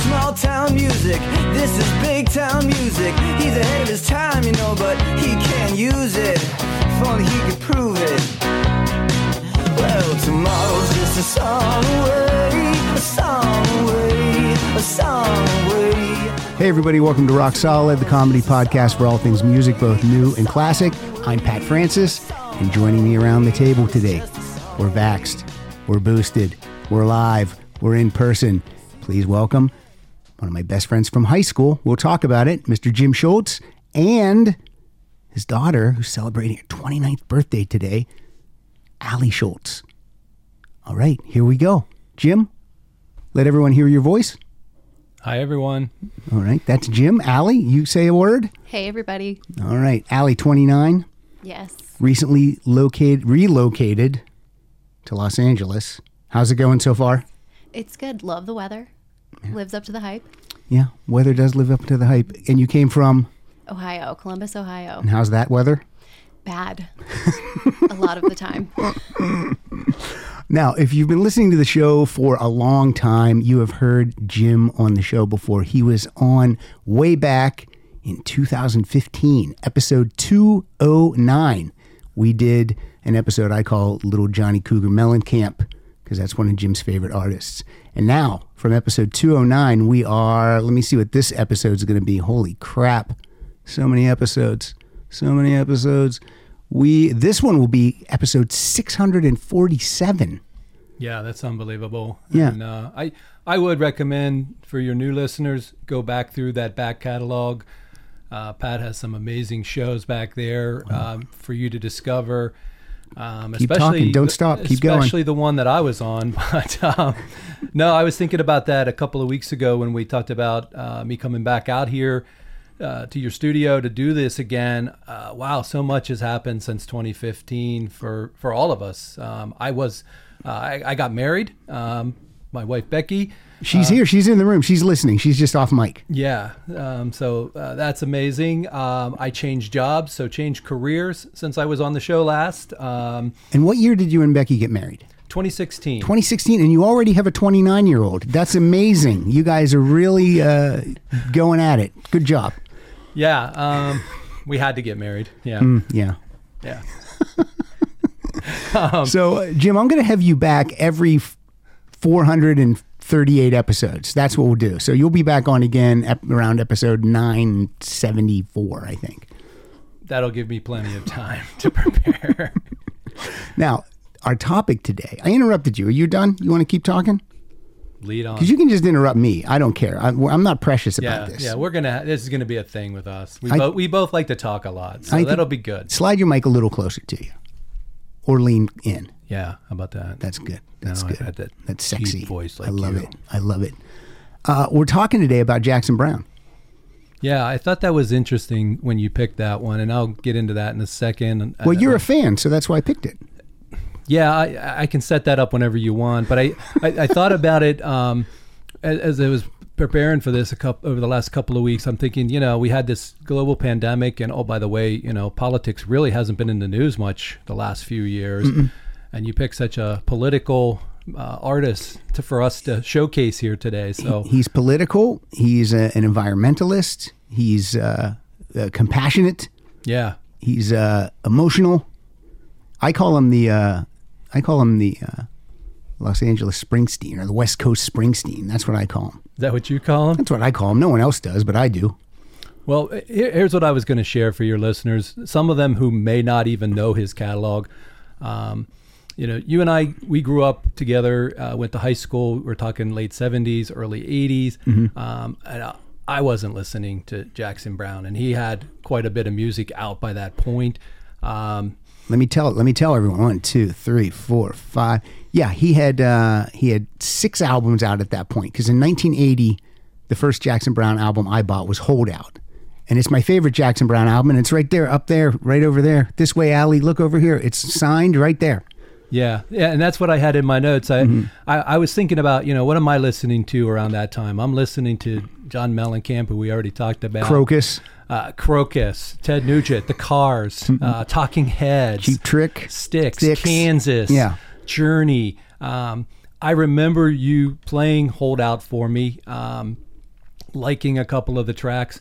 small town music. This is big town music. He's ahead of his time, you know, but he can't use it. If only he could prove it. Well, tomorrow's just a song away, a song away, a song away. Hey, everybody, welcome to Rock Solid, the comedy podcast for all things music, both new and classic. I'm Pat Francis, and joining me around the table today, we're vaxxed, we're boosted, we're live, we're in person. Please welcome one of my best friends from high school. We'll talk about it, Mr. Jim Schultz, and his daughter, who's celebrating her 29th birthday today, Allie Schultz. All right, here we go. Jim, let everyone hear your voice. Hi, everyone. All right, that's Jim. Allie, you say a word. Hey, everybody. All right, Allie, 29, Yes. recently located, relocated to Los Angeles. How's it going so far? It's good. Love the weather. Lives up to the hype. Yeah, weather does live up to the hype. And you came from, Ohio, Columbus, Ohio. and how's that weather? Bad. a lot of the time. Now, if you've been listening to the show for a long time, you have heard Jim on the show before. He was on way back in 2015, episode 209. We did an episode I call Little Johnny Cougar Mellencamp because that's one of Jim's favorite artists. And now, from episode 209, we are, let me see what this episode's going to be. Holy crap. So many episodes. So many episodes. We this one will be episode 647. Yeah, that's unbelievable. Yeah. And, uh, I I would recommend for your new listeners go back through that back catalog. Uh, Pat has some amazing shows back there um, for you to discover. Um, Keep talking. especially- Don't stop. Keep going. Especially the one that I was on. But um, no, I was thinking about that a couple of weeks ago when we talked about uh, me coming back out here uh, to your studio to do this again. Uh, wow, so much has happened since 2015 for for all of us. Um, I was uh, I, I got married. Um, my wife Becky. She's here. She's in the room. She's listening. She's just off mic. Yeah, um, so uh, that's amazing. Um, I changed jobs, so changed careers since I was on the show last. Um, And what year did you and Becky get married? 2016. 2016, and you already have a 29 year old. That's amazing. You guys are really uh, going at it. Good job. Yeah, um, we had to get married. Yeah, Yeah. yeah. So, uh, Jim, I'm going to have you back every f- 438 episodes. That's what we'll do. So, you'll be back on again ep- around episode 974, I think. That'll give me plenty of time to prepare. Now, our topic today, I interrupted you. Are you done? You want to keep talking? Lead on. Because you can just interrupt me. I don't care. I, am not precious yeah, about this. yeah, we're gonna. This is gonna be a thing with us. We I- both we both like to talk a lot, so I think- that'll be good. Slide your mic a little closer to you or lean in. Yeah, how about that? That's good. That's No, I've good. had that That's deep sexy. voice I like love you. it. I love it. Uh, we're talking today about Jackson Brown. yeah, I thought that was interesting when you picked that one, and I'll get into that in a second. Well, you're a fan, so that's why I picked it. Yeah, I, I can set that up whenever you want. But I, I, I thought about it um, as, as I was preparing for this a couple over the last couple of weeks. I'm thinking, you know, we had this global pandemic, and oh, by the way, you know, politics really hasn't been in the news much the last few years. And you pick such a political uh, artist to, for us to showcase here today. So He's political. He's a, an environmentalist. He's uh, uh, compassionate. yeah, He's uh, emotional. I call him the uh, I call him the uh, Los Angeles Springsteen or the West Coast Springsteen. That's what I call him. is that what you call him? That's what I call him. No one else does, but I do. Well, here, here's what I was going to share for your listeners. Some of them who may not even know his catalog. Um, you know, you and I, we grew up together, uh, went to high school. We're talking late 70s, early 80s. Um, and I, I wasn't listening to Jackson Brown, and he had quite a bit of music out by that point. Um, Let me tell let me tell everyone one two three four five yeah he had uh, he had six albums out at that point because in 1980 the first Jackson Brown album I bought was Holdout and it's my favorite Jackson Brown album and it's right there up there right over there this way alley look over here it's signed right there Yeah, yeah, and that's what I had in my notes. I, I, I was thinking about, you know, what am I listening to around that time? I'm listening to John Mellencamp, who we already talked about. Crocus uh, Crocus, Ted Nugent, The Cars, uh, Talking Heads, Hmm. Cheap Trick Sticks, Sticks. Kansas, Yeah. Journey. Um, I remember you playing Hold Out for me. Um, liking a couple of the tracks.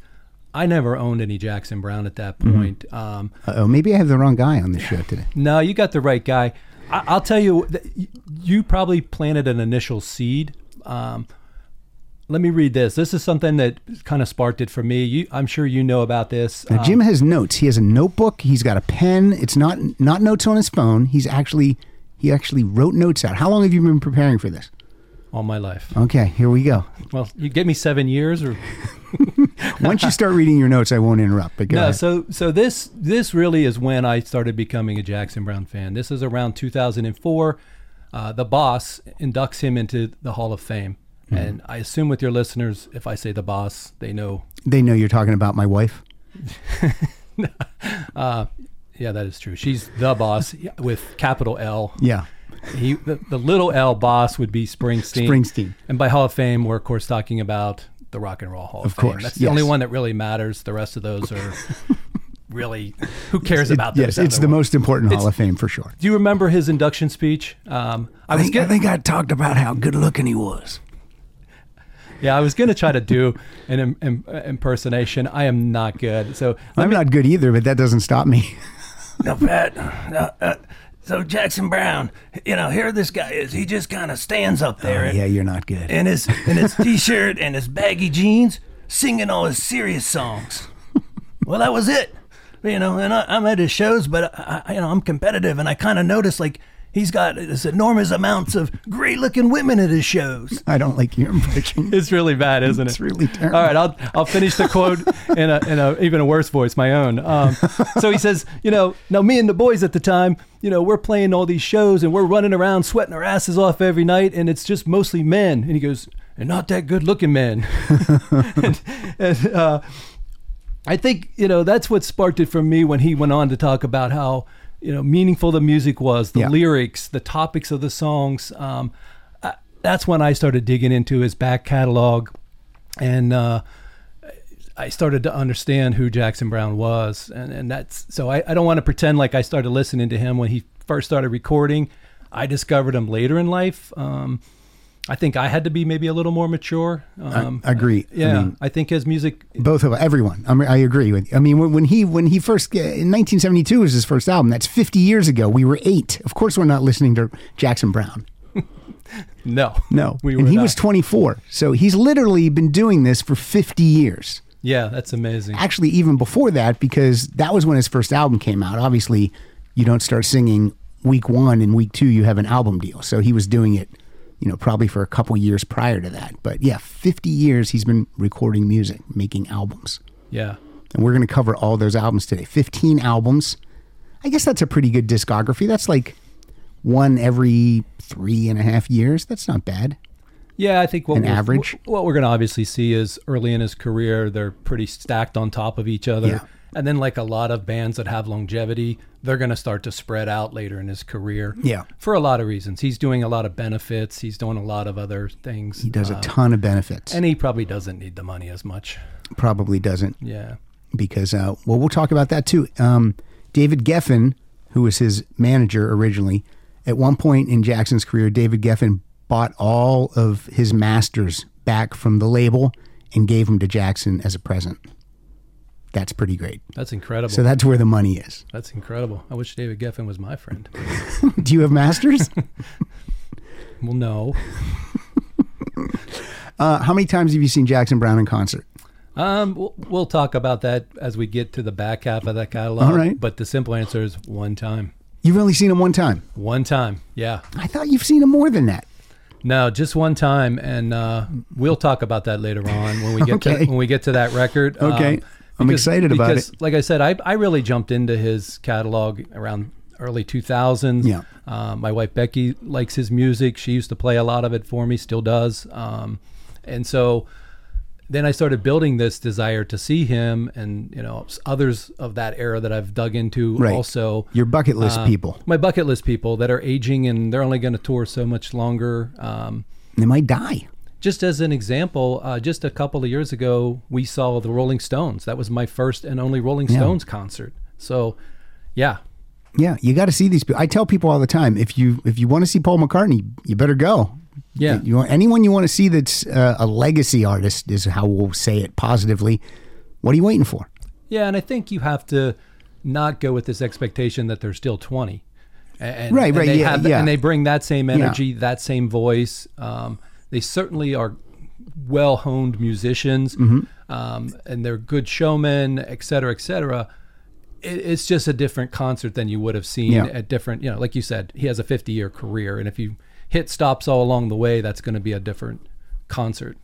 I never owned any Jackson Brown at that Mm-hmm. point. Um, Oh, maybe I have the wrong guy on the show today. no, you got the right guy. I, I'll tell you, th- y- you probably planted an initial seed. Um, let me read this. This is something that kind of sparked it for me. You, I'm sure you know about this. uh, Now, Jim has notes. He has a notebook. He's got a pen. It's not not notes on his phone. He's actually he actually wrote notes out. How long have you been preparing for this? all my life. Okay, here we go. Well, you get me seven years or Once you start reading your notes, I won't interrupt. But go no. ahead. So so this this really is when I started becoming a Jackson Brown fan. This is around 2004. Uh, the Boss inducts him into the Hall of Fame, Hmm. and I assume with your listeners, if I say the Boss, they know. they know you're talking about my wife. Yeah, that is true. She's the Boss with capital L. Yeah, He the, the little L Boss would be Springsteen. Springsteen. And by Hall of Fame, we're of course talking about the Rock and Roll Hall of, Of Fame. course, That's the yes. only one that really matters. The rest of those are really who cares about yes, those? it's the other ones? most important Hall of Fame for sure. Do you remember his induction speech? Um, I was gonna, think I talked about how good looking he was. yeah, I was gonna try to do an im- im- impersonation. I am not good, so I'm not good either, but that doesn't stop me. Now, Pat, uh, uh, so Jackson Brown, you know, here this guy is. He just kind of stands up there in, Oh, yeah, you're not good. in his in his t-shirt and his baggy jeans, singing all his serious songs. well, that was it, you know. And I, I'm at his shows, but I, I, you know, I'm competitive, and I kind of notice like he's got this enormous amounts of great-looking women at his shows. I don't like your impression. it's really bad, isn't it? It's really terrible. All right, I'll I'll finish the quote in a in a even a worse voice, my own. Um, so he says, you know, now me and the boys at the time, you know, we're playing all these shows and we're running around sweating our asses off every night, and it's just mostly men. And he goes, and not that good looking men. and and uh, I think you know that's what sparked it for me when he went on to talk about how you know meaningful the music was, the Yeah. lyrics, the topics of the songs. Um, I, that's when I started digging into his back catalog, and uh, I started to understand who Jackson Brown was, and and that's so I, I don't want to pretend like I started listening to him when he first started recording. I discovered him later in life. Um, I think I had to be maybe a little more mature. Um, Agree. I yeah, mean, I think his music both of everyone. I, mean, I agree with. You. I mean, when, when he when he first uh, in 1972 was his first album. That's 50 years ago. We were eight. Of course, we're not listening to Jackson Brown. No, No, we and were he not. was 24. So he's literally been doing this for 50 years. yeah, that's amazing. Actually, even before that, because that was when his first album came out. Obviously, you don't start singing week one and week two. You have an album deal. So he was doing it. You know, probably for a couple years prior to that. But yeah, 50 years he's been recording music, making albums. Yeah, And we're going to cover all those albums today. 15 albums. I guess that's a pretty good discography. That's like one every three and a half years. That's not bad. yeah. I think what An we'll- average? wh- What we're going to obviously see is early in his career, they're pretty stacked on top of each other, Yeah. and then like a lot of bands that have longevity, they're going to start to spread out later in his career. Yeah. for a lot of reasons. He's doing a lot of benefits. He's doing a lot of other things. Uh, He does a ton of benefits. and he probably doesn't need the money as much. Probably doesn't Yeah. because, uh, well, we'll talk about that too. Um, David Geffen, who was his manager originally, at one point in Jackson's career, David Geffen bought all of his masters back from the label and gave them to Jackson as a present. That's pretty great. That's incredible. So that's where the money is. That's incredible. I wish David Geffen was my friend. Do you have masters? Well, no. Uh, how many times have you seen Jackson Brown in concert? Um, we'll, we'll talk about that as we get to the back half of that catalog. All right. But the simple answer is one time. You've only seen him one time. One time. Yeah. I thought you've seen him more than that. No, just one time, and uh, we'll talk about that later on when we get Okay. to, when we get to that record. Um, Okay. I'm excited about because, Like I said, I I really jumped into his catalog around early 2000s. Yeah. Uh, my wife Becky likes his music. She used to play a lot of it for me, still does. Um, and so then I started building this desire to see him, and you know s- others of that era that I've dug into Right. also. Your bucket list Uh, people. my bucket list people that are aging and they're only going to tour so much longer. Um, They might die. just as an example, uh, just a couple of years ago, we saw the Rolling Stones. That was my first and only Rolling Stones concert. So, yeah, Yeah, you got to see these people. I tell people all the time if you if you want to see Paul McCartney, you better go Yeah. You want, anyone you want to see that's uh, a legacy artist is how we'll say it positively. What are you waiting for? Yeah, and I think you have to not go with this expectation that they're still 20. And, Right, and right, They yeah, have, yeah. And they bring that same energy, that same voice. Um, they certainly are well honed musicians, Mm-hmm. um, and they're good showmen, et cetera, et cetera. It, it's just a different concert than you would have seen Yeah. at different, you know, like you said, he has a 50 year career. And if you hit stops all along the way, that's going to be a different concert.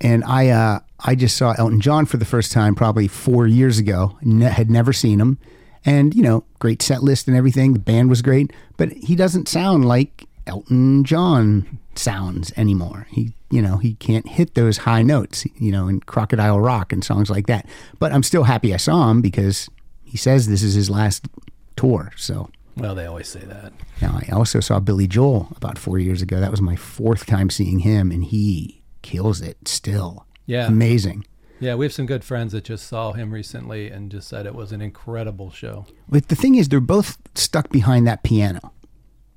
and I uh, I just saw Elton John for the first time probably four years ago. Ne- had never seen him, and you know, great set list and everything. The band was great, but he doesn't sound like Elton John sounds anymore. He you know he can't hit those high notes. You know, in Crocodile Rock and songs like that. But I'm still happy I saw him because he says this is his last tour. So Well, they always say that. now, I also saw Billy Joel about four years ago. That was my fourth time seeing him, and he kills it still. Yeah. Amazing. Yeah, we have some good friends that just saw him recently and just said it was an incredible show. But the thing is, they're both stuck behind that piano.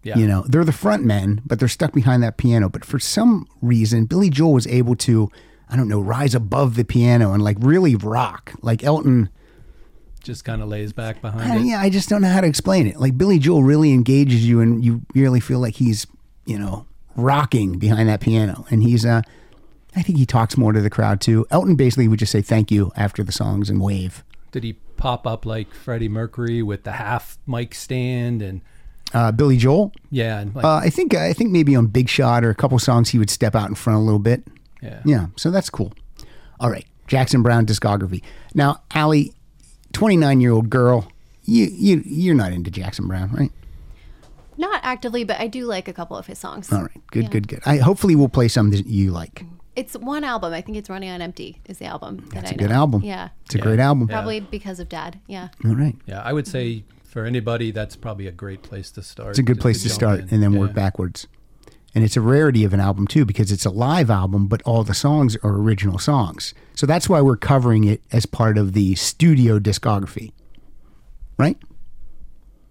Yeah. You know, they're the front men, but they're stuck behind that piano. But for some reason, Billy Joel was able to, I don't know, rise above the piano and like really rock. Like Elton, Just kind of lays back I, behind it. yeah, I just don't know how to explain it. Like Billy Joel really engages you, and you really feel like he's, you know, rocking behind that piano. And he's, uh, I think he talks more to the crowd too. Elton basically would just say thank you after the songs and wave. Did he pop up like Freddie Mercury with the half mic stand and Uh, Billy Joel, yeah, and like, uh, I think, I think maybe on Big Shot or a couple songs he would step out in front a little bit. yeah. Yeah, so that's cool. All right, Jackson Brown discography. Now, Allie, twenty nine year old girl, you you you're not into Jackson Brown, right? Not actively, but I do like a couple of his songs. All right, good, good, good. I hopefully we'll play some that you like. It's one album. I think it's Running on Empty is the album. It's That's a good album. Yeah. it's a great album. Probably because of Dad. Yeah. All right, Yeah, I would say for anybody that's probably a great place to start. it's a good place to start and then work backwards. And it's a rarity of an album too because it's a live album, but all the songs are original songs. So that's why we're covering it as part of the studio discography, right?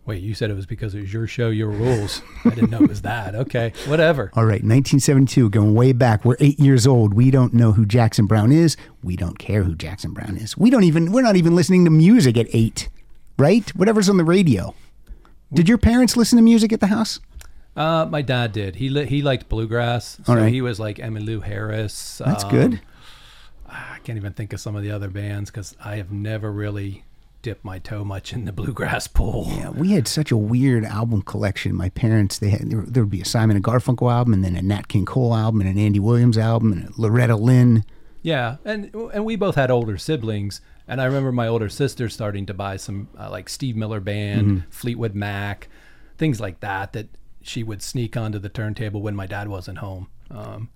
Wait, you said it was because it was your show, your rules. I didn't know it was that. Okay, whatever. All right, 1972, going way back. We're eight years old. We don't know who Jackson Brown is. We don't care who Jackson Brown is. We don't even, we're not even listening to music at eight, right? Whatever's on the radio. Did your parents listen to music at the house? Uh, my dad did. He li- he liked bluegrass, so All right. he was like Emmylou Harris. That's um, good. I can't even think of some of the other bands because I have never really dipped my toe much in the bluegrass pool. Yeah, Uh, we had such a weird album collection. My parents, they had, there, there would be a Simon and Garfunkel album and then a Nat King Cole album and an Andy Williams album and a Loretta Lynn. Yeah, and and we both had older siblings, and I remember my older sister starting to buy some uh, like Steve Miller Band, Fleetwood Mac, things like that that she would sneak onto the turntable when my dad wasn't home. Um,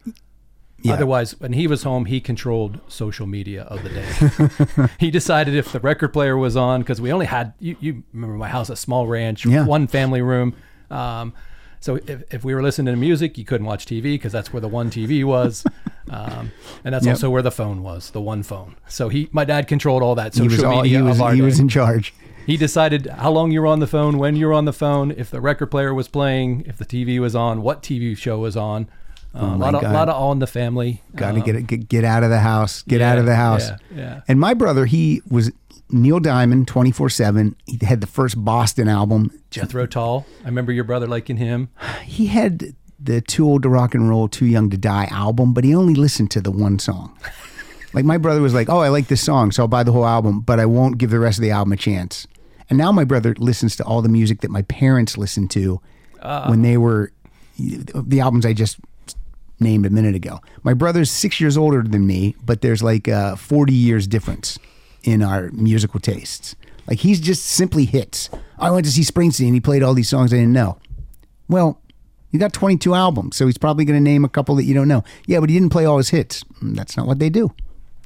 Otherwise, when he was home, he controlled social media of the day. he decided if the record player was on because we only had you, you remember my house a small ranch, Yeah. one family room. Um, so if, if we were listening to music, you couldn't watch TV because that's where the one TV was, um, and that's also where the phone was, the one phone. So he, my dad, controlled all that He social was, all, media he, was, of our he was day. in charge. He decided how long you're on the phone, when you're on the phone, if the record player was playing, if the TV was on, what TV show was on. Uh, a lot of, Oh God. lot of all in the family. Got to get, get get out of the house. Get out Oh. yeah, of the house. yeah, yeah. And my brother, he was Neil Diamond, twenty four seven. He had the first Boston album. Jethro Tull. I remember your brother liking him. He had the Too Old to Rock and Roll, Too Young to Die album, but he only listened to the one song. like my brother was like, "Oh, I like this song, so I'll buy the whole album, but I won't give the rest of the album a chance." And now my brother listens to all the music that my parents listened to when they were the albums I just named a minute ago. My brother's six years older than me, but there's like uh, 40 years difference in our musical tastes. Like he's just simply hits. I went to see Springsteen. He played all these songs I didn't know. Well, he got 22 albums, so he's probably going to name a couple that you don't know. Yeah, but he didn't play all his hits. Mm, That's not what they do.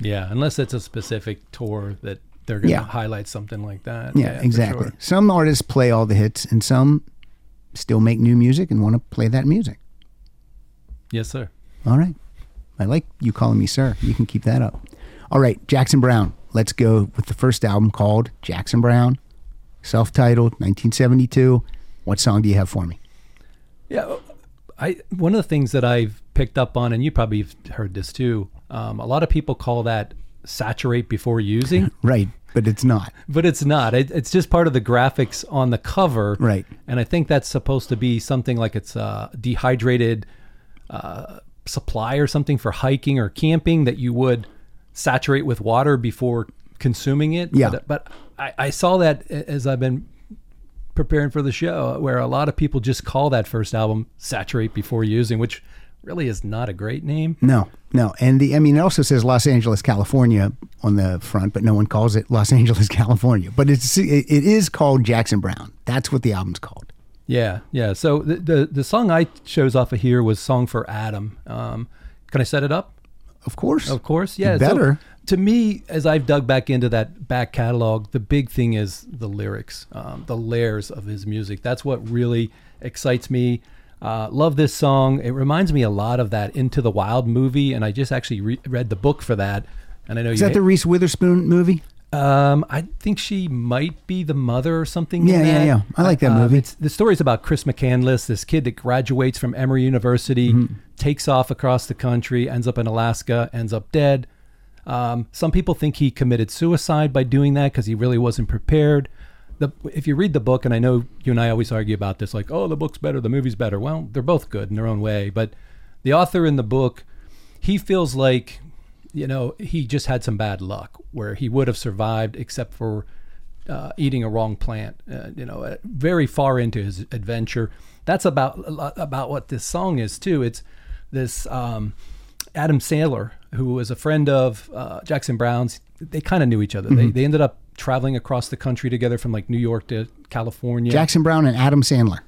Yeah, unless it's a specific tour that they're going to Yeah. highlight something like that. Yeah, for exactly. sure. Some artists play all the hits, and some still make new music and want to play that music. Yes, sir. All right. I like you calling me sir. You can keep that up. All right, Jackson Brown. Let's go with the first album called Jackson Brown, self titled, 1972. What song do you have for me? Yeah, I one of the things that I've picked up on, and you probably have heard this too. Um, a lot of people call that saturate before using, Right, but it's not. but it's not. It, it's just part of the graphics on the cover, Right. And I think that's supposed to be something like it's uh, dehydrated uh, supply or something for hiking or camping that you would saturate with water before consuming it. Yeah. But, but I, I saw that a- as I've been preparing for the show, uh, where a lot of people just call that first album "Saturate Before Using," which really is not a great name. No, no. And the I mean, it also says Los Angeles, California on the front, but no one calls it Los Angeles, California. But it's it, it is called Jackson Brown. That's what the album's called. Yeah, yeah. So the the, the song I chose off of here was "Song for Adam." Um, can I set it up? Of course. Of course, yeah. better. So, to me, as I've dug back into that back catalog, the big thing is the lyrics, um, the layers of his music. That's what really excites me. Uh, love this song. It reminds me a lot of that Into the Wild movie, and I just actually re- read the book for that. And I know Is you. that the Reese Witherspoon movie? um, I think she might be the mother or something. in Yeah, yeah, that. yeah. I like that Um, movie. It's the story's about Chris McCandless, this kid that graduates from Emory University, Mm-hmm. takes off across the country, ends up in Alaska, ends up dead. Um, some people think he committed suicide by doing that because he really wasn't prepared. The, if you read the book, and I know you and I always argue about this, like, oh, the book's better, the movie's better. Well, they're both good in their own way. But the author in the book, he feels like, you know, he just had some bad luck where he would have survived except for uh, eating a wrong plant. Uh, you know, uh, very far into his adventure. That's about a lot about what this song is too. It's this um, Adam Sandler, who was a friend of uh, Jackson Brown's. They kind of knew each other. They they ended up traveling across the country together from like New York to California. Jackson Brown and Adam Sandler.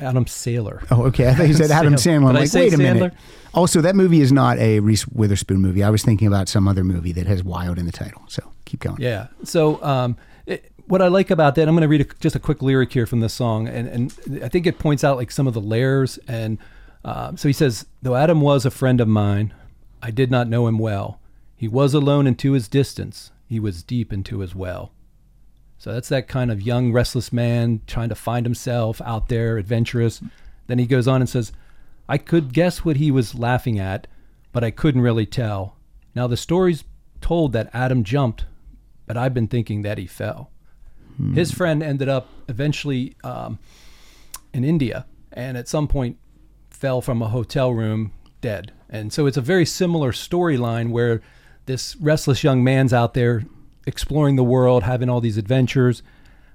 Adam Sandler. Oh, okay. I thought you said Adam Sandler. Sandler. I'm Did I like, say wait a minute. Sandler? Also, that movie is not a Reese Witherspoon movie. I was thinking about some other movie that has Wild in the title. So keep going. Yeah. So, um, it, what I like about that, I'm going to read a, just a quick lyric here from this song, and, and I think it points out like some of the layers. And uh, so he says, "Though Adam was a friend of mine, I did not know him well. He was alone into his distance. He was deep into his well." So that's that kind of young, restless man trying to find himself out there, adventurous. Then he goes on and says, I could guess what he was laughing at, but I couldn't really tell. Now the story's told that Adam jumped, but I've been thinking that he fell. His friend ended up eventually um, in India and at some point fell from a hotel room dead. And so it's a very similar storyline where this restless young man's out there exploring the world, having all these adventures,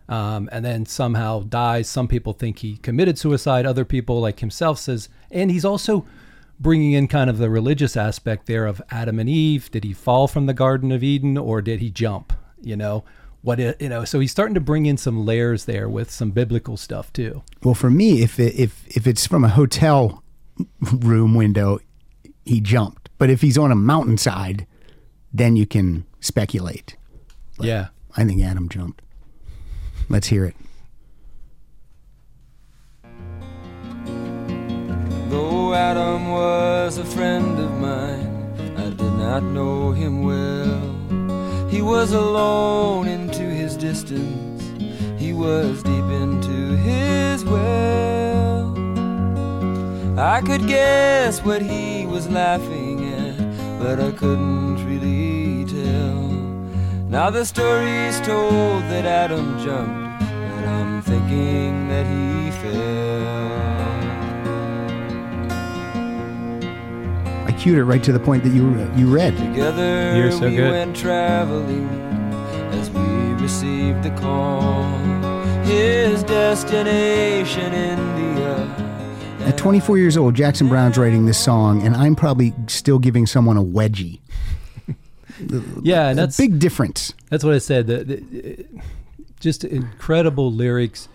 um, and then somehow dies. Some people think he committed suicide. Other people, like himself, says, and he's also bringing in kind of the religious aspect there of Adam and Eve. Did he fall from the Garden of Eden or did he jump? You know, what, i- you know, so he's starting to bring in some layers there with some biblical stuff too. Well, for me, if it, if if it's from a hotel room window, he jumped. But if he's on a mountainside, then you can speculate. yeah. I think Adam jumped. Let's hear it. Though Adam was a friend of mine, I did not know him well. He was alone into his distance, he was deep into his well. I could guess what he was laughing at, but I couldn't really tell. Now the story's told that Adam jumped, but I'm thinking that he fell. I cued it right to the point that you you read. Together You're so we good. went traveling as we received the call. His destination, India. At 24 years old, Jackson Brown's writing this song, and I'm probably still giving someone a wedgie. Yeah. And that's, Big difference. That's what I said. The, the, it- just incredible lyrics.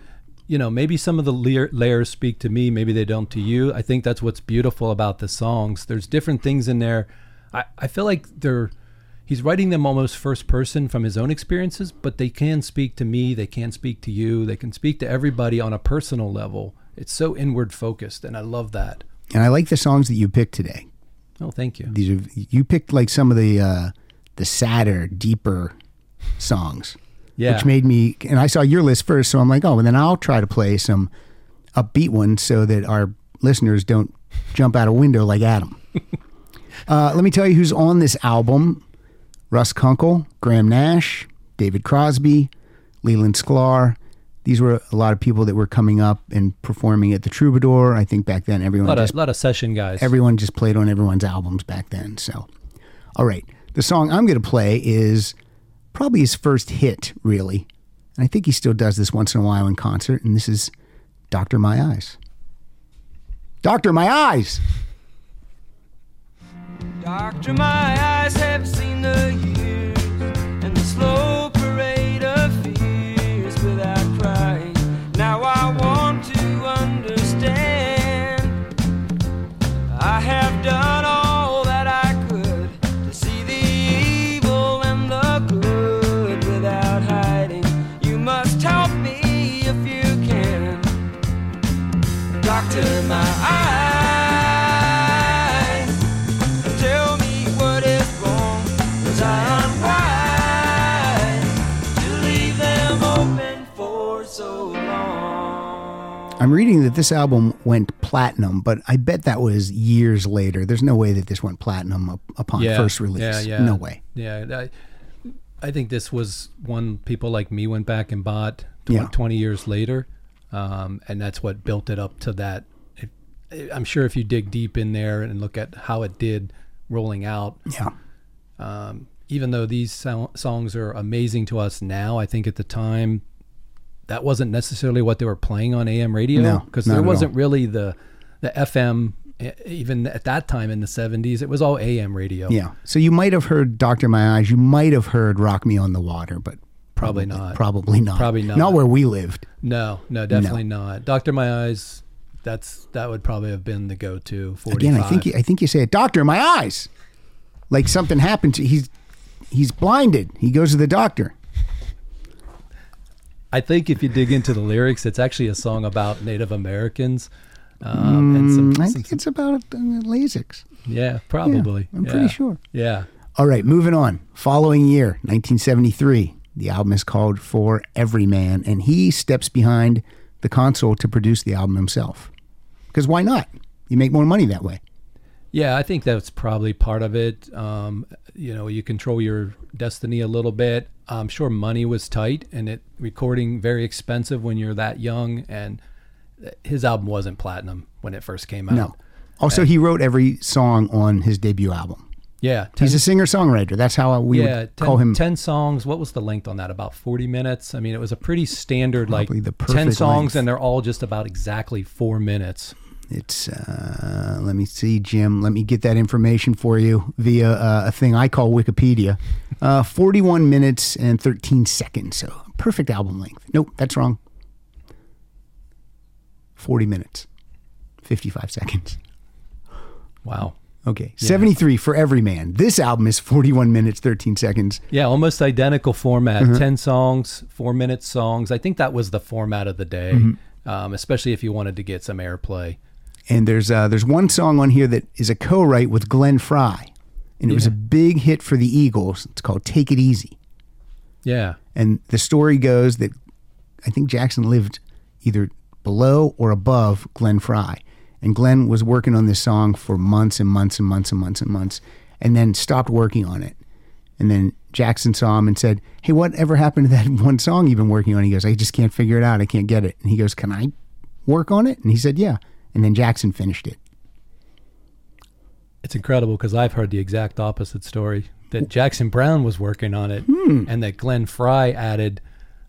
You know, maybe some of the lear- layers speak to me, maybe they don't to you. I think that's what's beautiful about the songs. There's different things in there. I, I feel like they're he's writing them almost first person from his own experiences, but they can speak to me, they can speak to you, they can speak to everybody on a personal level. It's so inward focused, and I love that. And I like the songs that you picked today. Oh, thank you. These are you picked like some of the uh, the sadder, deeper songs. Yeah. which made me and I saw your list first, so I'm like, oh, and then I'll try to play some upbeat ones so that our listeners don't jump out a window like Adam. uh, let me tell you who's on this album Russ Kunkel, Graham Nash, David Crosby, Leland Sklar. These were a lot of people that were coming up and performing at the Troubadour. I think back then everyone A lot just of, lot of session guys. everyone just played on everyone's albums back then. So, all right, the song I'm going to play is probably his first hit, really, and I think he still does this once in a while in concert. And this is "Doctor My Eyes." Doctor My Eyes. Doctor, my eyes have seen the years and the slow parade of fears without crying. Now I want to understand. I have done all that I could to see the evil and the good without hiding. You must help me if you can. Doctor, my eyes. Tell me what is wrong. Was I unwise to leave them open for so long? I'm reading that this album went platinum, but I bet that was years later. There's no way that this went platinum up, upon first release. Yeah, yeah. No way. Yeah. I, I think this was one people like me went back and bought tw- Yeah. 20 years later. Um, and that's what built it up to that. It, it- I'm sure if you dig deep in there and look at how it did rolling out, Yeah. even though these so- songs are amazing to us now, I think at the time that wasn't necessarily what they were playing on AM radio No, because not there at all. wasn't really the the FM e- even at that time in the 70s. It was all AM radio. Yeah. So you might have heard Doctor My Eyes. You might have heard Rock Me on the Water, but Probably not. Probably not. Probably not. Not where we lived. No, no, definitely not. Doctor My Eyes. That's that would probably have been the go-to. 45. Again, I think you, I think you say, "Doctor, my eyes," like something happened to he's he's blinded. He goes to the doctor. I think if you dig into the lyrics, it's actually a song about Native Americans. Um, and some, Mm, I some- think it's about uh, Lasix. yeah, probably. I'm pretty Yeah. sure. Yeah. All right, moving on. Following year, 1973, the album is called "For Every Man," and he steps behind the console to produce the album himself. Because why not? You make more money that way. Yeah, I think that's probably part of it. Um, you know, you control your destiny a little bit. I'm sure money was tight and it recording very expensive when you're that young. And uh, his album wasn't platinum when it first came out. No. Also, he wrote every song on his debut album. Yeah, He's a singer songwriter. That's how we yeah, would ten, call him. 10 songs. What was the length on that? About 40 minutes. I mean, it was a pretty standard like Probably the 10 perfect songs length. and they're all just about exactly 4 minutes. It's uh, let me see, Jim. Let me get that information for you via uh, a thing I call Wikipedia. Uh, Forty-one minutes and thirteen seconds. So perfect album length. Nope, that's wrong. Forty minutes, fifty-five seconds. Wow. Okay, seventy-three for every man. This album is forty-one minutes thirteen seconds. Yeah, almost identical format. Mm-hmm. Ten songs, four minute songs. I think that was the format of the day, Mm-hmm. um, especially if you wanted to get some airplay. And there's uh, there's one song on here that is a co-write with Glenn Fry, and it was a big hit for the Eagles. It's called "Take It Easy." Yeah, And the story goes that I think Jackson lived either below or above Glenn Fry. And Glenn was working on this song for months and months and months and months and months, and then stopped working on it. And then Jackson saw him and said, Hey, whatever happened to that one song you've been working on? He goes, I just can't figure it out. I can't get it. And he goes, Can I work on it? And he said, Yeah. And then Jackson finished it. it's incredible because I've heard the exact opposite story that Jackson Brown was working on it, Hmm. and that Glenn Fry added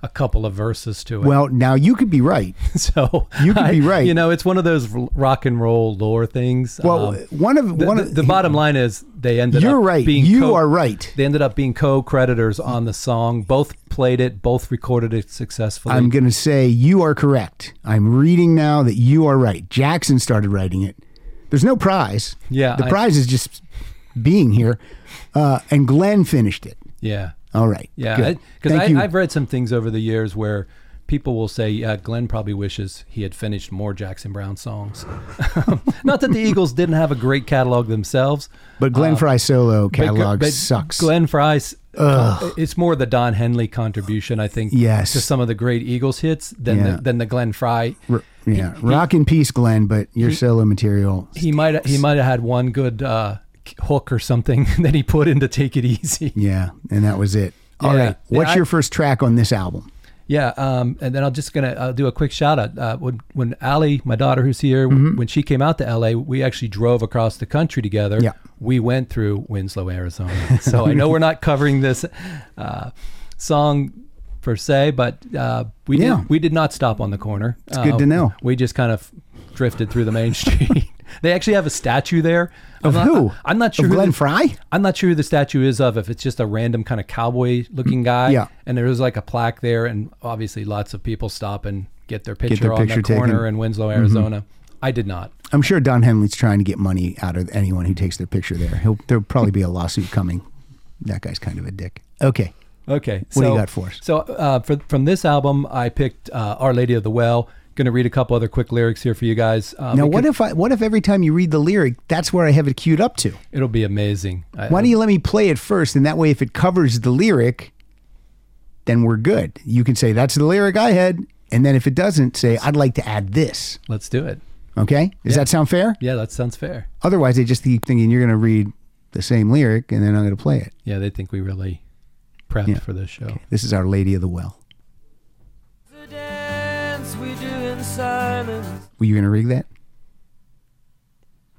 a couple of verses to it. Well, now you could be right. so you could be I- right. You know, it's one of those r- rock and roll lore things. Well, Um, one of the, one the, of the bottom line is they ended You're up right. being You co- are right. They ended up being co-creditors on the song. Both played it, both recorded it successfully. I'm going to say you are correct. I'm reading now that you are right. Jackson started writing it. There's no prize. Yeah, The I- prize is just being here. Uh, and Glenn finished it. yeah. All right. Yeah, Good. Thank because you. I've read some things over the years where people will say, "Yeah, Glenn probably wishes he had finished more Jackson Brown songs." Not that the Eagles didn't have a great catalog themselves, but Glenn Fry solo um, but Gl- catalog but sucks. Glenn Fry's uh, it's more the Don Henley contribution, I think, Yes. to some of the great Eagles hits than Yeah. the, than the Glenn Fry. R- Yeah, rock in peace, Glenn. But your solo material, He might he might have had one good uh, hook or something that he put in to take it easy. yeah, and that was it. All right, Yeah. Yeah, what's I- your first track on this album? Yeah, um, and then I'm just gonna I'll do a quick shout out. Uh, when when Allie, my daughter who's here, Mm-hmm. when she came out to LA, we actually drove across the country together. Yeah. we went through Winslow, Arizona. so I know we're not covering this uh, song per se, but uh, we Yeah. did, we did not stop on the corner. It's good to know. We just kind of drifted through the main street. they actually have a statue there. Of who? I'm not sure. Of who Glenn the- Fry? I'm not sure who the statue is of. If it's just a random kind of cowboy looking guy, Mm, Yeah. And there was like a plaque there, and obviously lots of people stop and get their picture their on picture the corner taken. Mm-hmm. in Winslow, Arizona. I did not. I'm sure Don Henley's trying to get money out of anyone who takes their picture there. He'll, there'll probably be a lawsuit coming. That guy's kind of a dick. Okay, Okay. What do you so- got for us? So uh, for, from this album, I picked uh, Our Lady of the Well. Going to read a couple other quick lyrics here for you guys. now Uh, because what if I what if every time you read the lyric, that's where I have it queued up to? it'll be amazing? I- Why don't you let me play it first, and that way, if it covers the lyric, then we're good. You can say that's the lyric I had, and then if it doesn't, say I'd like to add this. Let's do it. Okay, does that sound fair? Yeah, that sounds fair. Otherwise, they just keep thinking you're going to read the same lyric, and then I'm going to play it. Yeah, they think we really prepped Yeah. for this show. This is Our Lady of the Well. The dance we do in silence. Were you going to read that?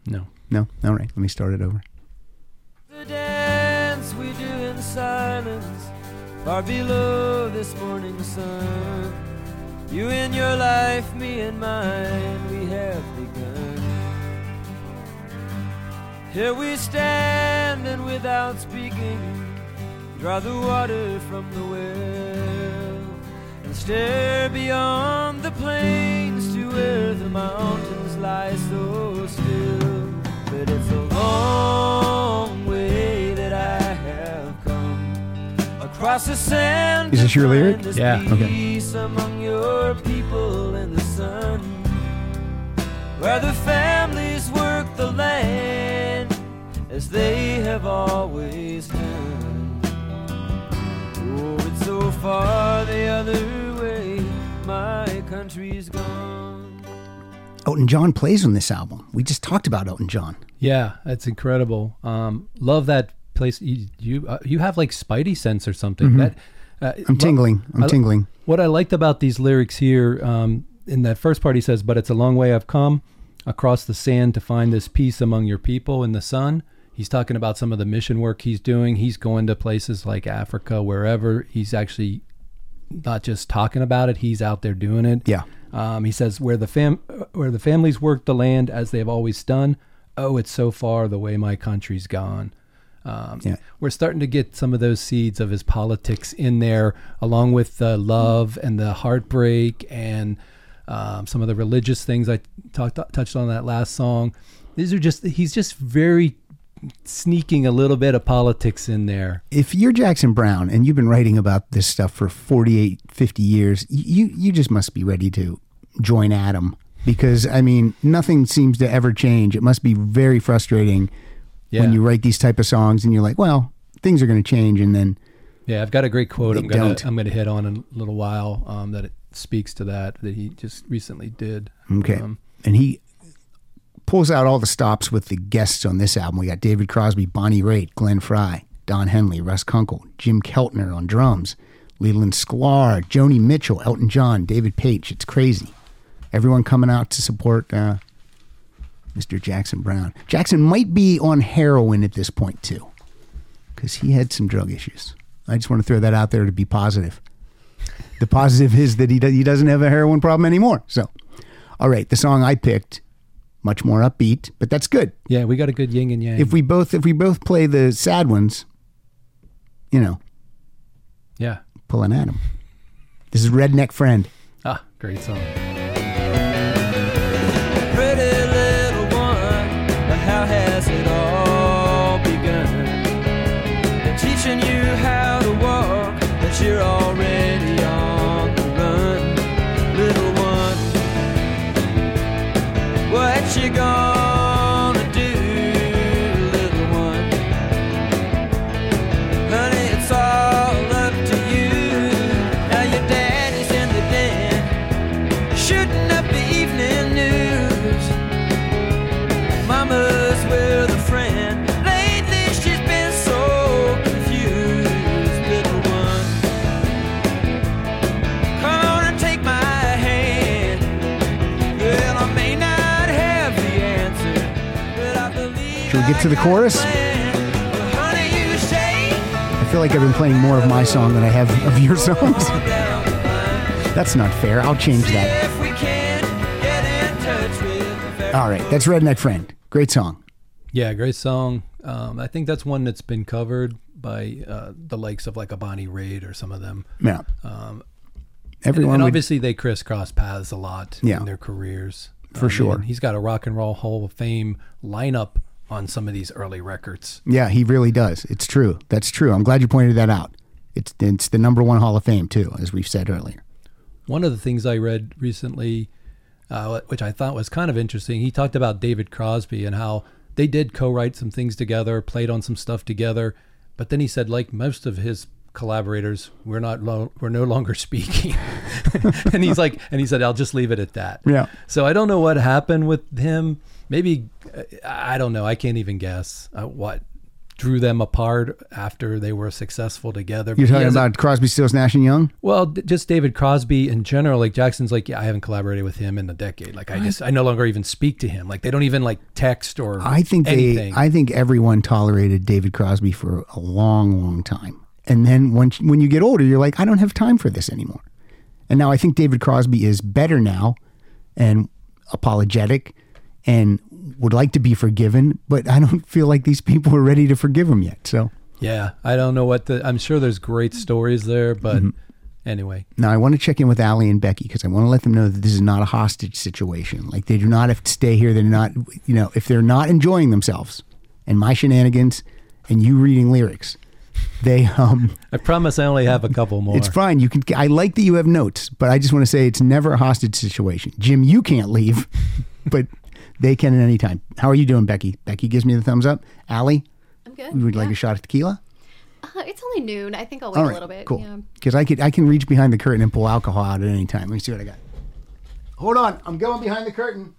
No. No. All right, let me start it over. The dance we do in silence. Far below this morning sun. You in your life, me in mine, we have begun. Here we stand and without speaking, draw the water from the well and stare beyond the plains to where the mountains lie so still. But it's a long way that I have come across the sand. Is this to your lyric? find this Yeah, okay. peace among your people in the sun, where the families work the land as they have always done. Oh, it's so far the other way, my country's gone. Elton John plays on this album. We just talked about Elton John. Yeah, that's incredible. Um, love that place. You you, uh, you have like spidey sense or something. That uh, I'm tingling. I'm I- tingling. What I liked about these lyrics here um, in that first part, he says, "But it's a long way I've come across the sand to find this peace among your people in the sun." He's talking about some of the mission work he's doing. He's going to places like Africa, wherever he's actually not just talking about it; he's out there doing it. Yeah. Um, he says, "Where the fam, where the families work the land as they have always done. Oh, it's so far the way my country's gone." Um, Yeah. We're starting to get some of those seeds of his politics in there, along with the love and the heartbreak and um, some of the religious things I talked touched on in that last song. These are just he's just very sneaking a little bit of politics in there. If you're Jackson Brown and you've been writing about this stuff for 48, 50 years, you, you just must be ready to join Adam because, I mean, nothing seems to ever change. It must be very frustrating Yeah. when you write these type of songs and you're like, well, things are going to change. And then Yeah, I've got a great quote. They I'm gonna don't. I'm gonna hit on in a little while um, that it speaks to that that he just recently did. Okay. Um, and he pulls out all the stops with the guests on this album. We got David Crosby, Bonnie Raitt, Glenn Fry, Don Henley, Russ Kunkel, Jim Keltner on drums, Leland Sklar, Joni Mitchell, Elton John, David Page. It's crazy. Everyone coming out to support uh, Mr. Jackson Brown. Jackson might be on heroin at this point, too, because he had some drug issues. I just want to throw that out there to be positive. The positive is that he, do- he doesn't have a heroin problem anymore. So, all right, the song I picked, much more upbeat, but that's good. yeah, we got a good yin and yang. If we both if we both play the sad ones, you know, yeah. pull an Adam. This is Redneck Friend. Ah, great song. Pretty little one, but how has it all begun? They're teaching you how to walk, but you're already on the run, little one. What you gonna do, little one? Honey, it's all up to you. Now your daddy's in the den shooting up the get to the chorus. I feel like I've been playing more of my song than I have of your songs. That's not fair. I'll change that. All right, that's Redneck Friend. Great song. Yeah, great song. Um, I think that's one that's been covered by uh, the likes of like a Bonnie Raitt or some of them. Yeah. And, Everyone Um, and would, obviously they crisscross paths a lot Yeah. in their careers. Um, For sure. and He's got a rock and roll Hall of Fame lineup on some of these early records. Yeah, he really does. It's true. That's true. I'm glad you pointed that out. It's it's the number one Hall of Fame too, as we've said earlier. One of the things I read recently, uh, which I thought was kind of interesting, he talked about David Crosby and how they did co-write some things together, played on some stuff together, but then he said, like most of his collaborators, we're not lo- we're no longer speaking, and he's like, and he said, I'll just leave it at that. Yeah. So I don't know what happened with him. Maybe uh, I don't know. I can't even guess uh, what drew them apart after they were successful together. You're He talking hasn't- about Crosby, Stills, Nash and Young. well, d- just David Crosby in general. Like Jackson's like, yeah, I haven't collaborated with him in a decade. Like I just, I no longer even speak to him. Like they don't even like text or I think anything. they. I think everyone tolerated David Crosby for a long, long time, and then when when you get older, you're like, I don't have time for this anymore. And now I think David Crosby is better now, and apologetic, and would like to be forgiven, but I don't feel like these people are ready to forgive him yet. So yeah, I don't know what the. I'm sure there's great stories there, but Mm-hmm. anyway, Now I want to check in with Ali and Becky because I want to let them know that this is not a hostage situation. Like they do not have to stay here. They're not, you know, if they're not enjoying themselves and my shenanigans and you reading lyrics, they um, I promise I only have a couple more. it's fine. You can. I like that you have notes, but I just want to say it's never a hostage situation. Jim, you can't leave, but they can at any time. How are you doing, Becky? Becky gives me the thumbs up. Ali, I'm good. you would like yeah. a shot of tequila? Uh, it's only noon. I think I'll wait All a right, little bit. cool. Yeah. Because I could, I can reach behind the curtain and pull alcohol out at any time. Let me see what I got. Hold on, I'm going behind the curtain.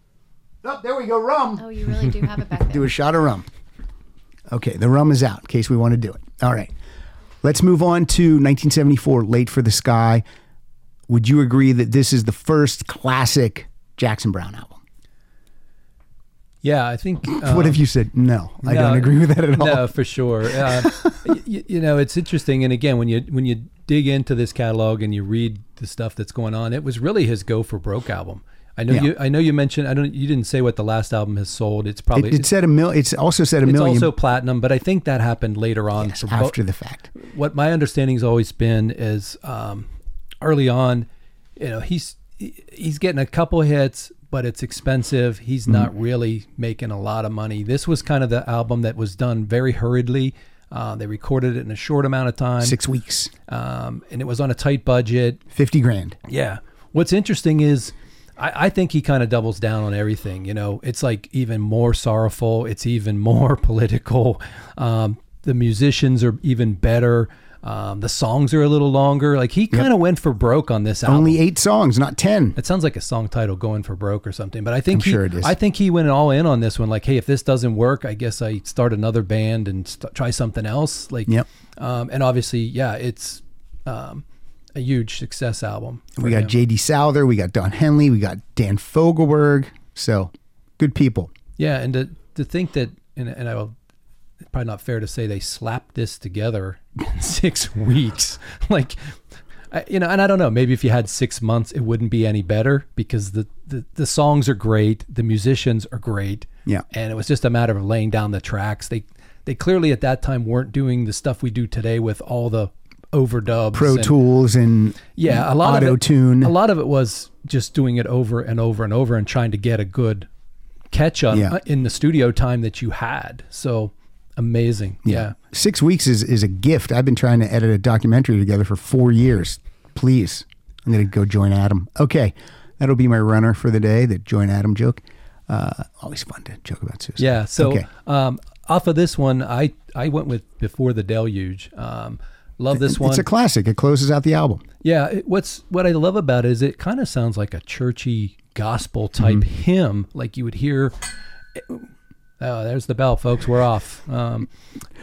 Oh, there we go, rum. Oh, you really do have it back there. Do a shot of rum. Okay, the rum is out in case we want to do it. All right, let's move on to 1974, "Late for the Sky." Would you agree that this is the first classic Jackson Brown album? yeah, I think. Um, what if you said no? I don't No, agree with that at all. No, for sure. Uh, y- y- you know, it's interesting. And again, when you when you dig into this catalog and you read the stuff that's going on, it was really his "Go for Broke" album. I know Yeah. you. I know you mentioned. I don't. You didn't say what the last album has sold. It's probably. It, it said a mil. It's also said a it's million also platinum, but I think that happened later on. for bo- after the fact. what my understanding's always been is um, early on, you know, he's he- he's getting a couple hits, but it's expensive. He's Mm-hmm. not really making a lot of money. This was kind of the album that was done very hurriedly. Uh, they recorded it in a short amount of time, Six weeks, um, and it was on a tight budget. fifty grand. Yeah. What's interesting is I, I think he kind of doubles down on everything. You know, it's like even more sorrowful, it's even more political. Um, the musicians are even better. Um, the songs are a little longer. Like he kind of went for broke on this album. Only eight songs, not ten. It sounds like a song title "Going for Broke" or something, but I I'm think he, sure it is. I think he went all in on this one. Like, hey, if this doesn't work, I guess I start another band and st- try something else. Like, Yep. Um, and obviously, yeah, it's um, a huge success album. for We got him. J.D. Souther, we got Don Henley, we got Dan Fogelberg. So good people. Yeah, and to to think that, and, and I will it's probably not fair to say they slapped this together in six weeks, like. I, you know, and I don't know. Maybe if you had six months, it wouldn't be any better because the, the the songs are great, the musicians are great, Yeah. And it was just a matter of laying down the tracks. They they clearly at that time weren't doing the stuff we do today with all the overdubs, Pro and- Tools and yeah, a lot of it- Auto-tune. A lot of it was just doing it over and over and over and trying to get a good catch up Yeah. in the studio time that you had. So amazing. Yeah. six weeks is, is a gift. I've been trying to edit a documentary together for four years. Please, I'm going to go join Adam. Okay, that'll be my runner for the day. The join Adam joke. Uh, always fun to joke about suicide. Yeah. So Okay. um, off of this one, I I went with Before the Deluge. Um, love this one. It's a classic. It closes out the album. Yeah, it- what's what I love about it is it kind of sounds like a churchy gospel type Mm-hmm. hymn, like you would hear. eh, Oh, there's the bell, folks. We're off. Um,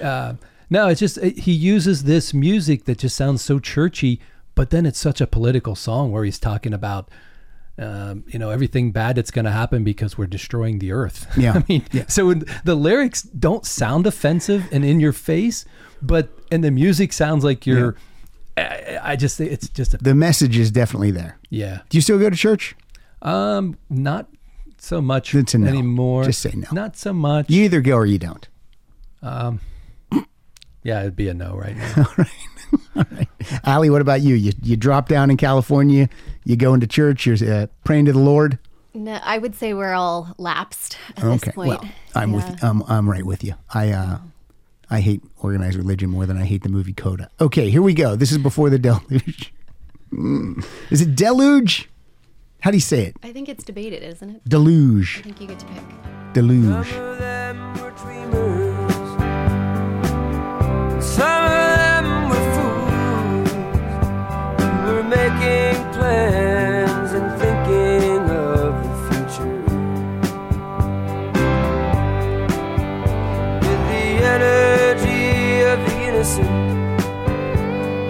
uh, no, it's just it, he uses this music that just sounds so churchy, but then it's such a political song where he's talking about um, you know everything bad that's going to happen because we're destroying the earth. Yeah. I mean, so when the lyrics don't sound offensive and in your face, but and the music sounds like you're. I, I just think it's just a The message is definitely there. yeah. Do you still go to church? Um, not so much Good to know. anymore. Just say no. Not so much. You either go or you don't. yeah, it'd be a no right now. Ali, what about you? You you drop down in California, you go into church, you're uh, praying to the Lord. No, I would say we're all lapsed at Okay, this point. well, I'm with Yeah. you. I'm, I'm right with you. I uh, I hate organized religion more than I hate the movie Coda. Okay, here we go. This is before the deluge. Mm. Is it deluge? How do you say it? I think it's debated, isn't it? Deluge, I think you get to pick. deluge. Some of them were dreamers. Some of them were fools who were making plans and thinking of the future. With the energy of the innocent,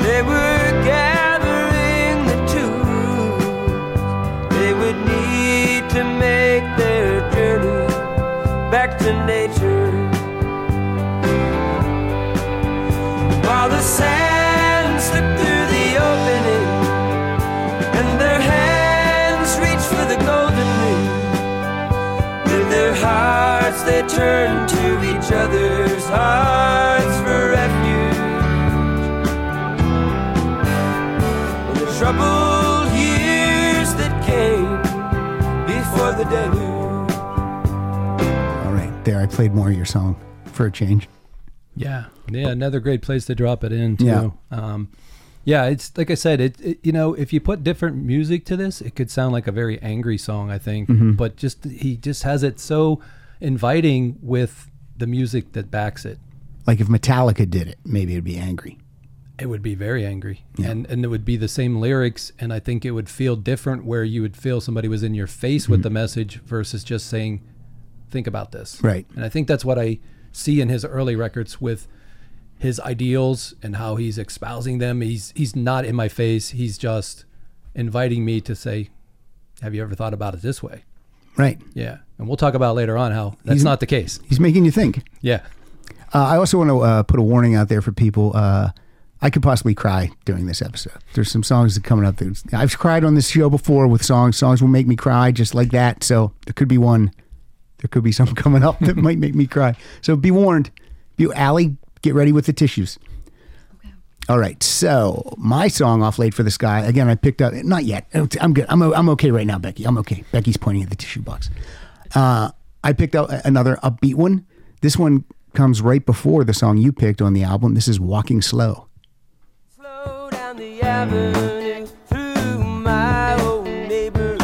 they were gathering the tools they would need to make their journey back to nature. While the sand slipped through the opening, and their hands reached for the golden ring. With their hearts, they turned to each other's hearts for refuge. In the troubled years that came before the deluge. All right, there. I played more of your song for a change. yeah, yeah. Another great place to drop it in too. Yeah. Um, yeah, it's like I said. It, it you know if you put different music to this, it could sound like a very angry song. I think, Mm-hmm. but just he just has it so inviting with the music that backs it. Like if Metallica did it, maybe it'd be angry. It would be very angry, and and it would be the same lyrics, and I think it would feel different where you would feel somebody was in your face Mm-hmm. with the message versus just saying, "Think about this." Right. And I think that's what I see in his early records with his ideals and how he's espousing them. He's he's not in my face. He's just inviting me to say, "Have you ever thought about it this way?" Right. Yeah. And we'll talk about later on how that's not the case. He's making you think. Yeah. Uh, I also want to uh, put a warning out there for people. Uh, I could possibly cry during this episode. There's some songs that coming up that I've cried on this show before with songs. Songs will make me cry just like that. So there could be one. There could be some coming up that might make me cry. So be warned. You, Allie, get ready with the tissues. All right, so my song off late for the sky again. I picked up not yet. I'm good. I'm I'm okay right now, Becky. I'm okay. Becky's pointing at the tissue box. Uh, I picked out another upbeat one. This one comes right before the song you picked on the album. This is Walking Slow. Slow down the avenue through my old neighborhood.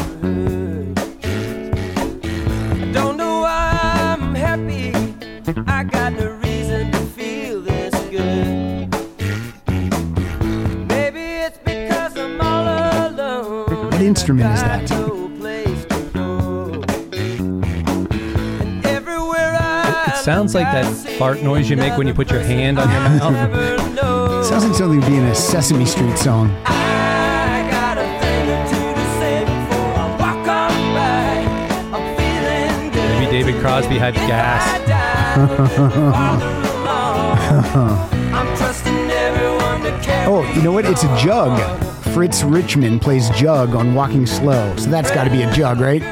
I don't know why I'm happy. I got no reason to feel this good. Maybe it's because I'm all alone. What instrument is that? Got no place to go. And everywhere I It sounds like that fart noise you make when you put your hand on your mouth. mouth. Sounds like something would be in a Sesame Street song. I got a thing or two to say before I walk on by. I'm feeling good. Maybe David Crosby had If gas. I die, farther along, I'm trusting everyone to carry Oh, you know what? It's a jug. Fritz Richmond plays jug on Walking Slow, so that's got to be a jug, right?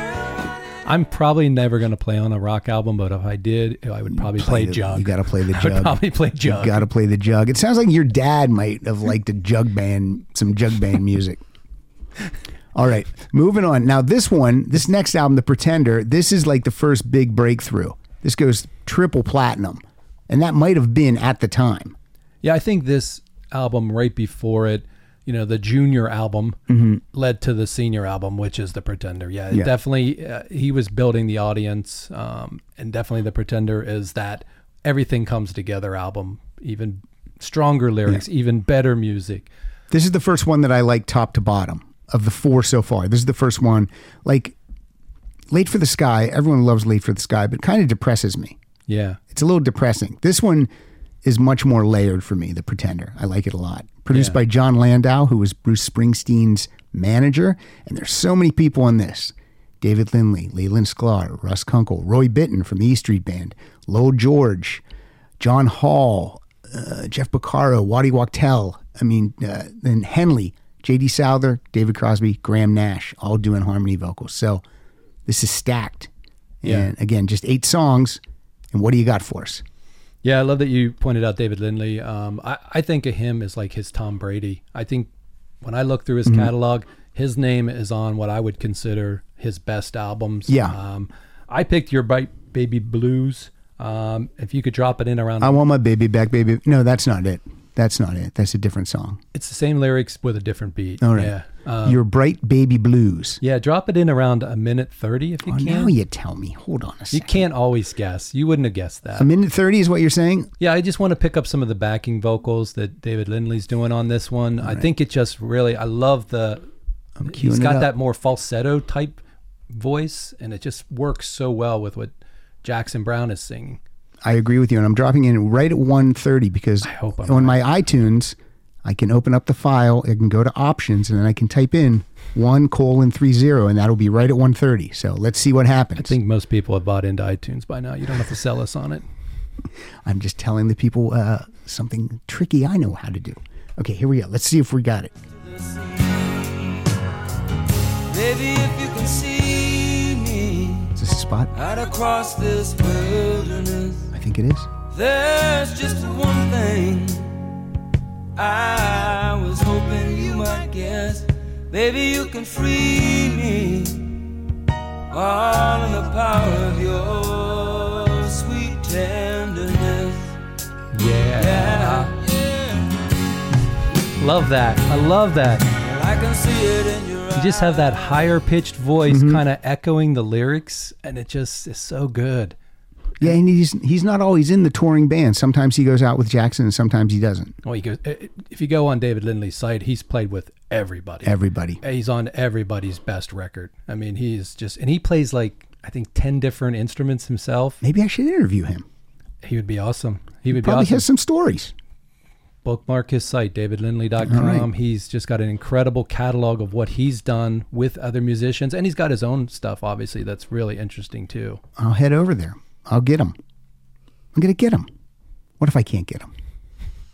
I'm probably never going to play on a rock album, but if I did, I would probably play, the- Jug. You got to play the I would jug. probably play Jug. Got to play the jug. It sounds like your dad might have liked a jug band, some jug band music. All right, moving on. Now this one, this next album, The Pretender, this is like the first big breakthrough. This goes triple platinum, and that might have been at the time. Yeah, I think this album right before it, you know, the junior album led to the senior album, which is The Pretender. Yeah, it Mm-hmm. Yeah. definitely, uh, he was building the audience. Um, and definitely The Pretender is that everything comes together album, even stronger lyrics, even better music. This is the first one that I like top to bottom of the four so far. This is the first one. Like Late for the Sky, everyone loves Late for the Sky, but it kind of depresses me. Yeah. It's a little depressing. This one is much more layered for me, The Pretender. I like it a lot. Produced by John Landau, who was Bruce Springsteen's manager. And there's so many people on this David Lindley, Leland Sklar, Russ Kunkel, Roy Bittan from the E Street Band, Lowell George, John Hall, uh, Jeff Beccaro, Waddy Wachtel, I mean, uh, then Henley, J.D. Souther, David Crosby, Graham Nash, all doing harmony vocals. So this is stacked. Yeah. And again, just eight songs. And what do you got for us? Yeah, I love that you pointed out David Lindley. Um, I, I think of him as like his Tom Brady. I think when I look through his Mm-hmm. catalog, his name is on what I would consider his best albums. Yeah. Um, I picked Your Bright Baby Blues. Um, if you could drop it in around, I want my baby back, baby. No, that's not it. That's not it. That's a different song. it's the same lyrics with a different beat. All right. Yeah. Um, Your bright baby blues. yeah, drop it in around a minute 30 if you Oh, can. now you tell me. Hold on a You second. can't always guess. You wouldn't have guessed that. A minute 30 is what you're saying? Yeah, I just want to pick up some of the backing vocals that David Lindley's doing on this one. I think it just really, I love the. queuing he's it got up. that more falsetto type voice, and it just works so well with what Jackson Brown is singing. I agree with you. And I'm dropping in right at 130 because hope I'm on my iTunes, I can open up the file, I can go to options, and then I can type in one colon three zero, and that'll be right at 130. So let's see what happens. I think most people have bought into iTunes by now. You don't have to sell us on it. I'm just telling the people uh, something tricky I know how to do. Okay, here we go. Let's see if we got it. Maybe if you can see me Is this a spot? out across this wilderness, I think it is. there's just one thing I was hoping you might guess. Maybe you can free me, all in the power of your sweet tenderness. Yeah. Love that. I love that. And I can see it in your eyes. You just have that higher pitched voice Mm-hmm. kind of echoing the lyrics, and it just is so good. Yeah, and he's he's not always in the touring band. Sometimes he goes out with Jackson, and sometimes he doesn't. Well, he goes, if you go on David Lindley's site, he's played with everybody. Everybody. he's on everybody's best record. I mean, he's just and he plays like I think ten different instruments himself. Maybe I should interview him. He would be awesome. He would be Probably awesome. has some stories. Bookmark his site, davidlindley.com. He's just got an incredible catalog of what he's done with other musicians, and he's got his own stuff, obviously, that's really interesting too. I'll head over there. I'll get him. I'm gonna get him. What if I can't get him?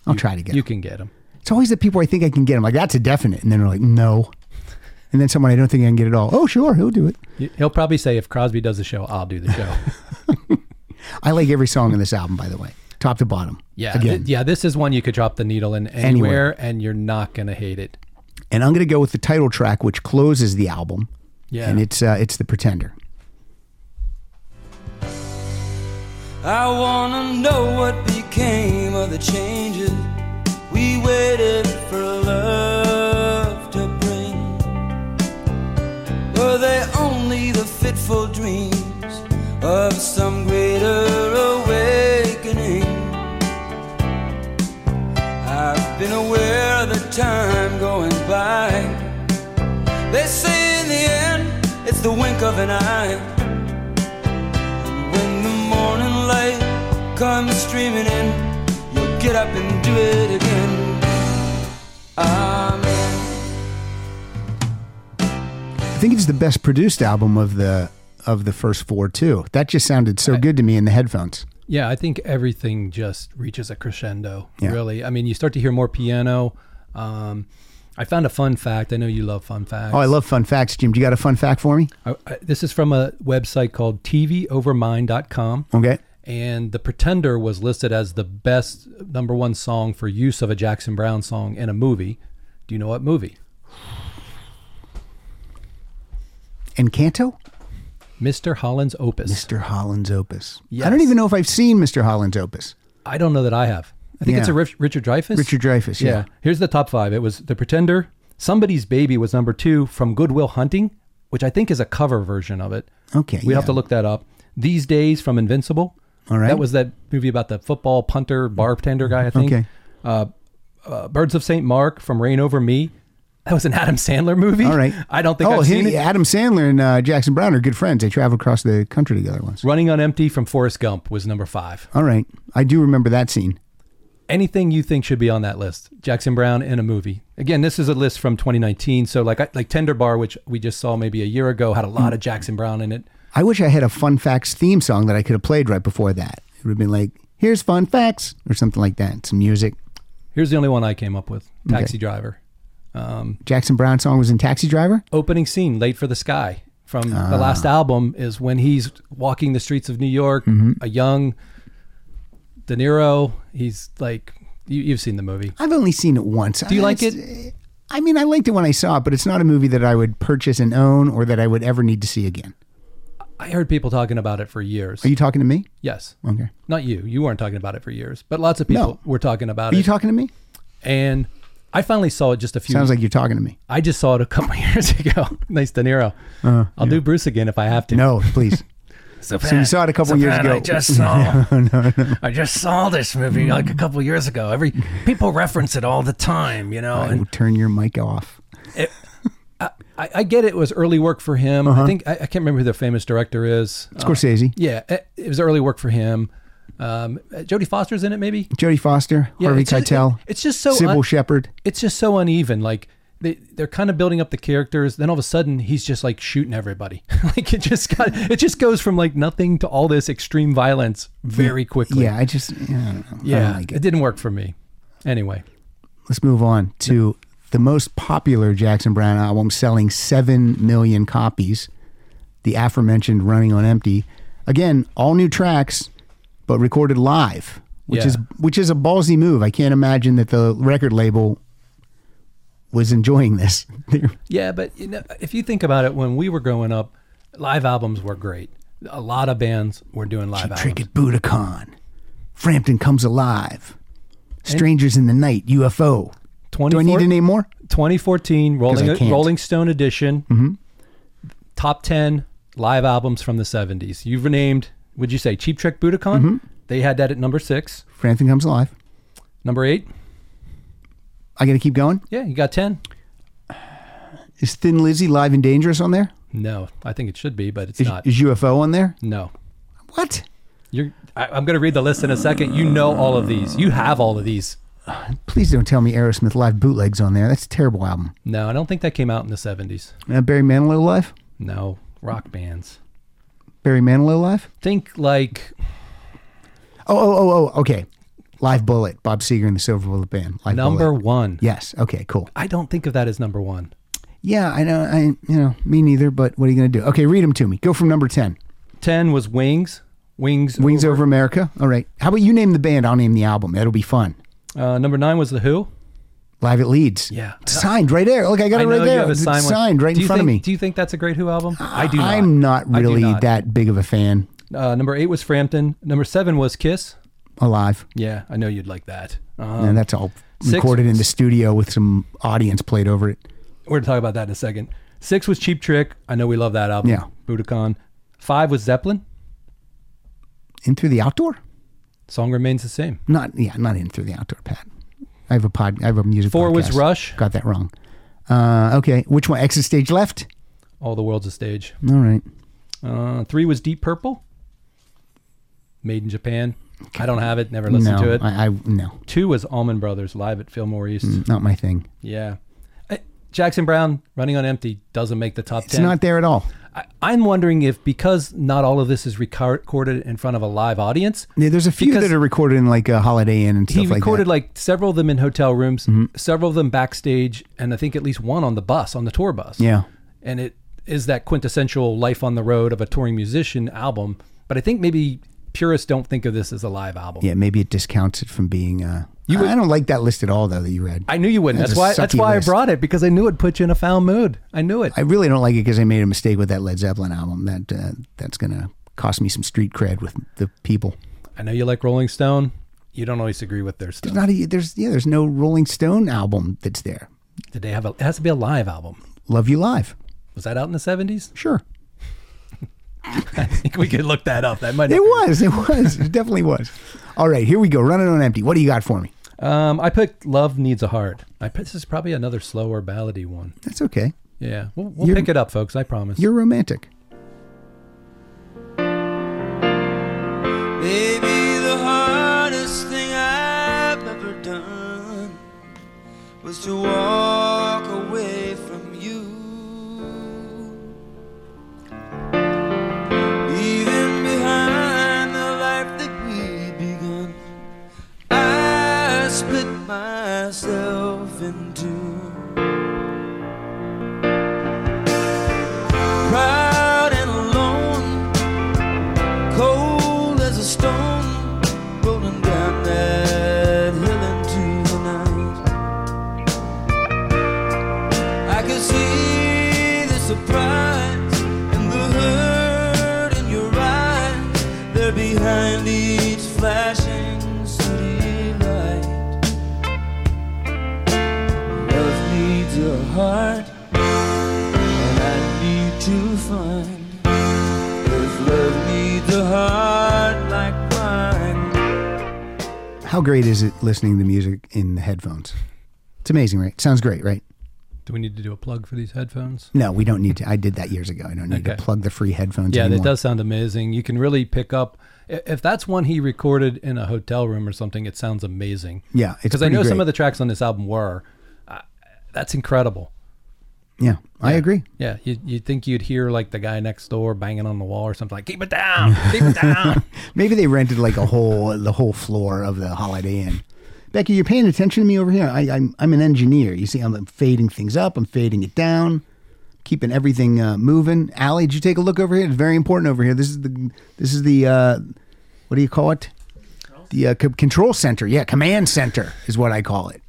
I'll try to get You him. can get him. It's always the people I think I can get him. Like that's a definite, and then they're like, no. And then someone I don't think I can get at all. Oh, sure, he'll do it. You- He'll probably say, if Crosby does the show, I'll do the show. I like every song in this album, by the way, top to bottom. yeah, again. th- yeah. This is one you could drop the needle in anywhere, and you're not gonna hate it. And I'm gonna go with the title track, which closes the album, Yeah, and it's uh, it's the Pretender. I wanna know what became of the changes we waited for love to bring. Were they only the fitful dreams of some greater awakening? I've been aware of the time going by. They say in the end, it's the wink of an eye. When the morning light comes streaming in, you'll get up and do it again. Amen. I think it's the best produced album of the of the first four too. That just sounded so good to me in the headphones. Yeah, I think everything just reaches a crescendo. Yeah. Really, I mean, you start to hear more piano. Um, I found a fun fact. I know you love fun facts. Oh, I love fun facts, Jim. Do you got a fun fact for me? I, I, this is from a website called TVOverMind.com, Okay. and "The Pretender" was listed as the best number one song for use of a Jackson Brown song in a movie. Do you know what movie? Encanto, Mr. Holland's Opus. Mr. Holland's Opus. I Yes. don't even know if I've seen Mr. Holland's Opus. I don't know that I have. I think it's Yeah. a Rich, Richard Dreyfuss. Richard Dreyfuss. Yeah. Here's the top five. It was The Pretender, Somebody's Baby was number two from Goodwill Hunting, which I think is a cover version of it. Okay. We'd have yeah. to look that up. These Days from Invincible. All right. That was that movie about the football punter, bartender guy, I think. Okay. Uh, Birds of St. Mark from Rain Over Me. That was an Adam Sandler movie. All right. I don't think oh, I've him- seen it. Adam Sandler and uh, Jackson Brown are good friends. They travel across the country together once. Running on Empty from Forrest Gump was number five. All right. I do remember that scene. anything you think should be on that list. Jackson Brown in a movie. Again, this is a list from 2019. So like I- like Tender Bar, which we just saw maybe a year ago, had a lot of Jackson Brown in it. I wish I had a fun facts theme song that I could have played right before that. It would have been like, "Here's fun facts" or something like that. Some music. Here's the only one I came up with: Taxi Driver. Jackson Brown song was in Taxi Driver. Opening scene, "Late for the Sky" from Ah. the last album is when he's walking the streets of New York, Mm-hmm. a young De Niro. He's like, you, you've seen the movie. I've only seen it once. Do you like it? I mean, I liked it when I saw it, but it's not a movie that I would purchase and own or that I would ever need to see again. I heard people talking about it for years. Are you talking to me? yes. Okay. Not you. You weren't talking about it for years, but lots of people No. were talking about Are you it. talking to me? and I finally saw it just a few. Sounds like you're talking to me. I just saw it a couple years ago. nice De Niro. Uh, I'll do Bruce again if I have to. No, please. So, you saw it a couple years ago. I just saw. I just saw this Mm. movie like a couple years ago. Every people reference it all the time, you know. I will And turn your mic off. I, I get it was early work for him. Uh-huh. I think I, I can't remember who the famous director is. Uh, Scorsese, yeah, it, it was early work for him. Um, uh, Jodie Foster's in it, maybe. Jodie Foster, Yeah, Harvey it's just- Keitel, it- it's just so Sybil un- Shepherd. It's just so uneven. Like they they're kind of building up the characters, then all of a sudden he's just like shooting everybody. like it just got it just goes from like nothing to all this extreme violence very quickly. Yeah, Oh I just yeah, I don't know. I yeah, don't like it it. didn't work for me. Anyway, Let's move on to the most popular Jackson Brown album, selling seven million copies. The aforementioned "Running on Empty," again, all new tracks, but recorded live, which Yeah. is which is a ballsy move. I can't imagine that the record label was enjoying this. They're- Yeah, but you know, if you think about it, when we were growing up, live albums were great. A lot of bands were doing live albums. Trick at Budokan. Frampton comes alive. Strangers in the Night, UFO. Do I 24 need to name more? 2014 I Rolling can't. Mm-hmm. Rolling Stone edition, top 10 live albums from the 70s. You've renamed, would you say, Cheap Trick Budokan? Mm-hmm. They had that at number six. Frampton comes alive. Number eight, I got to keep going. yeah, you got 10. Is Thin Lizzy live and dangerous on there? No, I think it should be, but it's Is, not. is UFO on there? no. What? You're, I, I'm going to read the list in a second. You know all of these. You have all of these. Please don't tell me Aerosmith live bootlegs on there. That's a terrible album. No, I don't think that came out in the 70s. Uh, Barry Manilow live. No, rock bands. Barry Manilow live. think like Oh oh oh oh. Okay. Live Bullet. Bob Seger and the Silver Bullet Band. Live number Bullet. one. Yes. Okay. Cool. I don't think of that as number one. Yeah. I know. I you know me neither. But what are you gonna do? Okay. Read them to me. Go from number ten. Ten was Wings. Wings. Wings Over America. All right. How about you name the band? I'll name the album. That'll be fun. Uh, number nine was The Who. Live at Leeds. Yeah. It's signed right there. Look, I got it I right know there. you have a It's sign signed right in front of me. Do you think that's a great Who album? I do. Not. I'm not I do really not. that big of a fan. Uh, number eight was Frampton. Number seven was Kiss. Alive. Yeah, I know you'd like that. Um, and that's all six- recorded in the studio with some audience played over it. We're gonna talk about that in a second. Six was Cheap Trick. I know we love that album. Yeah. Budokan. Five was Zeppelin. In through the outdoor? Song remains the same. Not yeah, not in through the outdoor, Pat. I have a pod. I have a music. Four was podcast. Rush. Got that wrong. Uh, okay, which one? Exit stage left. All the world's a stage. All right. Uh, three was Deep Purple. Made in Japan. I don't have it. Never listened no, to it. I, Hmm. I no, Two was Allman Brothers live at Fillmore East. not my thing. Yeah. I- Jackson Brown running on empty doesn't make the top It's 10. not there at all. I, I'm wondering if because not all of this is reco- recorded in front of a live audience, Yeah, There's a few Because- that are recorded in like a Holiday Inn and stuff he recorded like Mm-hmm. like, several of them in hotel rooms, several of them backstage, and I think at least one on the bus, on the tour bus. that. yeah. And it is that quintessential life on the road of a touring musician album. But I think maybe purists don't think of this as a live album. Yeah, maybe it discounts it from being. Uh, You would- I don't like that list at all, though. That you read. I knew you wouldn't. That's That's, a why. That's sucky why list. I brought it because I knew it put you in a foul mood. I knew it. I really don't like it because I made a mistake with that Led Zeppelin album. That uh, that's gonna cost me some street cred with the people. I know you like Rolling Stone. You don't always agree with their stuff. There's not a, there's yeah there's no Rolling Stone album that's there. Did they have a? It has to be a live album. Love You Live, Was that out in the seventies? sure. I think we could look that up. That might. It was, it was, it definitely was. All right, here we go. Running on empty. What do you got for me? Um, I picked "Love Needs a Heart." I picked, this is probably another slower ballady one. That's okay. Yeah, we'll, we'll You're- pick it up, folks. I promise. You're romantic. Maybe the hardest thing I've ever was to walk away from you. Leaving behind the life that we'd begun, I split myself in two. Proud and alone, cold as a stone, rolling down that hill into the night. I can see the surprise and the hurt in your eyes. They're behind each flashing city light. Love needs a heart, and I need to find. If love needs a heart like mine. How great is it listening to music in the headphones? It's amazing, right? Sounds great, right? Do we need to do a plug for these headphones? No, we don't need to. I did that years ago. I don't need to Okay. plug the free headphones. Yeah, anymore. that does sound amazing. You can really pick up i- if that's one he recorded in a hotel room or something. It sounds amazing. Yeah, it's because I pretty know some great. of the tracks on this album were. Uh, that's incredible. Yeah, I agree. Yeah, you you think you'd hear like the guy next door banging on the wall or something like "Keep it down, keep it down." Maybe they rented like a whole the whole floor of the Holiday Inn. Becky, you're paying attention to me over here. I, I'm I'm an engineer. You see, I'm fading things up. I'm fading it down, keeping everything uh, moving. Allie, did you take a look over here? It's very important over here. This is the this is the uh, what do you call it? The uh, c- control center. Yeah, command center is what I call it.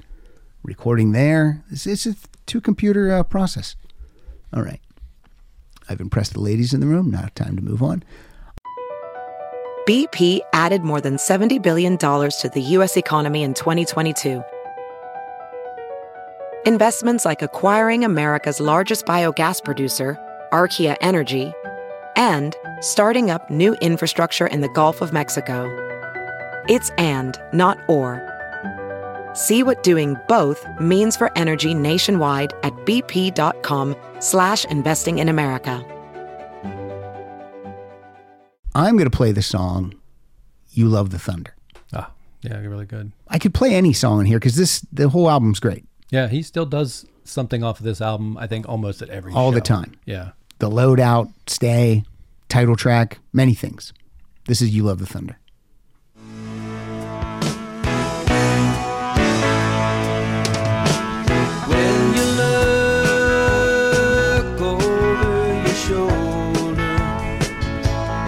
Recording there. It's, it's a two computer uh, process. All right. I've impressed the ladies in the room. Now time to move on. BP added more than $70 billion to the U.S. economy in 2022. Investments like acquiring America's largest biogas producer, Archaea Energy, and starting up new infrastructure in the Gulf of Mexico. It's and, not or. See what doing both means for energy nationwide at bp.com slash investing in America. I'm going to play the song "You Love the Thunder." Ah, yeah, really good. I could play any song in here because this the whole album's great. Yeah, he still does something off of this album. I think almost at every All the show. time. Yeah, The loadout, stay, title track, many things. This is "You Love the Thunder." When you look over your shoulder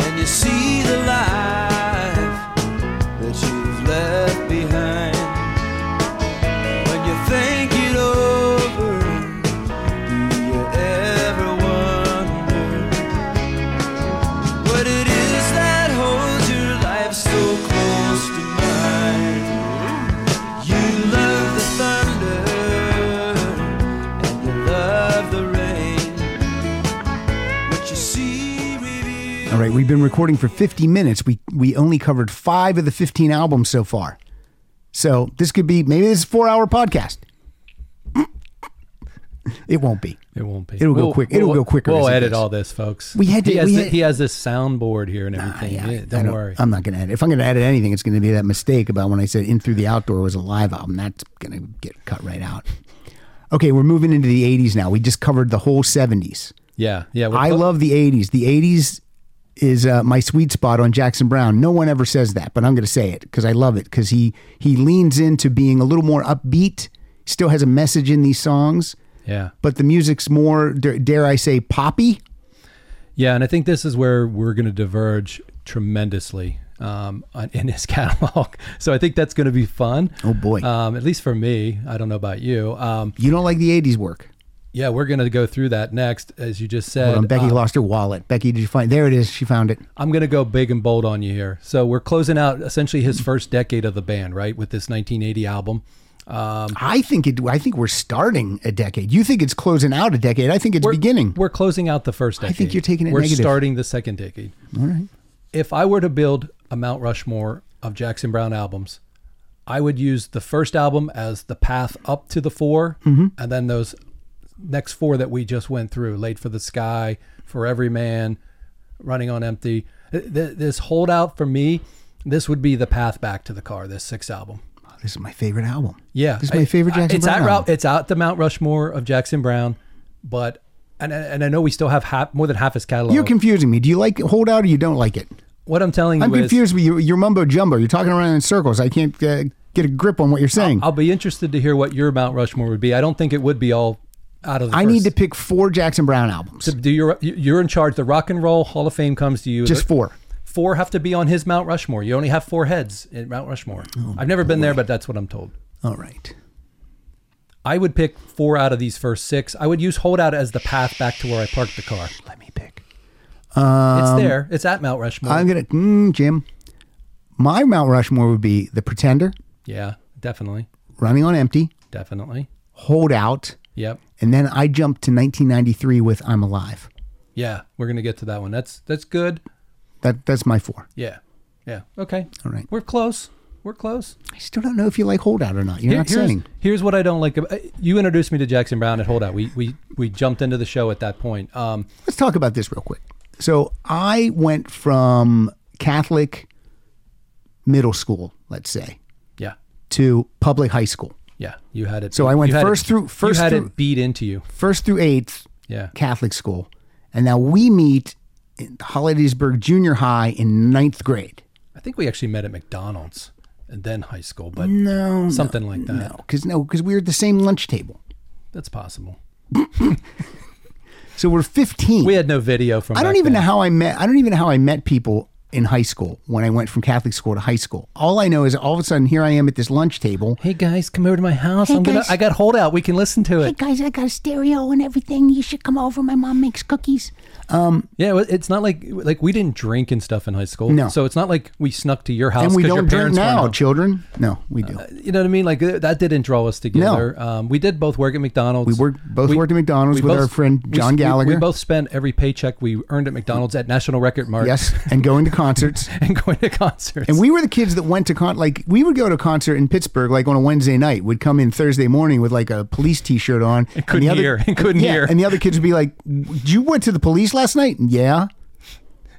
and you see the life that you've left behind, when you think it over, do you ever wonder what it is that holds your life so close to mine? You love the thunder and you love the rain. What you see reveals All right, we've been recording for 50 minutes. We we only covered five of the 15 albums so far. So this could be maybe this is a four hour podcast. It won't be. it won't be. It'll go quick- it'll go quicker We'll as it edit goes. all this, folks. We had to- He has, we thi- had- he has this soundboard here and Ah, everything. yeah, Yeah, I don't worry. I'm not going to edit. If I'm going to edit anything, it's going to be that mistake about when I said "In Through the Outdoor" was a live album. That's going to get cut right out. Okay, we're moving into the '80s now. We just covered the whole '70s. yeah, yeah. we're I clo- love the '80s. The '80s is uh, my sweet spot on Jackson Brown. No one ever says that, but I'm going to say it because I love it because he he leans into being a little more upbeat. Still has a message in these songs, Yeah, but the music's more dare dare I say poppy. yeah, and I think this is where we're going to diverge tremendously um, on, in his catalog. So I think that's going to be fun. Oh, boy. Um, at least for me. I don't know about you. Um, You don't like the '80s work. yeah, we're going to go through that next, as you just said. Hold on, Becky Uh, lost her wallet. Becky, did you find? There it is. She found it. I'm going to go big and bold on you here. So we're closing out essentially his first decade of the band, right, with this 1980 album. I think it. I think we're starting a decade. You think it's closing out a decade. I think it's We're beginning. We're closing out the first I decade. think you're taking it We're negative. starting the second decade. All right. If I were to build a Mount Rushmore of Jackson Brown albums, I would use the first album as the path up to the 4 Mm-hmm. and then those next four that we just went through Late for the Sky, For Every Man, Running on Empty. Th- th- This holdout for me, this would be the path back to the car, this sixth album. this is my favorite album. Yeah, This is my favorite Jackson it's Brown At, Ra- album. it's at the Mount Rushmore of Jackson Brown, but and and I know we still have half, more than half his catalog. You're confusing me. Do you like Hold Out or you don't like it? what I'm telling you I'm is, confused with your, your mumbo jumbo. You're talking around in circles. I can't uh, get a grip on what you're saying. I'll be interested to hear what your Mount Rushmore would be. I don't think it would be all out of. the I first- need to pick four Jackson Brown albums. to do your. You're in charge. The Rock and Roll Hall of Fame comes to you. Just The- four. Four have to be on his Mount Rushmore. You only have four heads in Mount Rushmore. Oh, I've never been there, but that's what I'm told. All right. I would pick four out of these first six. I would use holdout as the path back to where I parked the car. Let me pick. it's there. It's at Mount Rushmore. Um, I'm gonna mm, Jim. My Mount Rushmore would be The Pretender, yeah, definitely, Running on Empty, definitely. Hold Out, Yep. and then I jumped to 1993 with I'm Alive. Yeah, we're gonna get to that one. That's that's good. That that's my four. Yeah. Yeah. Okay. All right. We're close. We're close. I still don't know if you like Hold Out or not. You're Here- not here's, saying. here's what I don't like. About, you introduced me to Jackson Brown at Holdout. We we we jumped into the show at that point. Um, Let's talk about this real quick. So I went from Catholic middle school, let's say, yeah, to public high school. yeah. You had it. So I went you had first it- through- first You had through- it beat into you. First through eighth, Yeah. Catholic school. And now we meet in Hollidaysburg Junior High in ninth grade. I think we actually met at McDonald's and then high school, but No. something like that. No, because no, because we were at the same lunch table. That's possible. So we're 15. We had no video from. I don't back even then. know how I met. I don't even know how I met people in high school when I went from Catholic school to high school. All I know is all of a sudden here I am at this lunch table. Hey guys, come over to my house. Hey, I'm gonna. guys. I got holdout. We can listen to it. guys, I got a stereo and everything. You should come over. My mom makes cookies. Yeah, well, it's not like like we didn't drink and stuff in high school. No. so it's not like we snuck to your house. and we 'cause your don't drink parents weren't now, home. children. No, we do. You know what I mean? Like uh, that didn't draw us together. Um, we did both work at McDonald's. We worked- both worked at McDonald's we with our friend we- John we- We, Gallagher. both spent every paycheck we earned at McDonald's at National Record Mart. yes, and going to concerts. and going to concerts. And we were the kids that went to con like we would go to a concert in Pittsburgh like on a Wednesday night. Would come in Thursday morning with like a police T-shirt on. And couldn't the other- hear, and couldn't yeah, hear. And the other kids would be like, "You went to the police last night? Yeah,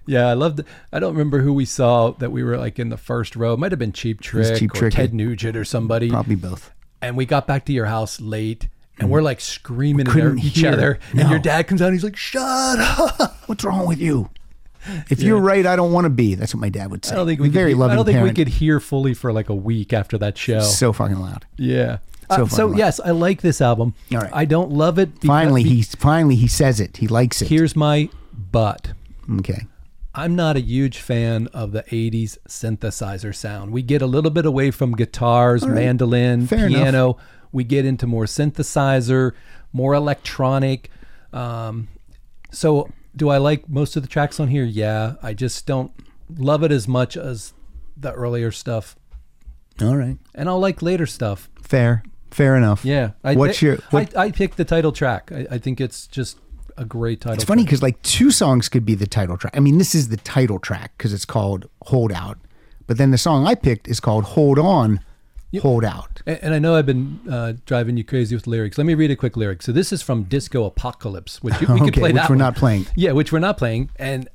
yeah, I loved. I don't remember who we saw that we were like in the first row. It might have been Cheap Trick Cheap or Trick. Ted Nugent or somebody. probably both." and we got back to your house late and we're like screaming at Mm. couldn't each hear. other No. and your dad comes out and he's like shut up What's wrong with you? If you're right, I don't want to be. That's what my dad would say. i don't think we very could, loving i don't think parent. we could hear fully for like a week after that show So fucking loud. yeah so Uh, so, fucking so loud. yes i like this album All right. i don't love it because- Finally, be- he finally he says it. He likes it. here's my but okay. i'm not a huge fan of the 80s synthesizer sound we get a little bit away from guitars mandolin Fair enough. piano we get into more synthesizer more electronic um, So, do I like most of the tracks on here? Yeah, I just don't love it as much as the earlier stuff, All right. and I'll like later stuff. Fair. Fair enough. Yeah, I, What's I- your? What, I, I picked the title track. I, I think it's just a great title. It's funny track. because like two songs could be the title track. I mean, this is the title track because it's called Hold Out. But then the song I picked is called Hold On, Hold Out. A- and I know I've been uh, driving you crazy with lyrics. Let me read a quick lyric. So this is from Disco Apocalypse, which you- we could Okay, play which that we're one. not playing. Yeah, which we're not playing, and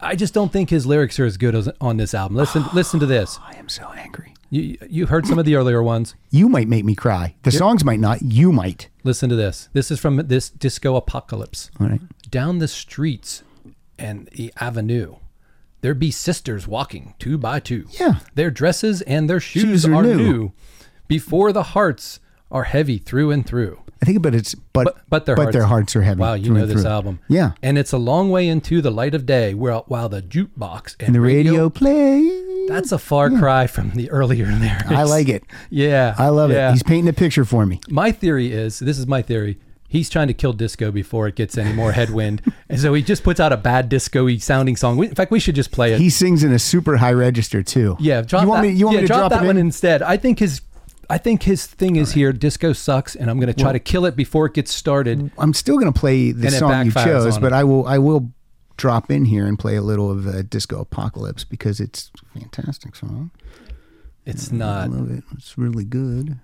I just don't think his lyrics are as good as on this album. Listen, listen to this. I am so angry. You you heard some of the earlier ones. You might make me cry. The songs might not. You might. Listen to this. This is from this disco apocalypse. All right. Down the streets and the avenue, there be sisters walking two by two. Yeah. Their dresses and their shoes, Shoes are are, new. new. Before the hearts are heavy through and through. I think, but it's but But, but their hearts, are heavy. Wow, you through know and this through. album. Yeah. And it's a long way into the light of day while, while the jukebox and, And the radio play. That's a far cry from the earlier lyrics. I like it. Yeah. I love yeah. it. He's painting a picture for me. My theory is this is my theory. He's trying to kill disco before it gets any more headwind, and so he just puts out a bad disco-y sounding song. We, in fact, we should just play it. He sings in a super high register too. yeah, drop you want that, me? You want yeah, me to drop, drop, that it one in? instead. I think his, I think his thing is here. Disco sucks, and I'm going to try to kill it before it gets started. I'm still going to play the And it song you backfires chose, on but him. I will I will drop in here and play a little of uh, Disco Apocalypse because it's a fantastic song. It's not. I love it. It's really good.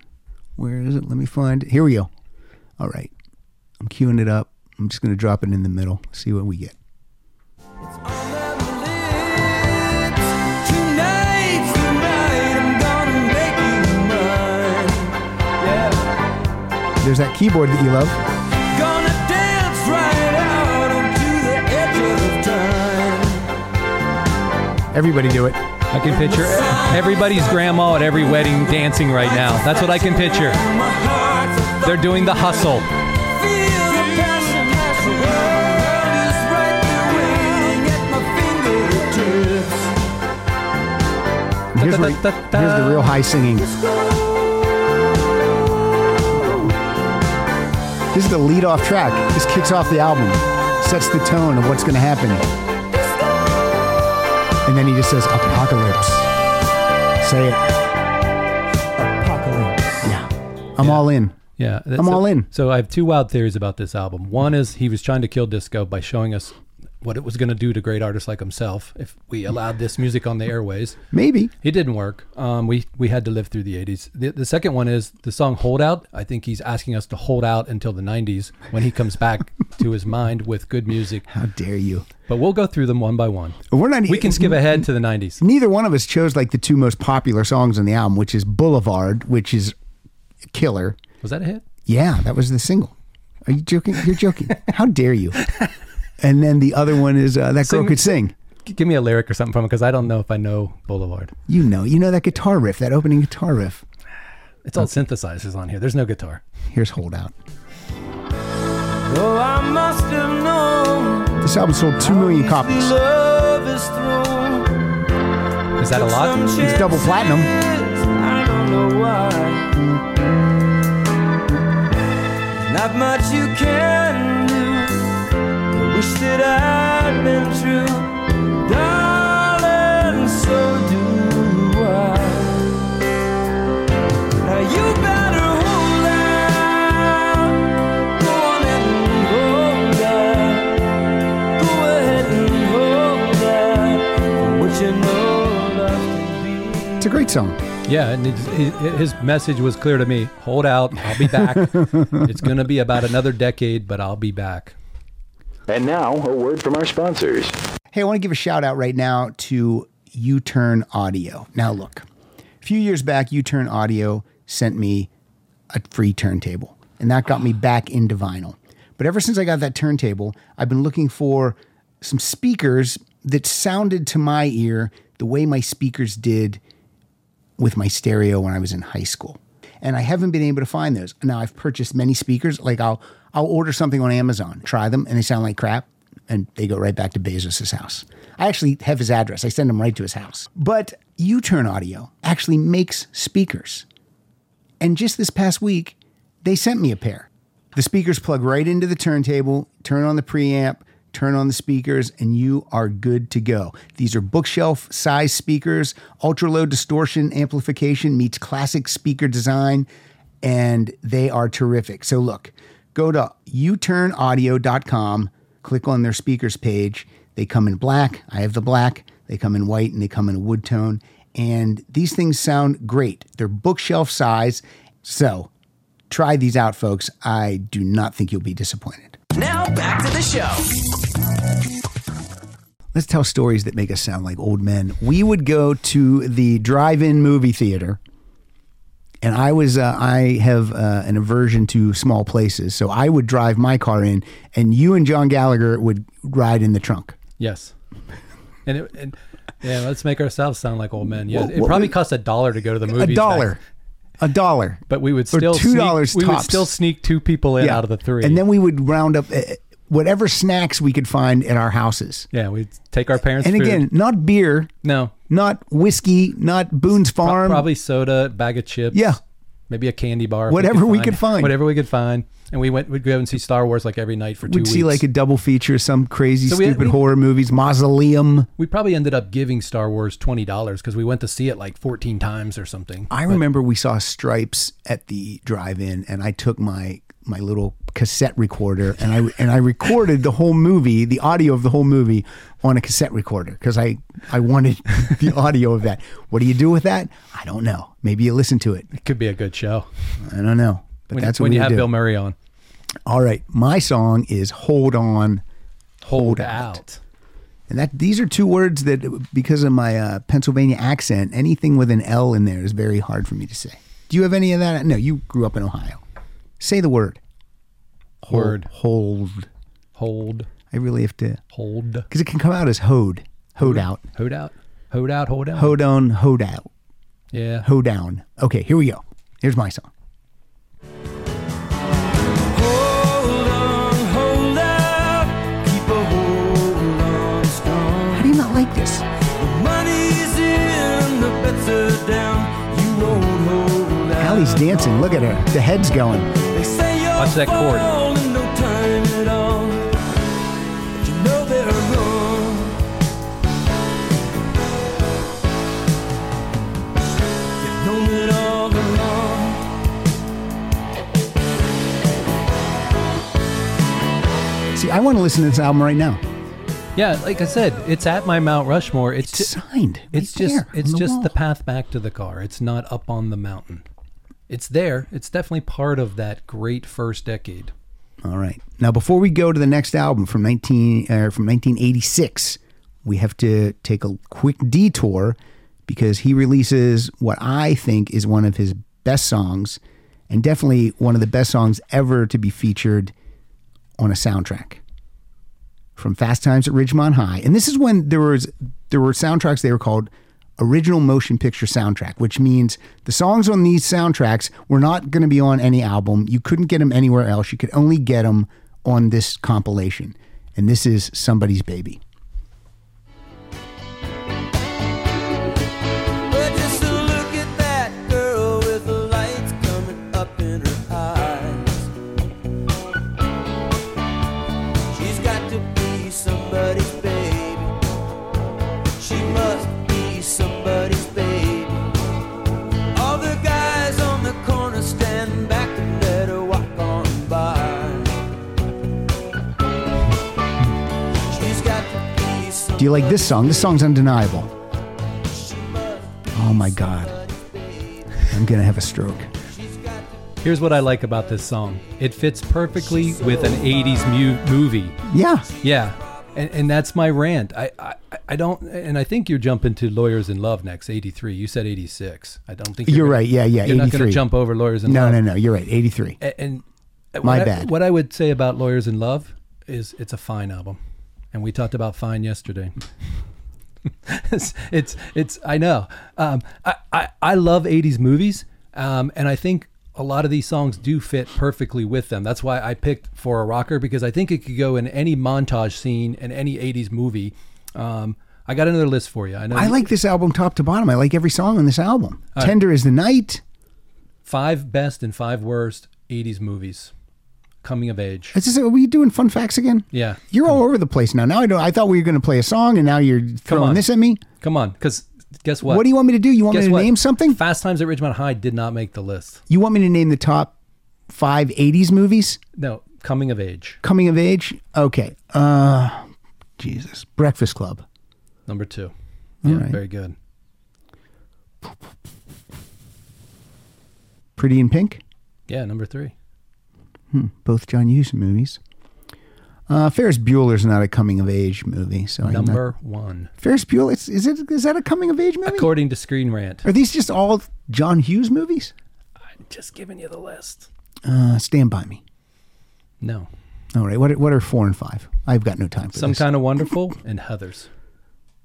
Where is it? Let me find it. Here we go. All right. I'm queuing it up. I'm just going to drop it in the middle. See what we get. Tonight's the night I'm gonna make you mine. There's that keyboard that you love. Gonna dance right out onto the edge of time. Everybody do it. I can picture everybody's grandma at every wedding dancing right now. That's what I can picture. My heart's a They're doing the hustle. feel the passion as the world is right there waiting at my fingertips. Here's, where- here's Da-da-da-da-da. the real high singing. This is the lead off track. This kicks off the album, sets the tone of what's going to happen. And then he just says, Apocalypse. Say it. Apocalypse. Yeah. I'm all in. Yeah, that's- I'm all so- in. So I have two wild theories about this album. One is he was trying to kill disco by showing us what it was going to do to great artists like himself if we allowed this music on the airways. Maybe. It didn't work. Um, we we had to live through the '80s. The, the second one is the song "Hold Out." I think he's asking us to hold out until the '90s when he comes back to his mind with good music. How dare you? But we'll go through them one by one. We're not. We can skip ahead to the '90s. Neither one of us chose like the two most popular songs on the album, which is Boulevard, which is killer. Was that a hit? Yeah, that was the single. Are you joking? You're joking. How dare you? And then the other one is uh, that girl Sing- could sing. G- give me a lyric or something from it because I don't know if I know Boulevard. You know, you know that guitar riff, that opening guitar riff. It's all synthesizers on here. There's no guitar. Here's Holdout. Though I must have known This album sold two million copies. love is through. Is that a lot? It's double platinum. I don't know why. Not much you can do. I wish that I'd been true, darling. So do I. Now you better hold out. Go on and hold out. Go ahead and hold out. For what you know love can be. It's a great song. Yeah, and it's- he- his message was clear to me. Hold out. I'll be back. it's going to be about another decade, but I'll be back. And now, a word from our sponsors. Hey, I want to give a shout out right now to U Turn Audio. Now, look, a few years back, U Turn Audio sent me a free turntable, and that got me back into vinyl. But ever since I got that turntable, I've been looking for some speakers that sounded to my ear the way my speakers did with my stereo when I was in high school. And I haven't been able to find those. Now I've purchased many speakers. Like I'll I'll order something on Amazon, try them, and they sound like crap, and they go right back to Bezos' house. I actually have his address. I send them right to his house. But U-Turn Audio actually makes speakers. And just this past week, they sent me a pair. The speakers plug right into the turntable, turn on the preamp, turn on the speakers, and you are good to go. These are bookshelf size speakers, ultra low distortion amplification meets classic speaker design, and they are terrific. So look, go to uturnaudio.com, click on their speakers page. They come in black. I have the black. They come in white and they come in a wood tone. And these things sound great. They're bookshelf size. So try these out, folks. I do not think you'll be disappointed. Now back to the show. Let's tell stories that make us sound like old men. We would go to the drive in movie theater. And I was, uh, I have uh, an aversion to small places. So I would drive my car in, and you and John Gallagher would ride in the trunk. Yes. And, it, and yeah, let's make ourselves sound like old men. Yeah, Well, it what probably we- cost a dollar to go to the a movies. back- dollar. A dollar. but we would Or still two dollars sneak- We would tops. still sneak two people in out of the three. And then we would round up uh, whatever snacks we could find at our houses. yeah, we'd take our parents. and food. again, not beer, no, not whiskey, not Boone's pro- Farm. probably soda, bag of chips. Yeah. Maybe a candy bar. if Whatever we could find. Whatever we could find. And we went. We'd go and see Star Wars like every night for two We'd weeks. see like a double feature, some crazy, So we- stupid we- horror movies, Mausoleum. We probably ended up giving Star Wars twenty dollars because we went to see it like fourteen times or something. I remember we saw Stripes at the drive-in, and I took my my little cassette recorder and I and I recorded the whole movie, the audio of the whole movie, on a cassette recorder because I I wanted the audio of that. What do you do with that? I don't know. Maybe you listen to it. It could be a good show. I don't know. But When, that's what when we you would have do. Bill Murray on. All right, my song is "Hold On." Hold, out. out. And that these are two words that, because of my uh, Pennsylvania accent, anything with an L in there is very hard for me to say. Do you have any of that? No, you grew up in Ohio, Say the word. Hol- Word. Hold. Hold, I really have to, hold, because it can come out as hode, hode out, hold out, hold out, hold out. hode on, hode out, Yeah. hode down. Okay, here we go. Here's my song. Hold on, hold out, keep a hold on strong. How do you not like this? Money's in, the bets are down. You won't hold out. Allie's dancing. Look at her. The head's going. They say you're Watch that chord. falling, no time at all. But you know they're wrong. You've known it all along. See, I want to listen to this album right now. Yeah, like I said, it's at my Mount Rushmore. It's It's ju- signed. right it's just there on it's just wall. the path back to the car. It's not up on the mountain. It's there. It's definitely part of that great first decade. All right. Now, before we go to the next album from 19 uh, from 1986, we have to take a quick detour because he releases what I think is one of his best songs and definitely one of the best songs ever to be featured on a soundtrack. From Fast Times at Ridgemont High. And this is when there was there were soundtracks they were called original motion picture soundtrack, which means the songs on these soundtracks were not going to be on any album. You couldn't get them anywhere else. You could only get them on this compilation. And this is Somebody's Baby. But just to look at that girl with the lights coming up in her eyes. She's got to be somebody's baby. She must be somebody's baby. All the guys on the corner stand back and let her walk on by. She's got to be somebody's Do you like this song? This song's undeniable. Oh my God. I'm going to have a stroke. Here's what I like about this song. It fits perfectly with an 80s mu- movie. Yeah. Yeah. And, and that's my rant. I, I, I don't, and I think you're jumping to Lawyers in Love next, 83. You said 86. I don't think You're gonna- right. Yeah, yeah, You're not going 83. to jump over Lawyers in No, Love. no, no. You're right. 83. A- And what My I- bad. what I would say about Lawyers in Love is it's a fine album. And we talked about fine yesterday. it's, it's it's I know. Um, I, I I love '80s movies, um, and I think a lot of these songs do fit perfectly with them. That's why I picked for a rocker because I think it could go in any montage scene in any '80s movie. Um, I got another list for you. I know I like this album top to bottom. I like every song on this album. Uh, Tender is the Night. five best and five worst '80s movies. Coming of age. Is this, are we doing fun facts again? Yeah. You're all over the place now. Now I don't. I thought we were going to play a song, and now you're throwing on. this at me. Come on, because guess what? What? do you want me to do? You want Guess me to what? name something? Fast Times at Ridgemont High did not make the list. You want me to name the top five '80s movies No, Coming of Age, coming of age? Okay. Uh, Jesus, Breakfast Club. number two. Yeah, right. very good. Pretty in Pink. Yeah, number three. Both John Hughes movies. Uh, Ferris Bueller's not a coming of age movie, so I'm not- Number one. Ferris Bueller it's- is it? Is that a coming of age movie? According to Screen Rant. Are these just all John Hughes movies? Just giving you the list. Uh, Stand by Me. No. All right. What are, what are four and five? I've got no time for Some this. Kind of Wonderful and Heathers.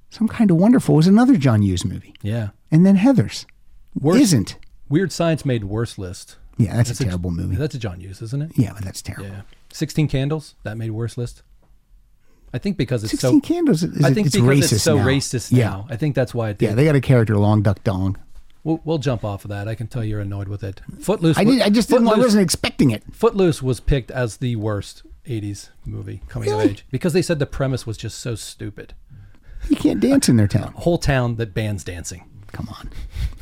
Some kind of wonderful was another John Hughes movie, Yeah. and then Heather's Worse. isn't. Weird Science made worse list. Yeah, that's, a That's a- terrible movie. That's a John Hughes, isn't it? yeah, but that's terrible. Yeah. 16 Candles, that made worse list. I think because it's Sixteen so. Candles. Is, I think it's because racist it's so now. racist Yeah. now. I think that's why it did. Yeah, they got a character Long Duck Dong. we'll, we'll jump off of that. I can tell you're annoyed with it. Footloose. I did. I just didn't. I Footloose- wasn't expecting it. Footloose was picked as the worst 80s movie coming Really? of age because they said the premise was just so stupid. You can't dance in their town. Whole town that bans dancing. Come on.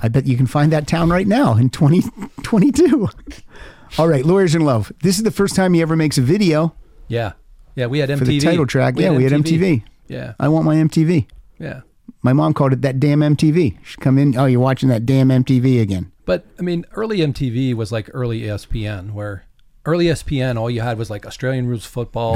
I bet you can find that town right now in 2022. All right, Lawyers in Love. This is the first time he ever makes a video Yeah. Yeah, we had MTV. for the title track. yeah, we had MTV. Yeah. I want my MTV. Yeah. My mom called it that damn MTV. She come in, oh, you're watching that damn MTV again. But I mean, early MTV was like early E ESPN, where early E ESPN, all you had was like Australian rules football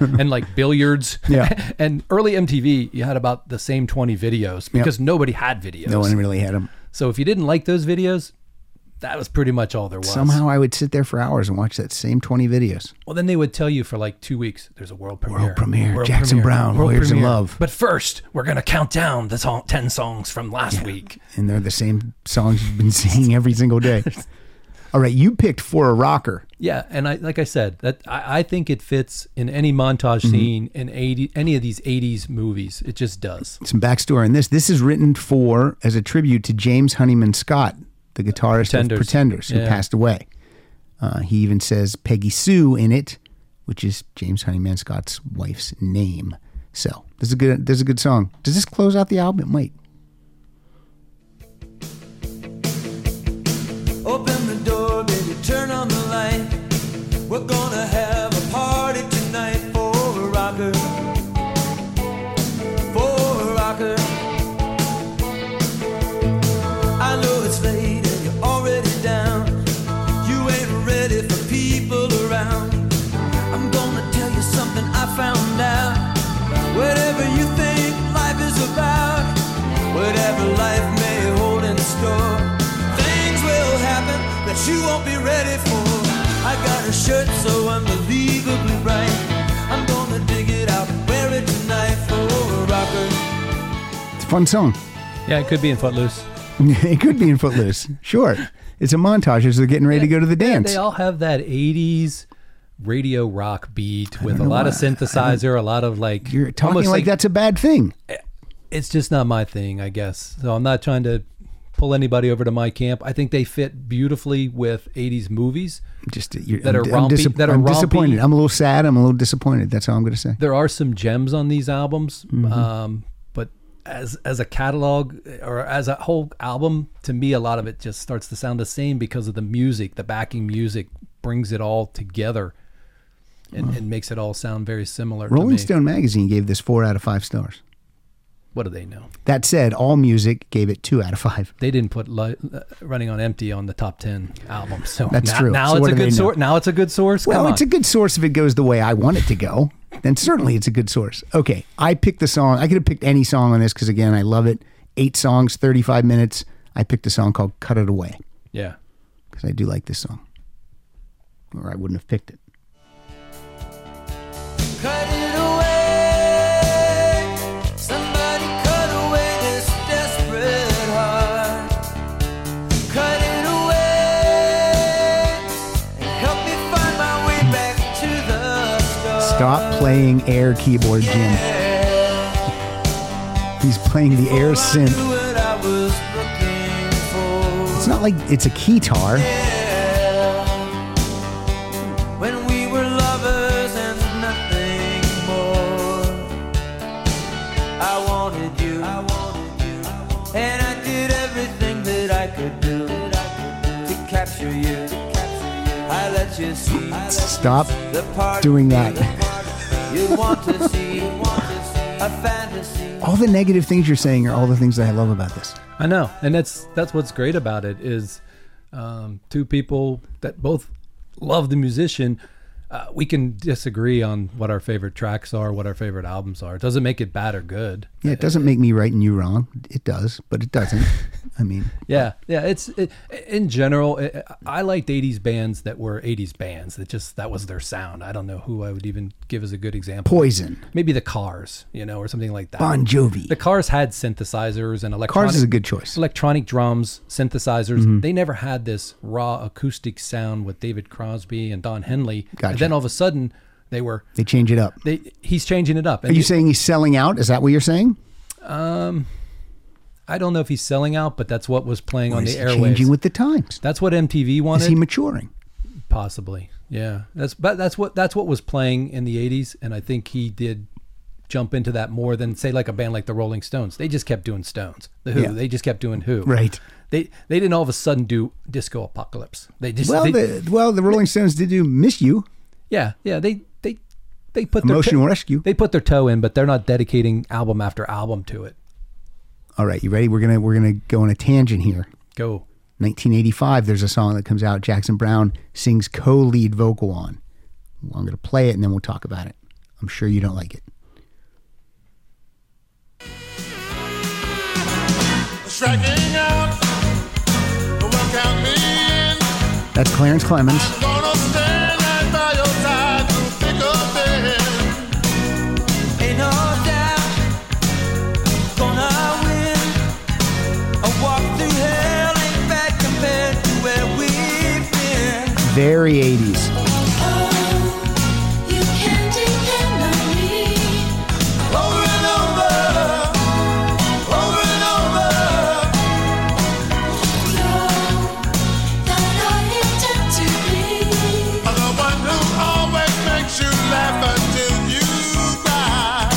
and, and like billiards. Yeah. and early MTV, you had about the same 20 videos because nobody had videos. No one really had them. So if you didn't like those videos, that was pretty much all there was. Somehow I would sit there for hours and watch that same 20 videos. Well, then they would tell you for like two weeks there's a world premiere. premiere, Jackson Brown, Warriors in Love. But first, we're going to count down the song, 10 songs from last week. And they're the same songs you've been singing every single day. All right, you picked for a rocker. Yeah. And I, like I said, that I, I think it fits in any montage Mm-hmm. scene in 80, any of these 80s movies. It just does. Some backstory on this. This is written for as a tribute to James Honeyman Scott, the guitarist Pretenders. of Pretenders, who Yeah. passed away. Uh, he even says Peggy Sue in it, which is James Honeyman Scott's wife's name. So this is a good. This is a good song. Does this close out the album? It might. Open the door, baby, turn on the light. We're gonna have a party tonight for a rocker. For a rocker. I know it's late and you're already down. You ain't ready for people around. I'm gonna tell you something I found out. Whatever you think life is about, whatever life may hold in store, things will happen that you won't be ready for. I got a shirt so unbelievably bright. I'm gonna dig it out and wear it tonight for a rocker. It's a fun song. Yeah. It could be in Footloose. it could be in Footloose. Sure. It's a montage as they're getting ready to go to the dance. They all have that 80s radio rock beat with a lot of synthesizer, a lot of like. You're talking almost like, that's a bad thing. It's just not my thing, I guess. So I'm not trying to pull anybody over to my camp. I think they fit beautifully with 80s movies. Just you're, That are I'm, I'm rompy- that are I'm rompy. disappointed. I'm a little sad. I'm a little disappointed. That's all I'm going to say. there are some gems on these albums Mm-hmm. um, but as as a catalog or as a whole album to me a lot of it just starts to sound the same because of the music the backing music brings it all together and, and makes it all sound very similar to Rolling me. Stone magazine gave this four out of five stars. what do they know That said, All Music gave it two out of five. they didn't put li- uh, running on empty on the top 10 album so That's now, true. now So what it's a do they good know? source now it's a good source Well, Come it's a on. good source if it goes the way I want it to go. Then certainly it's a good source. Okay, I picked the song. I could have picked any song on this because again, I love it. Eight songs, thirty-five minutes. I picked a song called "Cut It Away" yeah because I do like this song, or I wouldn't have picked it. Cut it away. Somebody cut away this desperate heart. Cut it away. And help me find my way back to the start. Stop playing air keyboard, Jim. Yeah. He's playing the air I synth. knew what I was looking for. It's not like it's a keytar. Yeah. When we were lovers and nothing more, I wanted you, I wanted you, and I did everything that I could do to capture you. I let you see Stop the part doing that. you want to see, a fantasy. All the negative things you're saying are all the things that I love about this. I know, and that's that's what's great about it is um, two people that both love the musician. Uh, we can disagree on what our favorite tracks are, what our favorite albums are. It doesn't make it bad or good. Yeah, it doesn't make me right and you wrong. It does, but it doesn't. I mean, Yeah, yeah. It's it, in general, i I liked '80s bands that were '80s bands that just that was their sound. I don't know who I would even give as a good example. Poison, Maybe the Cars, you know, or something like that. Bon Jovi. The Cars had synthesizers and electronic. Cars is a good choice. Mm-hmm. electronic drums, synthesizers. They never had this raw acoustic sound with David Crosby and Don Henley. Gotcha. And then all of a sudden, they were They change it up. they he's changing it up. Are you saying he's selling out? Is that what you're saying? I don't know if he's selling out, but that's what was playing on Or the is he airwaves. changing with the times? that's what MTV Is wanted, he maturing? possibly. Yeah, that's but that's what that's what was playing in the '80s, and I think he did jump into that more than say like a band like the Rolling Stones. They just kept doing Stones. The Who. Yeah. They just kept doing Who. Right. They they didn't all of a sudden do Disco Apocalypse. They just Well, they- the well, the Rolling Stones did do "Miss You," Yeah, yeah. They they they put "Emotional their Rescue." they put their toe in, but they're not dedicating album after album to it. All right, you ready? We're gonna we're gonna go on a tangent here. Go. 1985, there's a song that comes out. Jackson Brown sings co-lead vocal on. Well, I'm gonna play it and then we'll talk about it. I'm sure you don't like it. striking out. Don't count me That's Clarence Clemens. Ain't no doubt, gonna win. I walk through hell, ain't bad compared to where we've been. Very 80s. Oh, You can depend on me. Over and over, over and over. The one who always makes you laugh until you cry.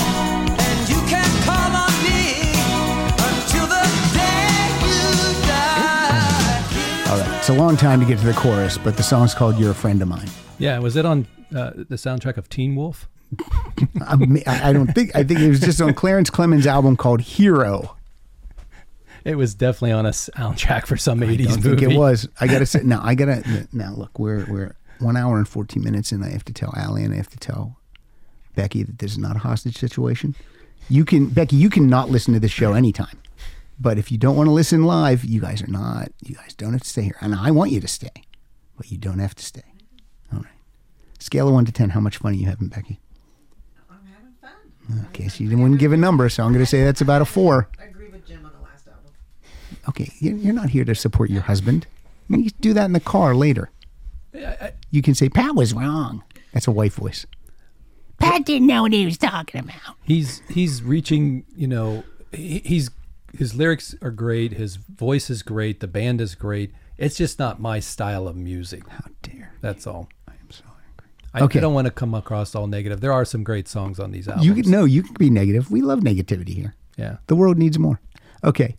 And you can call on me until the day you die. All right. It's a long time to get to the chorus, but the song's called You're a Friend of Mine. Yeah, was it on uh, the soundtrack of Teen Wolf? I, mean, I I don't think, I think it was just on Clarence Clemens' album called Hero. It was definitely on a soundtrack for some I '80s don't movie. think it was. I gotta say now. I gotta now look. We're we're one hour and fourteen minutes, and I have to tell Allie and I have to tell Becky that this is not a hostage situation. You can Becky, you can not listen to this show anytime, but if you don't want to listen live, you guys are not. You guys don't have to stay here, and I want you to stay, but you don't have to stay. All right. Scale of one to ten. How much fun are you having, Becky? I'm having fun. Okay, so you didn't give a number, so I'm gonna say that's about a four. I agree with Jim on the last album. Okay, you're you're not here to support your husband. You can do that in the car later. You can say, Pat was wrong. That's a white voice. Pat didn't know what he was talking about. he's he's reaching you know he, he's his lyrics are great his voice is great the band is great it's just not my style of music How dare. that's all I am so angry. i, Okay. I don't want to come across all negative there are some great songs on these albums You can, no, you can be negative. We love negativity here. yeah The world needs more. Okay.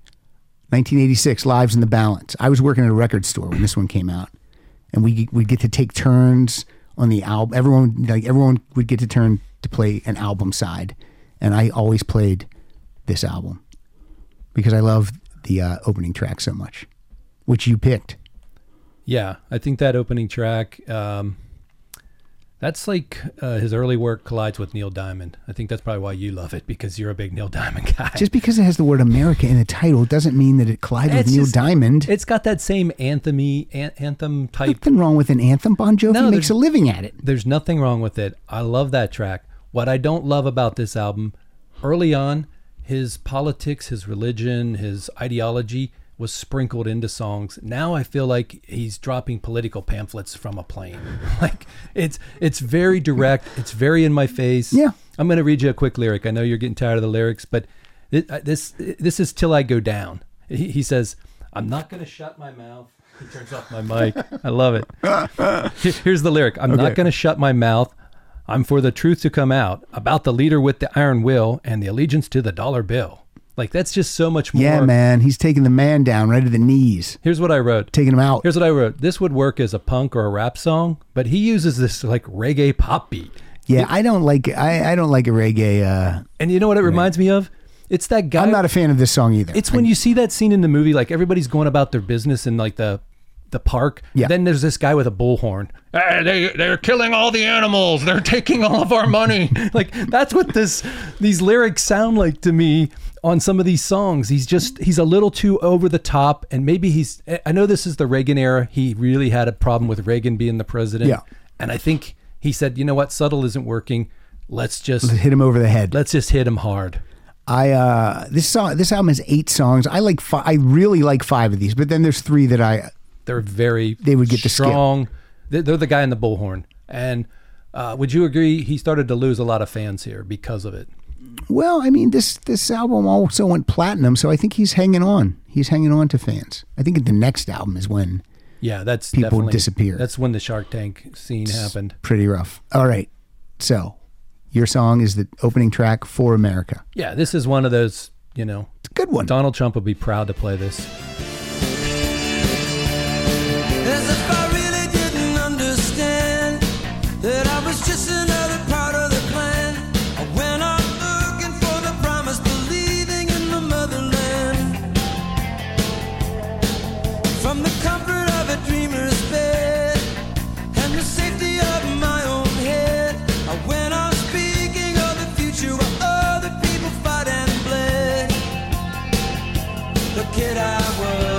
1986, Lives in the Balance. I was working at a record store when this one came out, and we we'd get to take turns on the album. Everyone like everyone would get to turn to play an album side, and I always played this album because I love the uh, opening track so much, which you picked. yeah i think that opening track um that's like uh, his early work collides with Neil Diamond. I think that's probably why you love it because you're a big Neil Diamond guy. Just because it has the word America in the title doesn't mean that it collided with It's Neil just- Diamond. it's got that same anthemy an- anthem type Nothing wrong with an anthem. Bon Jovi No, makes there's- a living at it. There's nothing wrong with it. I love that track. What I don't love about this album, early on, his politics, his religion, his ideology was sprinkled into songs. Now I feel like he's dropping political pamphlets from a plane. Like it's it's very direct. It's very in my face. Yeah. I'm going to read you a quick lyric. I know you're getting tired of the lyrics, but thi- uh, this this is till I go down. He, he says, "I'm not going to shut my mouth." He turns off my mic. I love it. Here- Here's the lyric. I'm not going to shut my mouth. I'm for the truth to come out about the leader with the iron will and the allegiance to the dollar bill. Like that's just so much more. Yeah, man, he's taking the man down right to the knees, Here's what I wrote. taking him out. Here's what I wrote. This would work as a punk or a rap song, but he uses this like reggae pop beat. Yeah, I don't like I, I don't like a reggae. Uh, And you know what it reminds me of? It's that guy. I'm not a fan of this song either. It's when you see that scene in the movie, like everybody's going about their business in like the the park. Yeah. Then there's this guy with a bullhorn. "Hey, they they're killing all the animals. They're taking all of our money. like that's what this these lyrics sound like to me on some of these songs. He's just he's a little too over the top, and maybe he's. I know this is the Reagan era. He really had a problem with Reagan being the president. Yeah. And I think he said, you know what, subtle isn't working. Let's just hit him over the head. let's just hit him hard. I uh, this song this album has eight songs. I like fi- I really like five of these, but then there's three that I They're very They would get the skip. strong. They're, they're the guy in the bullhorn. And uh, would you agree? He started to lose a lot of fans here because of it. well, I mean this this album also went platinum, so I think he's hanging on. He's hanging on to fans. I think the next album is when Yeah, that's People definitely- disappear. That's when the Shark Tank scene happened. pretty rough. All right, so your song is the opening track for America. Yeah, this is one of those. You know, It's a good one. Donald Trump would be proud to play this. As if I really didn't understand that I was just another part of the plan. I went on looking for the promise, believing in the motherland. From the comfort of a dreamer's bed and the safety of my own head, I went on speaking of the future while other people fought and bled. The kid I was.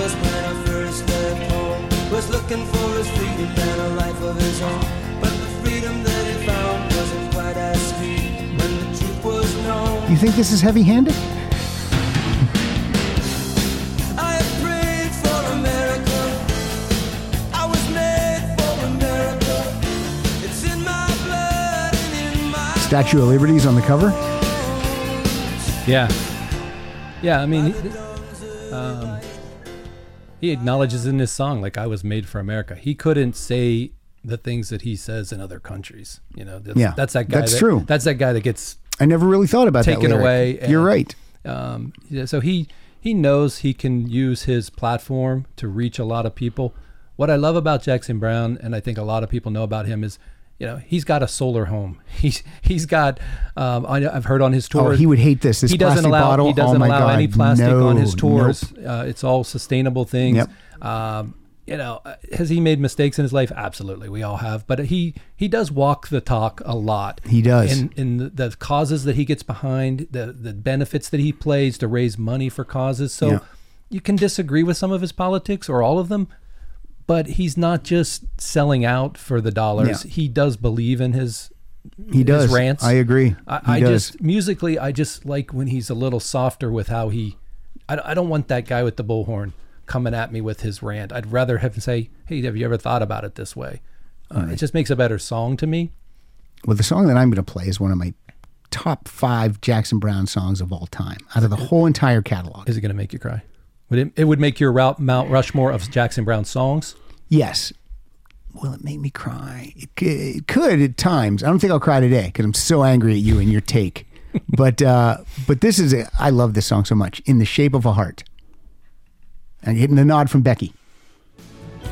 looking for his freedom and a life of his own. But the freedom that he found wasn't quite as sweet when the truth was known. You think this is heavy handed? I prayed for a miracle. I was made for a miracle. It's in my blood and in my Statue of Liberty's on the cover. Yeah. Yeah, I mean, he, um, he acknowledges in this song, like, I was made for America. He couldn't say the things that he says in other countries. You know, that's, Yeah, that's that guy. that's that- true. That's that guy that gets I never really thought about that. taken lyric. away. and, You're right. Um, yeah, so he he knows he can use his platform to reach a lot of people. What I love about Jackson Brown, and I think a lot of people know about him, is you know he's got a solar home. He's he's got. Um, I, I've heard on his tour. Oh, he would hate this. This he doesn't plastic allow bottle. he doesn't oh my allow God. any plastic no, on his Nope. tours. Uh, it's all sustainable things. Yep. Um, you know, uh, has he made mistakes in his life? Absolutely, we all have. But he he does walk the talk a lot. He does. in in the, the causes that he gets behind, the the benefits that he plays to raise money for causes. So Yeah. you can disagree with some of his politics or all of them, but he's not just selling out for the dollars. Yeah. He does believe in his He does. his rants. I agree. I, He I does. just musically, I just like when he's a little softer with how he. I, don't- I don't want that guy with the bullhorn coming at me with his rant. I'd rather have him say, "Hey, have you ever thought about it this way?" Uh, It just makes a better song to me. Well, the song that I'm going to play is one of my top five Jackson Brown songs of all time, out of the whole entire catalog. Is it going to make you cry? Would it, it would make your route Mount Rushmore of Jackson Brown songs. Yes. Will it make me cry? It, c- it could at times. I don't think I'll cry today because I'm so angry at you and your take. but uh, but this is a, I love this song so much. In the shape of a heart. And getting the nod from Becky.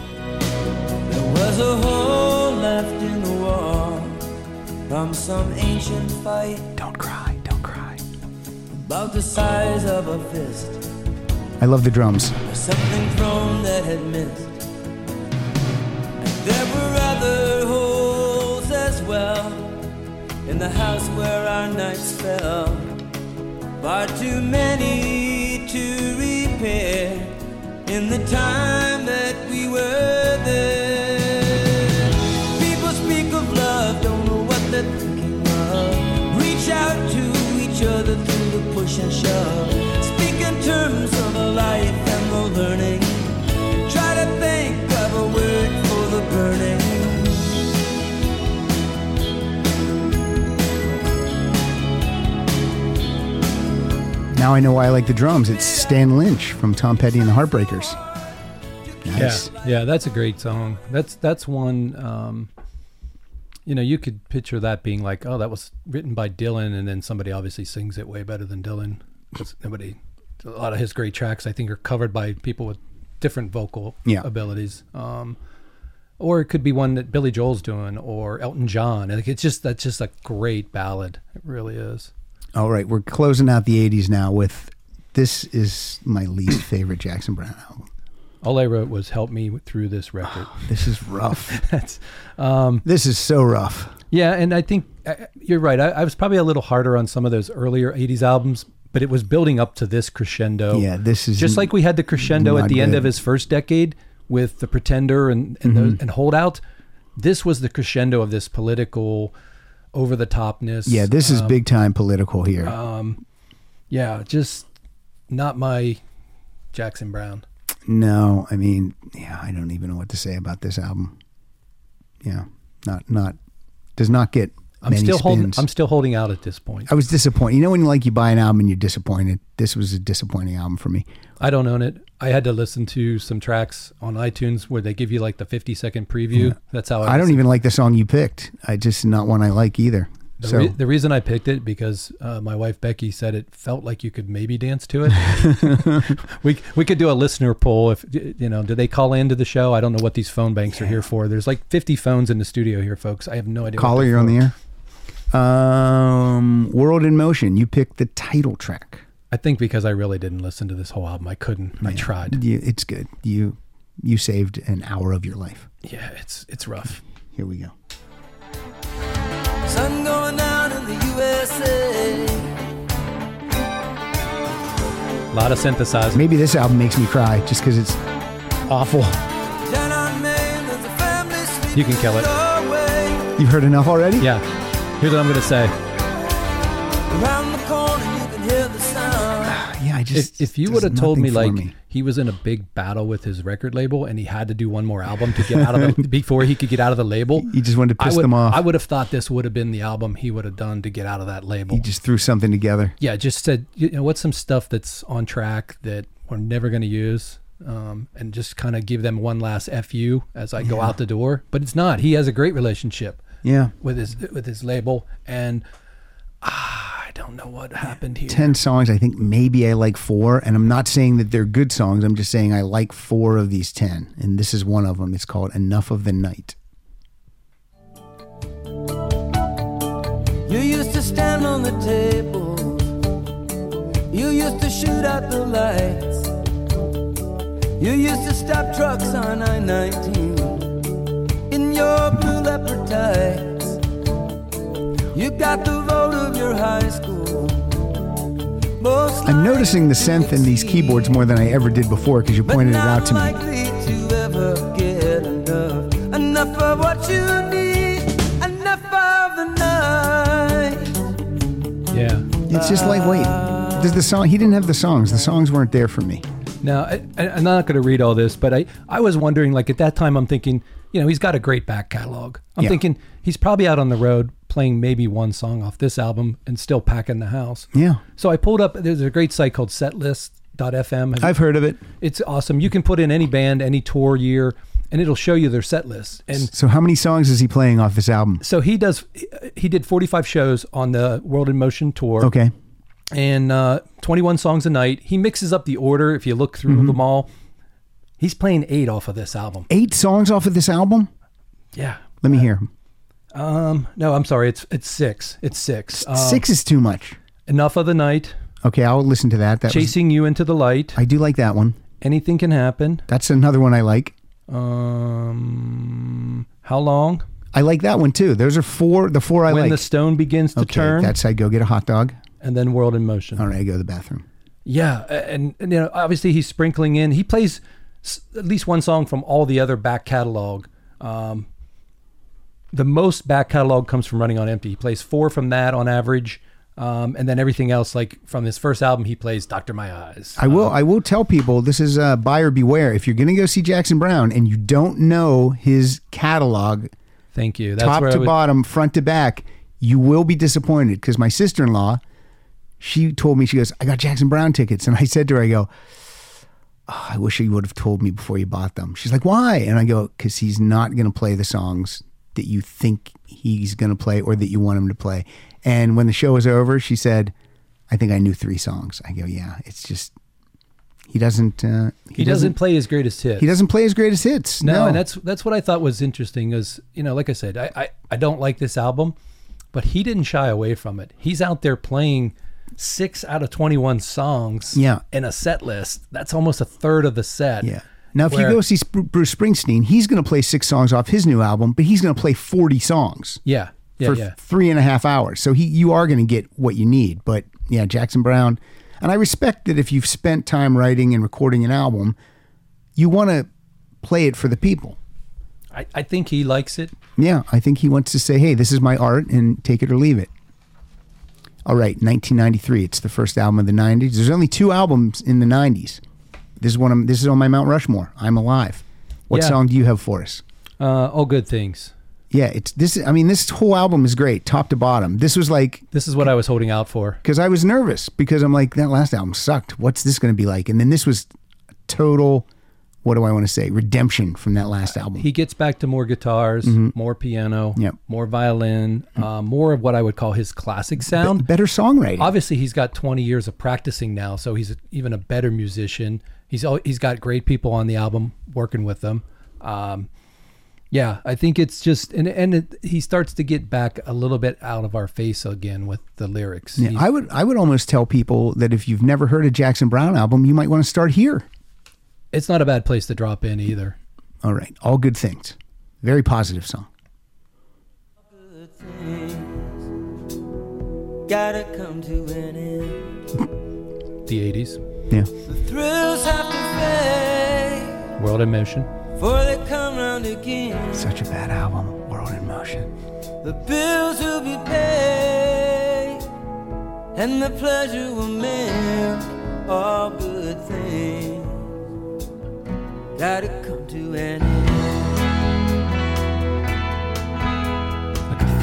There was a hole left in the wall from some ancient fight. Don't cry, don't cry. About the size of a fist, I love the drums. or something thrown that had missed. And there were other holes as well in the house where our nights fell. Far too many to repair in the time that we were there. People speak of love, don't know what they're thinking of. Reach out to each other through the push and shove. Speak in terms of the life and the learning. Try to think of a word for the burning. Now I know why I like the drums. It's Stan Lynch from Tom Petty and the Heartbreakers. Nice. Yeah, yeah, that's a great song. That's that's one. Um, you know, you could picture that being like, oh, that was written by Dylan, and then somebody obviously sings it way better than Dylan. 'Cause nobody, a lot of his great tracks, I think, are covered by people with different vocal Yeah. abilities. Um, or it could be one that Billy Joel's doing, or Elton John. Like it's just that's just a great ballad. It really is. All right, we're closing out the 80s now with this is my least favorite Jackson Brown album. All I wrote was "Help me through this record." This is rough. that's um, this is so rough. Yeah, and I think uh, you're right. I, I was probably a little harder on some of those earlier '80s albums, but it was building up to this crescendo. Yeah, this is just like we had the crescendo not at the end good. Mm-hmm. of his first decade with the Pretender and and, those, and Holdout. This was the crescendo of this political over the topness. Yeah, this um, is big time political here. uh, yeah, just not my Jackson Brown. no, I mean, yeah, I don't even know what to say about this album. Yeah, not not does not get I'm many still holding. spins. I'm still holding out at this point. I was disappointed. You know when like you buy an album and you're disappointed. This was a disappointing album for me. I don't own it. I had to listen to some tracks on iTunes where they give you like the 50 second preview. That's how I, I don't e-, listened. even like the song you picked. I just not one I like either. The, so re- the reason I picked it because uh, my wife Becky said it felt like you could maybe dance to it. we we could do a listener poll if you know. Do they call into the show? I don't know what these phone banks are here for. There's like 50 phones in the studio here, folks. I have no idea. what caller, they're you're on for. the air. Um, World in Motion. You picked the title track. I think because I really didn't listen to this whole album, I couldn't. I tried. You, it's good. You you saved an hour of your life. Yeah, it's it's rough. Here we go. Sun going down in the USA. A lot of synthesizing. Maybe this album makes me cry just because it's awful. Down on Main You can kill it. You've heard enough already? Yeah. Here's what I'm gonna say. Around the corner, you can hear the sound. Yeah, I If, just if you does would have told nothing me for like me. he was in a big battle with his record label and he had to do one more album to get out of the, before he could get out of the label, you just wanted to I piss would, them off. I would have thought this would have been the album he would have done to get out of that label. you just throw something together. yeah, just said, you know, what's some stuff that's on track that we're never going to use, um, and just kind of give them one last fu as I go Yeah. out the door. But it's not. He has a great relationship. Yeah. with his with his label, and ah, I don't know what happened here. 10 songs. I think maybe I like four. And I'm not saying that they're good songs. I'm just saying I like four of these 10. And this is one of them. It's called Enough of the Night. You used to stand on the table. You used to shoot out the lights. You used to stop trucks on I 19 in your blue leopard tights. You got the vote of your high school. Most I'm noticing the synth in these keyboards more than I ever did before because you pointed it out to me. likely to ever get enough. Enough of what you need. Enough of the night. Yeah. It's just lightweight. Does the song? He didn't have the songs. The songs weren't there for me. Now, I, I- I'm not going to read all this, but I, I was wondering, like, at that time, I'm thinking, you know, he's got a great back catalog. I'm Yeah. thinking he's probably out on the road playing maybe one song off this album and still packing the house. Yeah. So I pulled up, there's a great site called setlist.fm. Have you- I've heard of it. It's awesome. You can put in any band, any tour year, and it'll show you their set list. And So how many songs is he playing off this album? so he does, he did 45 shows on the World in Motion tour Okay. and uh, 21 songs a night. He mixes up the order if you look through Mm-hmm. them all. He's playing eight off of this album. Eight songs off of this album? Yeah. Let me hear 'em. Um. No, I'm sorry. It's it's six. It's six. Um, Six is too much. Enough of the night. Okay, I'll listen to that. That was, chasing you into the light. I do like that one. Anything can happen. That's another one I like. Um. How long? I like that one too. Those are four. The four I when like. the stone begins to okay, turn, that's I go get a hot dog. and then world in motion. All right, I go to the bathroom. Yeah, a- and, and you know, obviously he's sprinkling in. He plays s- at least one song from all the other back catalog. Um, the most back catalog comes from Running on Empty. He plays four from that on average, um, and then everything else, like from his first album, he plays "Doctor My Eyes." I will. I will tell people this is uh, buyer beware. If you're going to go see Jackson Brown and you don't know his catalog, Thank you. That's top where I to would- bottom, front to back, you will be disappointed because my sister in law, she told me she goes, I got Jackson Brown tickets, and I said to her, I go. "Oh, I wish you would have told me before you bought them. She's like, why? And I go, because he's not going to play the songs that you think he's going to play or that you want him to play. And when the show was over, she said, I think I knew three songs. I go, yeah, it's just, he doesn't, uh, He doesn't play his greatest hits. he doesn't play his greatest hits. No, No, and that's that's what I thought was interesting. Is you know, like I said, I, I I don't like this album, but he didn't shy away from it. He's out there playing six out of twenty one songs. Yeah. in a set list, that's almost a third of the set. Yeah. Now, if Where- you go see Spru- Bruce Springsteen, he's going to play six songs off his new album, but he's going to play 40 songs yeah, yeah, for yeah. three and a half hours. So he, you are going to get what you need. But yeah, Jackson Brown. And I respect that if you've spent time writing and recording an album, you want to play it for the people. I, I think he likes it. Yeah, I think he wants to say, hey, this is my art and take it or leave it. All right, 1993. It's the first album of the 90s. There's only two albums in the 90s. This is one. Of, this is on my Mount Rushmore. I'm alive. What Yeah. song do you have for us? Uh, all good things. Yeah, it's this. I mean, this whole album is great, top to bottom. This was like This is what I was holding out for. because I was nervous because I'm like that last album sucked. What's this going to be like? And then this was total. What do I want to say? Redemption from that last album. Uh, He gets back to more guitars, more piano, Mm-hmm. Yep. Mm-hmm. more violin, uh, more of what I would call his classic sound. Better songwriting. obviously he's got 20 years of practicing now so he's even a better musician he's al- he's got great people on the album working with them um yeah i think it's just and and it, he starts to get back a little bit out of our face again with the lyrics Yeah, He's- I would I would almost tell people that if you've never heard a Jackson Brown album, you might want to start here. it's not a bad place to drop in either All right, all good things. Very positive song. Gotta come to an end. the 80s Yeah. The thrills have to fade. world in motion for they come round again. Such a bad album, World in Motion. The bills will be paid, and the pleasure will mend all good things. Gotta come to an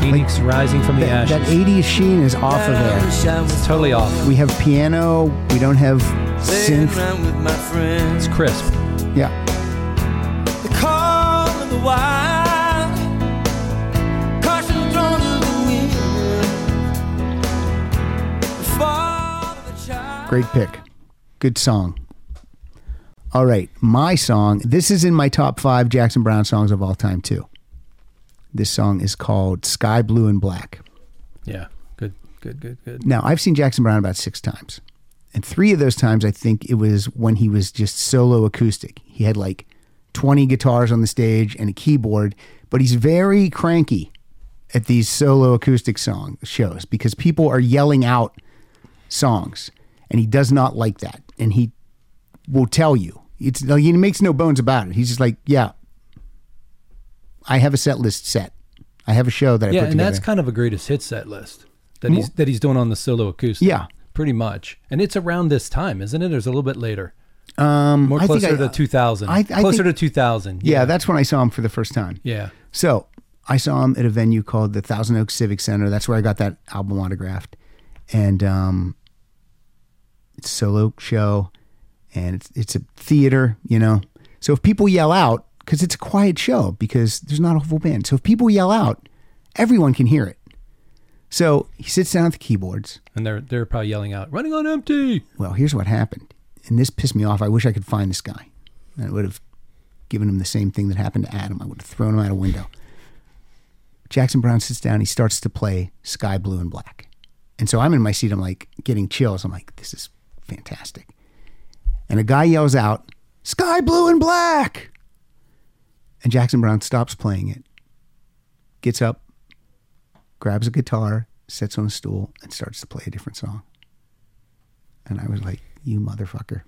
Phoenix rising from the That, that ashes. 80s sheen is off of there. It's totally off. We have piano, we don't have end synth. round with my friends. It's crisp. Yeah. The call of the wild, caution thrown to the wind. The fall of a child. Great pick. Good song. All right, my song. This is in my top five Jackson Brown songs of all time, too. This song is called Sky Blue and Black. Yeah. Good. Good. Good. Good. Now, I've seen Jackson Brown about six times. And three of those times, I think it was when he was just solo acoustic. He had like 20 guitars on the stage and a keyboard, but he's very cranky at these solo acoustic song shows because people are yelling out songs and he does not like that. And he will tell you. It's like, he makes no bones about it. He's just like, yeah, I have a set list set. I have a show that I yeah, put and together. that's kind of a greatest hit set list that he's that he's doing on the solo acoustic. Yeah. Pretty much, and it's around this time, isn't it? Or is it a little bit later, um, more I think closer I- to 2000. I- I closer think- to 2000. Yeah, that's when I saw him for the first time. Yeah. So I saw him at a venue called the Thousand Oaks Civic Center. That's where I got that album autographed. And um, it's a solo show and it's, it's a theater, you know. So if people yell out, because it's a quiet show, because there's not a full band. So if people yell out, everyone can hear it. So he sits down at the keyboards. And they're they're probably yelling out, "Running on empty." Well, here's what happened. And this pissed me off. I wish I could find this guy. I would have given him the same thing that happened to Adam. I would have thrown him out a window. Jackson Brown sits down. He starts to play Sky Blue and Black. And so I'm in my seat. I'm like getting chills. I'm like, this is fantastic. And a guy yells out, Sky Blue and Black. And Jackson Brown stops playing it, gets up, grabs a guitar, sits on a stool, and starts to play a different song. And I was like, you motherfucker.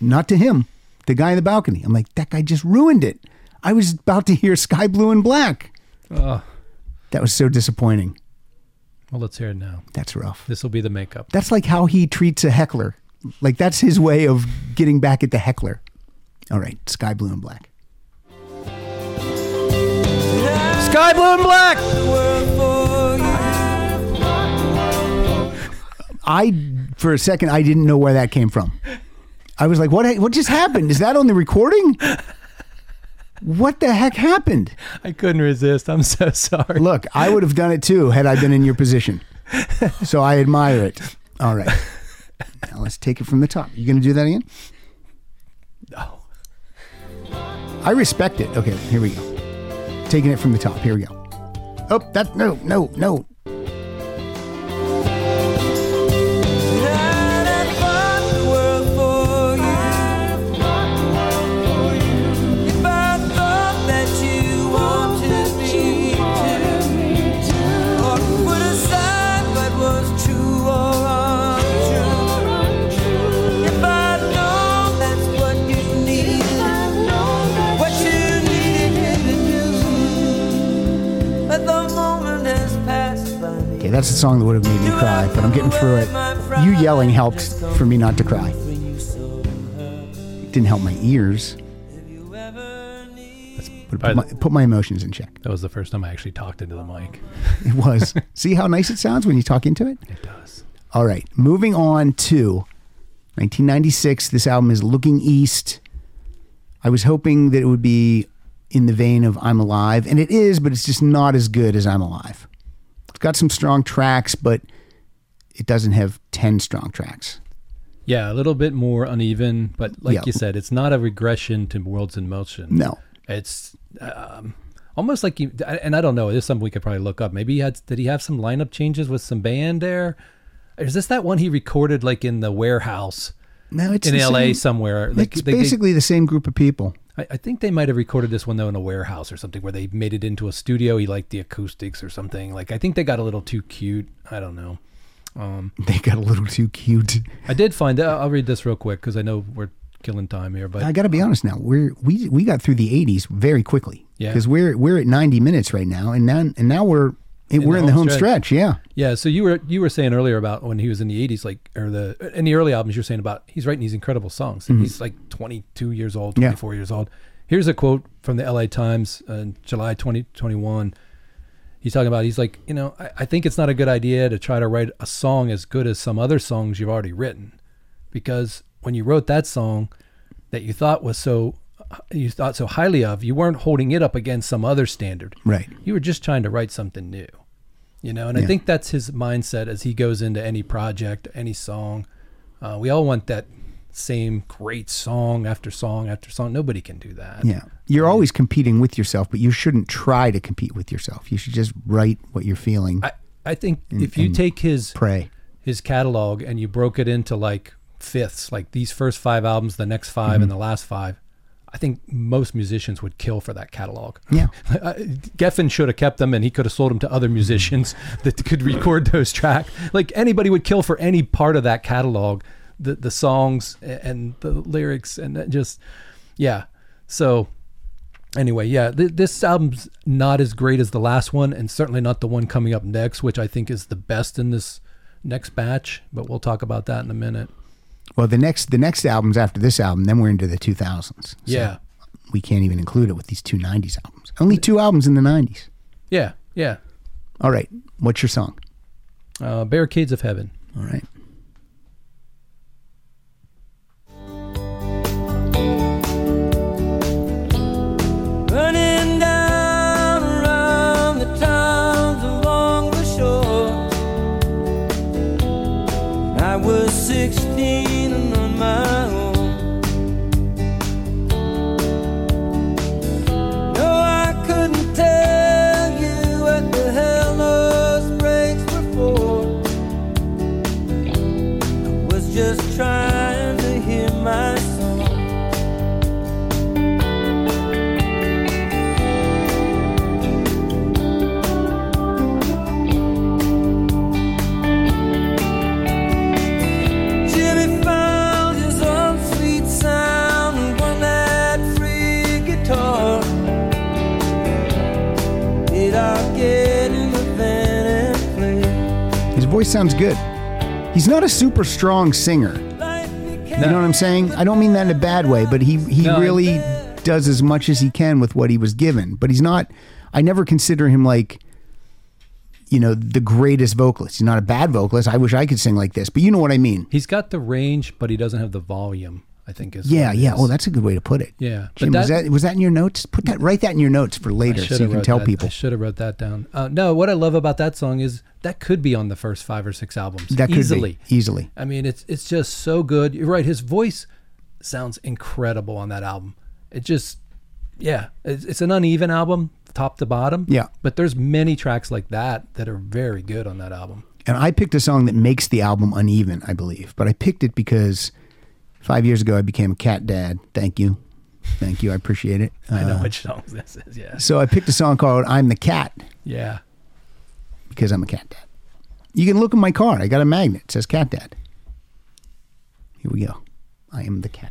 Not to him, the guy in the balcony. I'm like, that guy just ruined it. I was about to hear Sky Blue and Black. Oh, That was so disappointing. well, let's hear it now. That's rough. This will be the makeup. That's like how he treats a heckler. Like, that's his way of getting back at the heckler. All right, Sky Blue and Black. Sky blue and black. I, for a second, I didn't know where that came from. I was like, what, what just happened? Is that on the recording? What the heck happened? I couldn't resist. I'm so sorry. Look, I would have done it too had I been in your position. So I admire it. All right. Now let's take it from the top. You going to do that again? No. I respect it. Okay, here we go. Taking it from the top. Here we go. Oh, that no, no, no. Okay, that's the song that would have made me cry, but I'm getting through it. You yelling helped for me not to cry. Didn't help my ears, but it put my, put my emotions in check. That was the first time I actually talked into the mic. It was. See how nice it sounds when you talk into it? It does. All right. Moving on to 1996. This album is Looking East. I was hoping that it would be in the vein of I'm Alive, and it is, but it's just not as good as I'm Alive. It's got some strong tracks, but it doesn't have 10 strong tracks. Yeah, a little bit more uneven, but like Yeah. you said, it's not a regression to Worlds in Motion. No. it's um, almost like you. And I don't know. This is something we could probably look up. Maybe he had. Did he have some lineup changes with some band there? Is this that one he recorded like in the warehouse? No, it's in the L.A. same- somewhere. Like it's they- they- basically the same group of people. I, I think they might have recorded this one though in a warehouse or something where they made it into a studio. He liked the acoustics or something. Like I think they got a little too cute. I don't know. Um, They got a little too cute. I did find. I'll read this real quick because I know we're killing time here, but I got to be honest now. We're we we got through the 80s very quickly. Yeah. Because we're we're at 90 minutes right now, and now and now we're we're in the home stretch. Yeah. Yeah. So you were you were saying earlier about when he was in the 80s, like or the in the early albums, you're saying about he's writing these incredible songs. Mhm. He's like 22 years old, Yeah. 24 years old. Here's a quote from the LA Times, uh, July 2021. he's talking about he's like you know I, I think it's not a good idea to try to write a song as good as some other songs you've already written because when you wrote that song that you thought was so you thought so highly of you weren't holding it up against some other standard Right. you were just trying to write something new you know and i Yeah. think that's his mindset as he goes into any project any song uh, we all want that same great song after song after song nobody can do that Yeah. You're always competing with yourself, but you shouldn't try to compete with yourself. You should just write what you're feeling. I, I think And- if you and take his pray. his catalog and you broke it into like fifths, like these first five albums, the next 5 Mm-hmm. and the last five, I think most musicians would kill for that catalog. Yeah. Uh, Geffen should have kept them and he could have sold them to other musicians that could record those tracks. Like anybody would kill for any part of that catalog, the the songs a- and the lyrics and that just yeah. So anyway, yeah, th- this album's not as great as the last one and certainly not the one coming up next, which I think is the best in this next batch, but we'll talk about that in a minute. Well, the next the next albums after this album, then we're into the 2000s. So Yeah. We can't even include it with these two 90s albums. Only two albums in the 90s. Yeah. Yeah. All right. What's your song? Uh, Barricades of Heaven. All right. running down around the towns along the shore. I was 16 and on my own. No, I couldn't tell you what the hell those breaks were for. I was just trying to hear my song. Jimmy found his own sweet sound and won that free guitar. Did I get in the van and play? His voice sounds good. He's not a super strong singer. You know what I'm saying? I don't mean that in a bad way, but he he No, I- really does as much as he can with what he was given. But he's not. I never consider him like, you know, the greatest vocalist. He's not a bad vocalist. I wish I could sing like this, but you know what I mean. He's got the range, but he doesn't have the volume, I think is Yeah, what it yeah. is. Oh, that's a good way to put it. Yeah, but Jim, was that- that was that in your notes? Put that. Write that in your notes for later, I should so you have can wrote tell that- people. I should have wrote that down. Uh, no, what I love about that song is that could be on the first five or six albums That could be. easily. Easily. I mean, it's it's just so good. You're right. His voice sounds incredible on that album. It just, yeah, it's, it's an uneven album, top to bottom. Yeah. But there's many tracks like that that are very good on that album. And I picked a song that makes the album uneven, I believe. But I picked it because five years ago I became a cat dad. Thank you, thank you. I appreciate it. I know Uh, which songs this is. Yeah. So I picked a song called "I'm the Cat" Yeah. because I'm a cat dad. You can look in my car. I got a magnet. It says "Cat Dad." Here we go. I am the cat.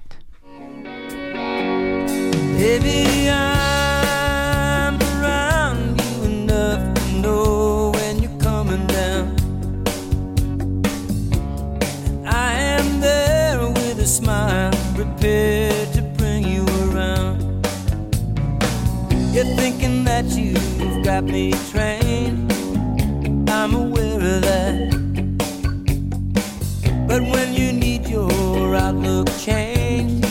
Baby, I'm around you enough to know when you're coming down. I am there with a smile, prepared to bring you around. You're thinking that you've got me trained. I'm aware of that. But when you need your outlook changed,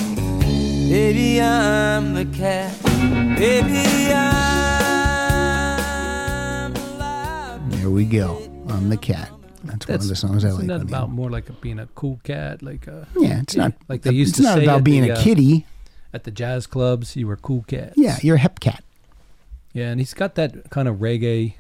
Baby, I'm the cat. Baby, I'm There we go. I'm the cat. That's, one of the songs I isn't like. that on the about album. more like a, being a cool cat? Like uh, a, Yeah, it's not like they used it's to not say about at being the, a uh, kitty. at the jazz clubs. You were cool cats. Yeah, you're a hep cat. Yeah, and he's got that kind of reggae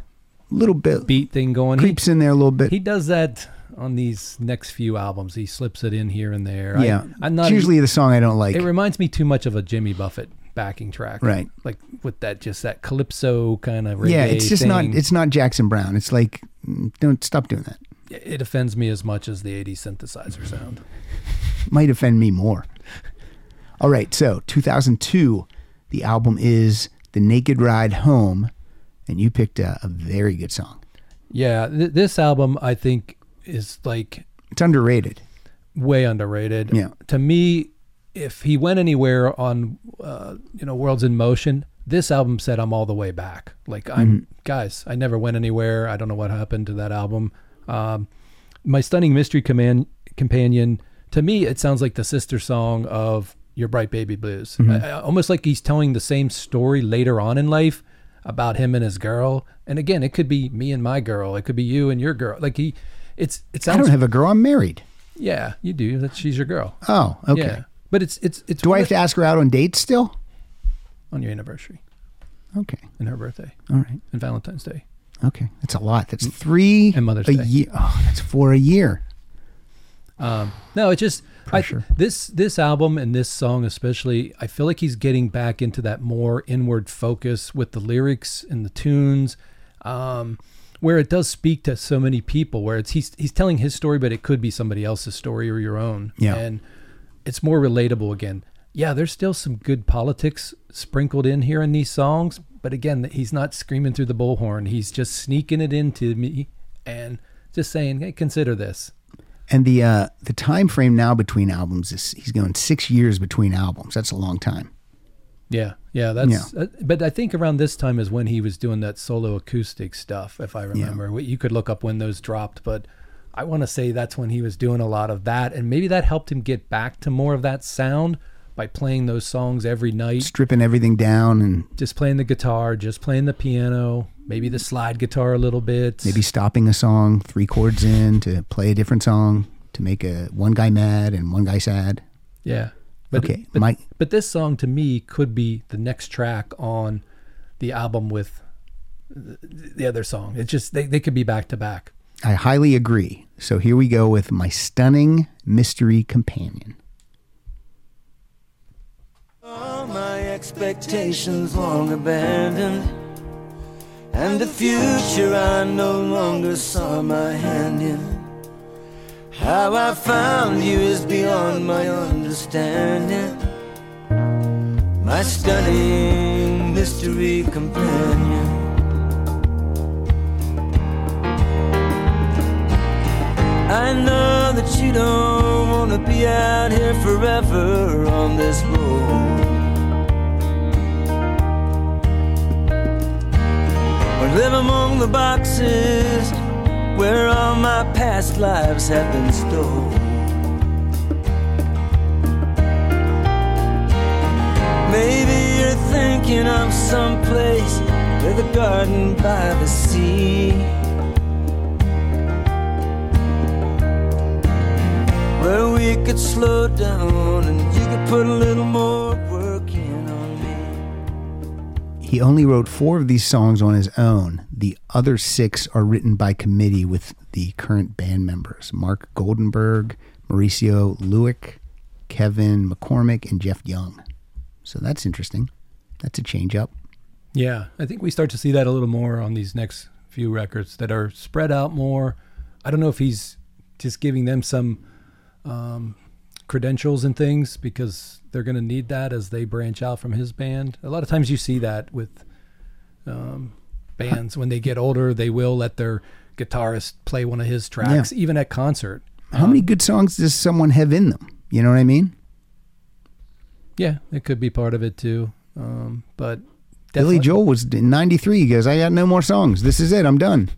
Little bit beat thing going. He- creeps in there a little bit. He does that on these next few albums. He slips it in here and there. yeah, I, am not it's usually the song I don't like. It reminds me too much of a Jimmy Buffett backing track, Right. Like with that just that calypso kind of reggae yeah, it's just not. thing. It's not Jackson Brown. It's like, mm, don't stop doing that. it offends me as much as the '80s synthesizer sound. Might offend me more. All right, so 2002, the album is The Naked Ride Home, and you picked a, a very good song. Yeah, th- this album I think is like it's underrated, way underrated. Yeah. To me, if he went anywhere on, uh, you know, Worlds in Motion, this album said I'm all the way back. Like I'm, guys, I never went anywhere. I don't know what happened to that album. Um, my stunning mystery command companion. To me, it sounds like the sister song of Your Bright Baby Blues. Mhm. I- I- almost like he's telling the same story later on in life about him and his girl. And again, it could be me and my girl. It could be you and your girl. Like he, it's it sounds. I don't have a girl, I'm married. Yeah, you do. That she's your girl. Oh, okay. Yeah. But it's it's it's Do I have to ask her out on dates still? on your anniversary Okay. and her birthday. All right. And Valentine's Day. Okay. That's a lot. That's three And Mother's a Day. year. Oh, that's four a year. Um, no, it's just I, this this album and this song especially. I feel like he's getting back into that more inward focus with the lyrics and the tunes, um, where it does speak to so many people. Where it's he's he's telling his story, but it could be somebody else's story or your own. Yeah. and it's more relatable again. Yeah, there's still some good politics sprinkled in here in these songs, but again, he's not screaming through the bullhorn. He's just sneaking it into me and just saying, "Hey, consider this." And the uh, the time frame now between albums is he's going six years between albums. That's a long time. Yeah, yeah, that's. Uh, but I think around this time is when he was doing that solo acoustic stuff, if I remember. Wh- You could look up when those dropped, but I want to say that's when he was doing a lot of that, and maybe that helped him get back to more of that sound by playing those songs every night, Stripping everything down and just playing the guitar, just playing the piano, maybe the slide guitar a little bit. maybe stopping a song three chords in to play a different song to make a one guy mad and one guy sad. Yeah. Okay, but, Mike- but this song to me could be the next track on the album with the, the other song. It's just they, they could be back to back. I highly agree. So here we go with my stunning mystery companion. All my expectations long abandoned, and the future I no longer saw my hand in. How I found you is beyond my understanding. My stunning mystery companion. I know that you don't wanna be out here forever on this road. Or live among the boxes where all my past lives have been stored. Maybe you're thinking of some place with a garden by the sea. where we could slow down and you could put a little more work in on me. He only wrote four of these songs on his own. The other six are written by committee with the current band members Mark Goldenberg, Mauricio Lewick, Kevin McCormick, and Jeff Young. So that's interesting. That's a change up. Yeah, I think we start to see that a little more on these next few records that are spread out more. I don't know if he's just giving them some um, credentials and things because they're going to need that as they branch out from his band. A lot of times you see that with um, bands when they get older, they will let their guitarist play one of his tracks, even at concert. How many good songs does someone have in them? You know what I mean? Yeah, it could be part of it too. Um, but Billy Joel was in 93. He goes, I got no more songs. This is it. I'm done.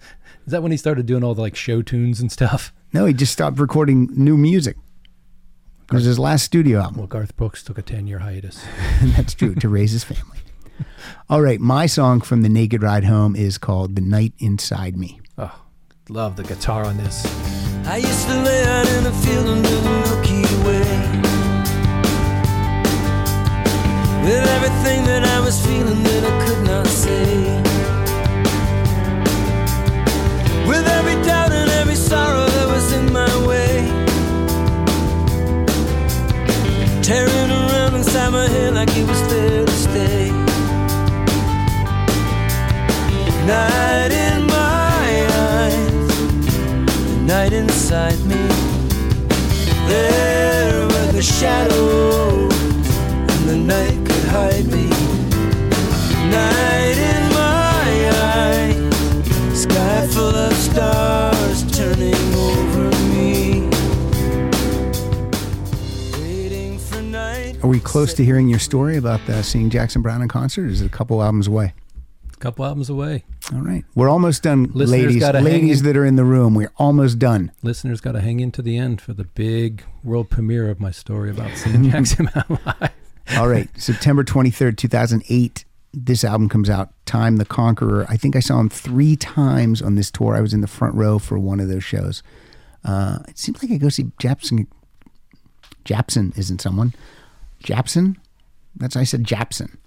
is that when he started doing all the like show tunes and stuff? No, he just stopped recording new music. It was his last studio album. Well, Garth Brooks took a 10 year hiatus. That's true, to raise his family. All right, my song from The Naked Ride Home is called The Night Inside Me. Oh, love the guitar on this. I used to lay out in the field under the Milky Way. With everything that I was feeling that I could not say. With every doubt and every sorrow that was in my way. Tearing around inside my head like it was there to stay. Night in my eyes night inside me. There were the shadows the night could hide me. Night in my eye, sky full of stars turning over me. Waiting for night. Are we close to hearing your story about uh, seeing Jackson Brown in concert? Or is it a couple albums away? A couple albums away. All right. We're almost done, Listeners ladies. gotta hang Ladies in. that are in the room, we're almost done. Listeners got to hang in to the end for the big world premiere of my story about seeing Jackson Brown live. All right, September 23rd, 2008, this album comes out, Time the Conqueror. I think I saw him three times on this tour. I was in the front row for one of those shows. Uh, it seems like I go see Japson. Japson isn't someone. Japson? That's I said Japson.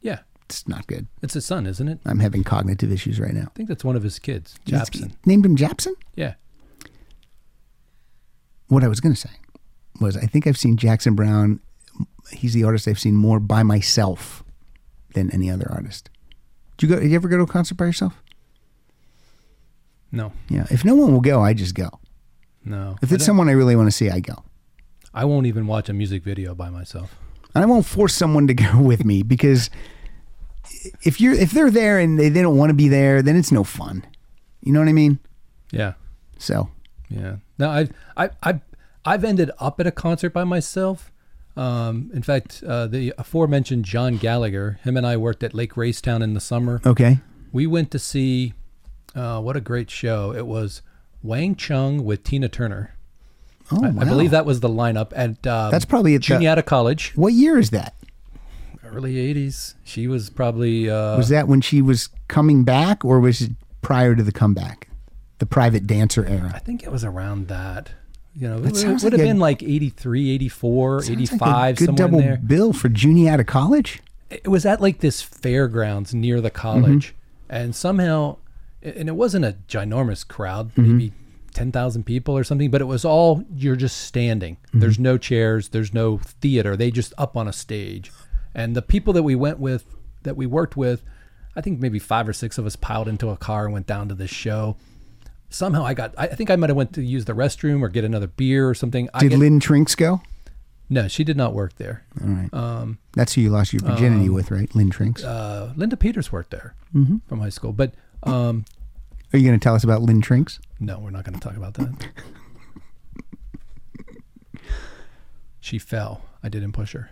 Yeah, It's not good. it's his son, isn't it? I I'm having cognitive issues right now. think that's one of his kids, That's- Japson. Named him Japson? Yeah. What I was going to say was I think I've seen Jackson Brown. He's the artist I've seen more by myself than any other artist. Do you go? Did you ever go to a concert by yourself? No, Yeah. If no one will go, I just go. no. If I it's don't- someone I really want to see, I go. I won't even watch a music video by myself. And I won't force someone to go with me because if you're if they're there and they, they don't want to be there, then it's no fun. You know what I mean? Yeah, So yeah. No, I've I, I, I've ended up at a concert by myself. Um, in fact, uh, the aforementioned John Gallagher, him and I worked at Lake Racetown in the summer. okay. We went to see uh, what a great show it was. Wang Chung with Tina Turner. Oh, I, I wow. believe that was the lineup. And um, That's probably at the- junior out of college, What year is that? early '80s. She was probably uh, was that when she was coming back, or was it prior to the comeback, the private dancer I era? think it was around that. You know, That it, would- sounds would like have a- been like 83, 84, Sounds 85, like a good somewhere double in there. bill for Junie out of college. It was at like this fairgrounds near Mm-hmm. the college. And somehow, and it wasn't a ginormous crowd, Mm-hmm. maybe 10,000 people or something, but it was all you're just standing. Mm-hmm. There's no chairs, there's no theater. They just up on a stage. And the people that we went with, that we worked with, I think maybe five or six of us piled into a car and went down to this show. Somehow I got, I I think I might have went to use the restroom or get another beer or something. I Did get- Lynn Trinks go? No, she did not work there. All right. That's who you lost your virginity with, right? Lynn Trinks. Um, Uh, Linda Peters worked there Mm-hmm. from high school, but um, Are you going to tell us about Lynn Trinks? no, we're not going to talk about that. she fell. I didn't push her.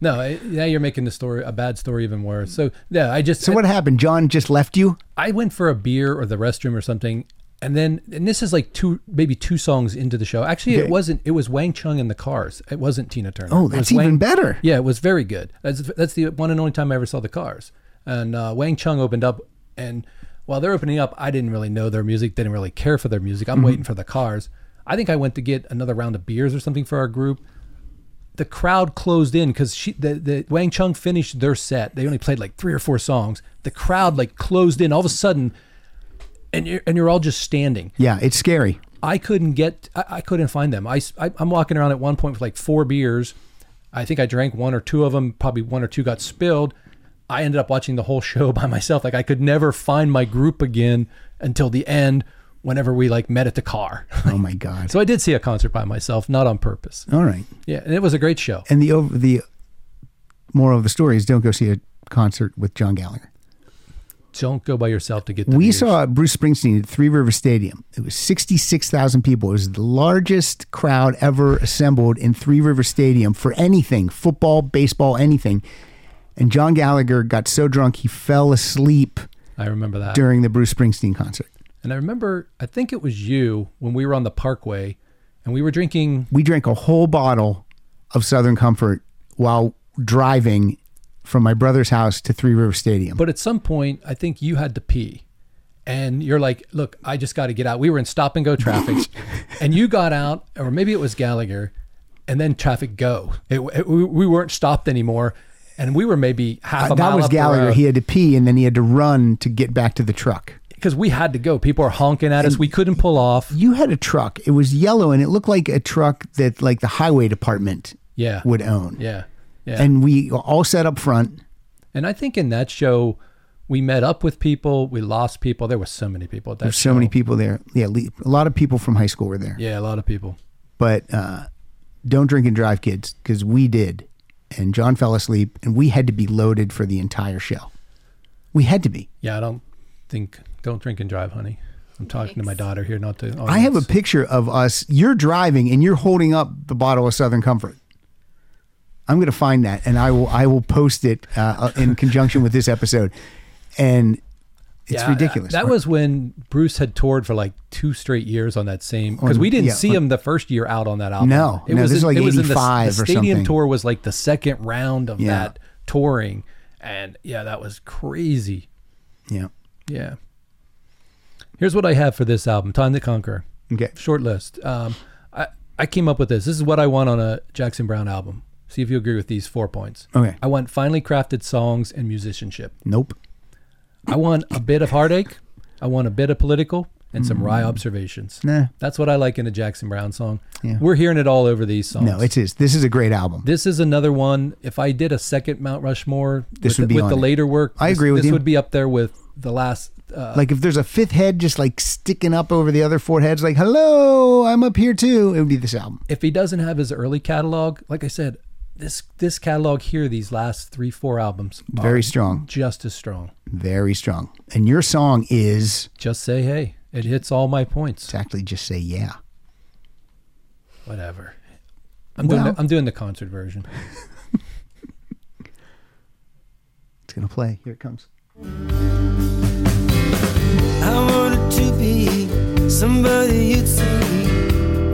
no, I, now you're making the story a bad story even worse. So yeah, I just So what happened? John just left you. I went for a beer or the restroom or something, and then and this is like two maybe two songs into the show. Actually, Okay. it wasn't. It was Wang Chung and the Cars. It wasn't Tina Turner. Oh, It that's was Wang- even better. Yeah, it was very good. That's that's the one and only time I ever saw the Cars. And uh, Wang Chung opened up, and while they're opening up, I didn't really know their music, didn't really care for their music. I'm waiting for the Cars. I think I went to get another round of beers or something for our group. The crowd closed in because she, the, the Wang Chung finished their set. They only played like three or four songs. The crowd like closed in all of a sudden, and you're and you're all just standing. Yeah, it's scary. I couldn't get, I, I couldn't find them. I, am walking around at one point with like four beers. I think I drank one or two of them. Probably one or two got spilled. I ended up watching the whole show by myself. Like I could never find my group again until the end. Whenever we like met at the car, Oh my god. so I did see a concert by myself, not on purpose. All right. Yeah, and it was a great show. And the over the moral of the story is don't go see a concert with John Gallagher. Don't go by yourself to get. The We beers. saw Bruce Springsteen at Three River Stadium. It was 66,000 people. It was the largest crowd ever assembled in Three River Stadium for anything football, baseball, anything. And John Gallagher got so drunk he fell asleep I remember that. during the Bruce Springsteen concert. and I remember, I think it was you when we were on the Parkway, and we were drinking. We drank a whole bottle of Southern Comfort while driving from my brother's house to Three River Stadium. But at some point, I think you had to pee. And you're like, look, I just got to get out. We were in stop and go traffic. and you got out, or maybe it was Gallagher, and then traffic go. It, it- we, we weren't stopped anymore. And we were maybe half a Uh, that mile was up the Gallagher. road. He had to pee and then he had to run to get back to the truck. Because we had to go. People are honking at us. We couldn't pull off. You had a truck. It was yellow and it looked like a truck that like the highway department Yeah. would own. Yeah. Yeah. And we all sat up front. And I think in that show, we met up with people. We lost people. There were so many people at that There's so many show. people there. Yeah, le- a lot of people from high school were there. Yeah, a lot of people. But uh, don't drink and drive, kids, because we did. and John fell asleep, and we had to be loaded for the entire show. We had to be. Yeah, I don't think don't drink and drive, honey. I'm talking to my daughter here, not to. I have a picture of us. You're driving and you're holding up the bottle of Southern Comfort. I'm going to find that and I will. I will post it uh, in conjunction with this episode. And it's Yeah, ridiculous. That was when Bruce had toured for like two straight years on that same because On- we didn't yeah, see on- him the first year out on that album. No, no, this is like in the, 85 the or stadium something. tour was like the second round of Yeah. that touring, and yeah, that was crazy. Yeah. Yeah. Here's what I have for this album, Time to Conquer. Okay. Short list. Um, I, I came up with this. This is what I want on a Jackson Brown album. See if you agree with these four points. Okay. I want finely crafted songs and musicianship. Nope. I want a bit of heartache. I want a bit of political and some wry observations. Mm. Nah. That's what I like in a Jackson Brown song. Yeah. We're hearing it all over these songs. No, it is. This is a great album. This is another one. If I did a second Mount Rushmore This with, would be the- with on the it. later work, I this- agree with this you. would be up there with the last. Uh, like if there's a fifth head just like sticking up over the other four heads, like hello, I'm up here too. It would be this album. if he doesn't have his early catalog, like I said, this this catalog here, these last three four albums, are Very strong. just as strong. Very strong. And your song is Just say hey, it hits all my points. exactly just say yeah. Whatever. I'm doing Well- the, I'm doing the concert version. It's gonna play. Here it comes. I wanted to be somebody you'd see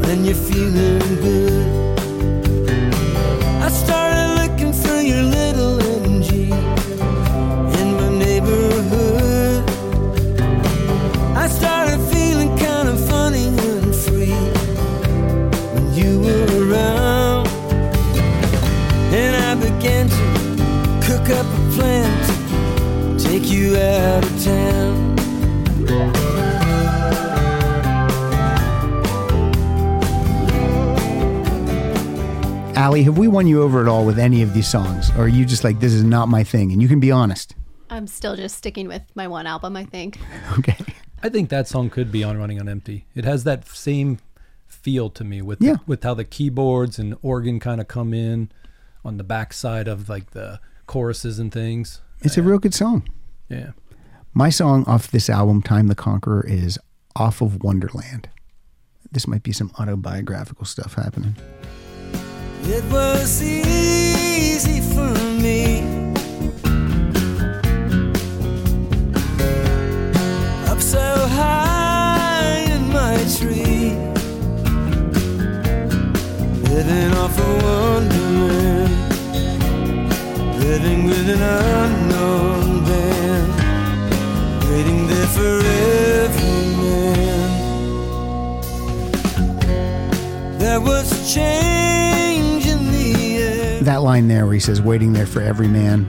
when you're feeling good. I started looking for your little MG in my neighborhood. I started feeling kind of funny and free when you were around. And I began to cook up a plan to take you out of town. Allie, have we won you over at all with any of these songs? Or are you just like, this is not my thing? And you can be honest. I'm still just sticking with my one album, I think. I think that song could be on Running on Empty. It has that same feel to me with Yeah. the, with how the keyboards and organ kind of come in on the backside of like the choruses and things. It's a real good song. Yeah. My song off this album, Time the Conqueror, is Off of Wonderland. This might be some autobiographical stuff happening. It was easy for me. Up so high in my tree, living off a wonderland, living with an unknown band, waiting there for every man. There was a change in the air. That line there where he says, waiting there for every man,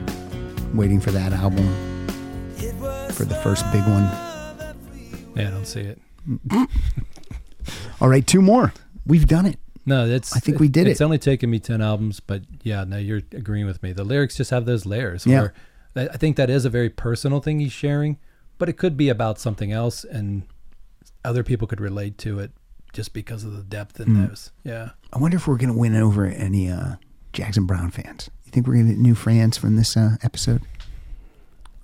waiting for that album, for the first big one. Yeah, I don't see it. All right, two more. We've done it. No, that's. I think we did It's it. only taken me ten albums, but yeah, no, you're agreeing with me. The lyrics just have those layers. Yeah. where- I I think that is a very personal thing he's sharing, but it could be about something else, and other people could relate to it just because of the depth in Mm. those. Yeah. I wonder if we're going to win over any uh, Jackson Brown fans. You think we're going to get new fans from this uh, episode?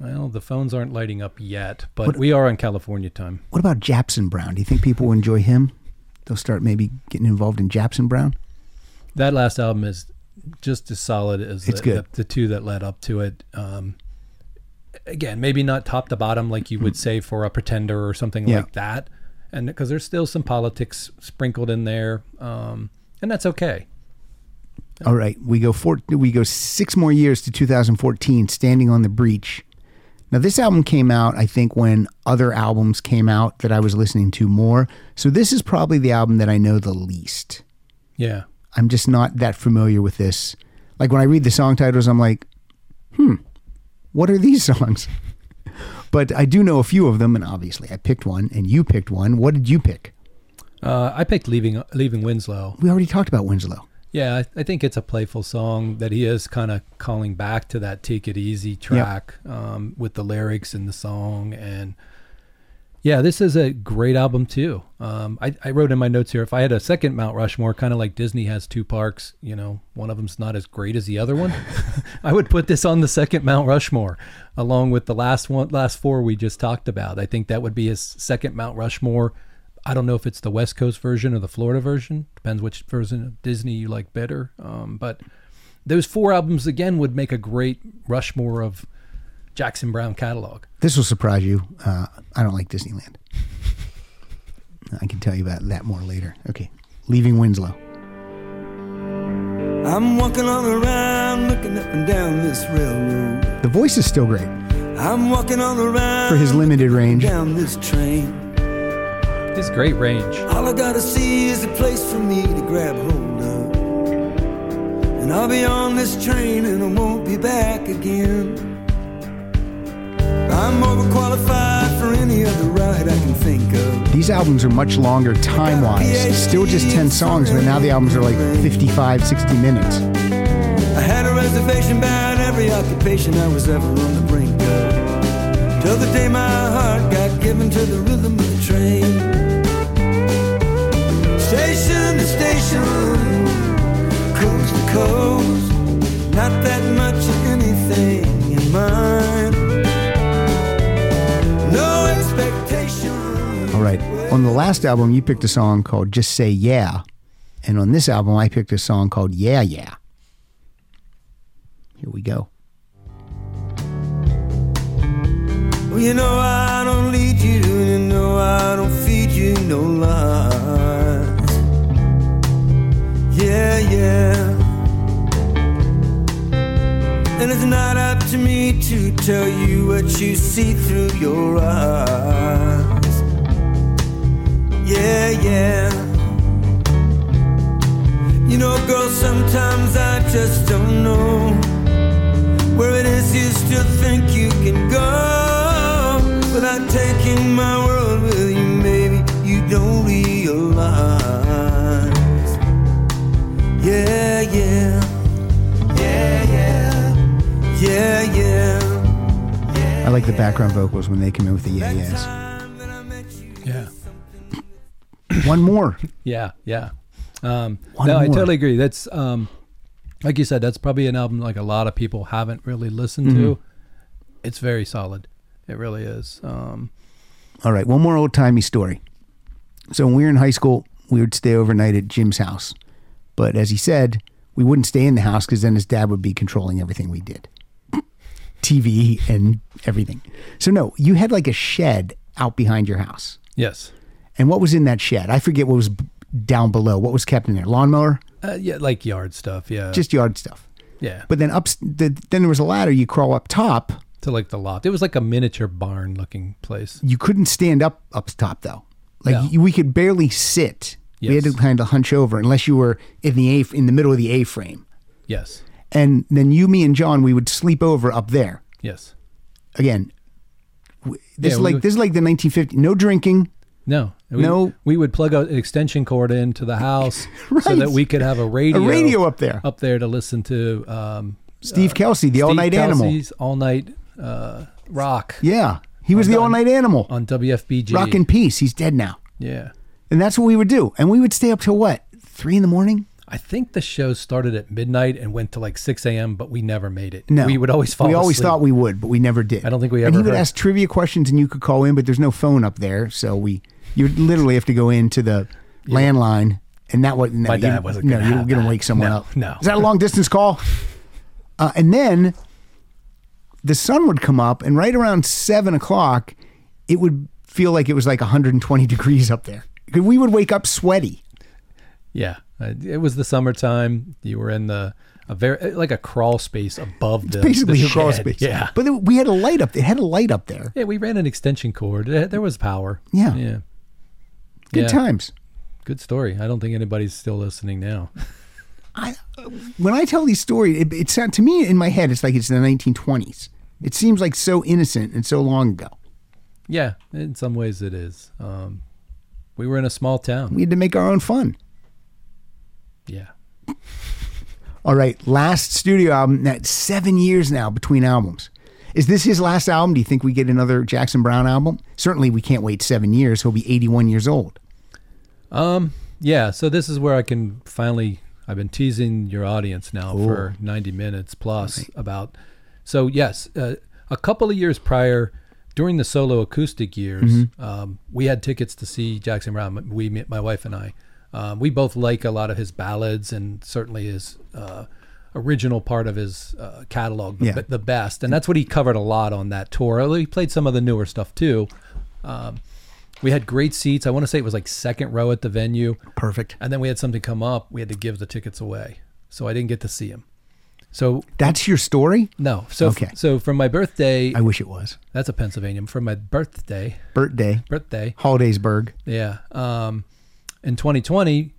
Well, the phones aren't lighting up yet, but What- we are on California time. What about Japson Brown? Do you think people will enjoy him? They'll start maybe getting involved in Japson Brown? That last album is just as solid as It's the, good. The, the two that led up to it. Um, again, maybe not top to bottom like you would say for a Pretender or something Mm. Yeah. like that, and because there's still some politics sprinkled in there, um, and that's okay. All right, we go four, we go six more years to 2014, standing on the breach. Now this album came out, I think, when other albums came out that I was listening to more. So this is probably the album that I know the least. Yeah. I'm just not that familiar with this. Like when I read the song titles, I'm like, hmm, what are these songs? but I do know a few of them, and obviously I picked one, and you picked one. What did you pick? Uh, I picked leaving leaving Winslow. We already talked about Winslow. Yeah, I, I think it's a playful song that he is kind of calling back to that "Take It Easy" track um, with the lyrics in the song, and Yeah, this is a great album too. Um, I, I wrote in my notes here if I had a second Mount Rushmore, kind of like Disney has two parks, you know, one of them's not as great as the other one. I would put this on the second Mount Rushmore, along with the last one, last four we just talked about. I think that would be his second Mount Rushmore. I don't know if it's the West Coast version or the Florida version. Depends which version of Disney you like better. Um, but those four albums again would make a great Rushmore of Jackson Brown catalog. This will surprise you. Uh, I don't like Disneyland. I can tell you about that more later. Okay. Leaving Winslow. I'm walking all around, looking up and down this railroad. The voice is still great I'm walking all around for his limited range. down this train. This great range. All I gotta see is a place for me to grab hold of. And I'll be on this train and I won't be back again. I'm overqualified for any other ride I can think of. These albums are much longer time wise. Still just 10 songs, but now the albums are like 55, 60 minutes. I had a reservation about every occupation I was ever on the brink of. Till the day my heart got given to the rhythm of the train. Station to station, coast to coast, not that much of anything in mind. No expectation. All right. On the last album, you picked a song called Just Say Yeah. And on this album, I picked a song called Yeah, Yeah. Here we go. Well, you know I don't lead you, and you know I don't feed you no lies. Yeah, yeah. And it's not up to me to tell you what you see through your eyes. Yeah, yeah. You know, girl, sometimes I just don't know where it is you still think you can go without taking my world with you maybe you don't realize yeah yeah yeah yeah yeah yeah I like the background vocals when they come in with the yeah, yeahs. Yeah. One more. Yeah, yeah. Um, One no, I more. totally agree. That's um, like you said. That's probably an album like a lot of people haven't really listened Mm-hmm. to. It's very solid. It really is. Um, All right, one more old timey story. So when we were in high school, we would stay overnight at Jim's house. But as he said, we wouldn't stay in the house because then his dad would be controlling everything we did TV and everything. So, no, you had like a shed out behind your house. yes. And what was in that shed? I forget what was b- down below. What was kept in there? Lawnmower? Uh, yeah, like yard stuff. Yeah. Just yard stuff. yeah. But then up, the, then there was a ladder. You crawl up top. to like the loft. It was like a miniature barn looking place. You couldn't stand up up top though. Like No. you, we could barely sit. We had to Yes. kind of hunch over unless you were in the a in the middle of the A frame. Yes. And then you, me, and John, we would sleep over up there. Yes. Again, w- this Yeah, is we like would- this is like the 1950. No drinking. No. We, No. We would plug a- an extension cord into the house so Right. that we could have a radio, radio up there. up there to listen to um, Steve Kelsey, the Steve all night animal. Kelsey's all night uh, rock Yeah, he was the all night animal. on WFBG. Rock in peace. He's dead now. yeah. And that's what we would do. And we would stay up till what three in the morning. I think the show started at midnight and went to like 6 a.m., but we never made it. No, We would always fall We always asleep. thought we would, but we never did. I don't think we And ever he would heard. ask trivia questions, and you could call in, but there's no phone up there, so we you would literally have to go into the landline, and that wasn't. No, My you- dad wasn't No, gonna you were have going to that. wake someone No, up. no. is that a long distance call? Uh, and then the sun would come up, and right around seven o'clock, it would feel like it was like 120 degrees up there. 'Cause We would wake up sweaty. Yeah, Uh, it was the summertime. You were in the a very like a crawl space above the Basically, the a crawl shed. space. Yeah, but then we had a light up. It had a light up there. yeah. We ran an extension cord. There there was power. Yeah. yeah. Good Yeah. times. Good story. I don't think anybody's still listening now. I, when I tell these stories, it, it sound to me in my head, it's like it's the 1920s. It seems like so innocent and so long ago. Yeah, in some ways it is. Um, we were in a small town. We had to make our own fun. Yeah, All right, last studio album. That's seven years now between albums. Is this his last album? Do you think we get another Jackson Brown album? Certainly, we can't wait seven years. He'll be 81 years old. Um, yeah, so this is where I can finally. I've been teasing your audience now Cool. for 90 minutes plus about. So, yes, uh, a couple of years prior, during the solo acoustic years, Mhm. um, we had tickets to see Jackson Brown, we, me- my wife and I. Um, we both like a lot of his ballads and certainly his uh, original part of his uh, catalog, the, Yeah. the best. And that's what he covered a lot on that tour. Although he played some of the newer stuff too. Um, we had great seats. I want to say it was like second row at the venue. Perfect. And then we had something come up. We had to give the tickets away. So I didn't get to see him. So That's your story? no. So Okay. so from my birthday I wish it was. That's a Pennsylvania. From my birthday. Birthday. Birthday. Holidaysburg. Yeah. Um, in 2020,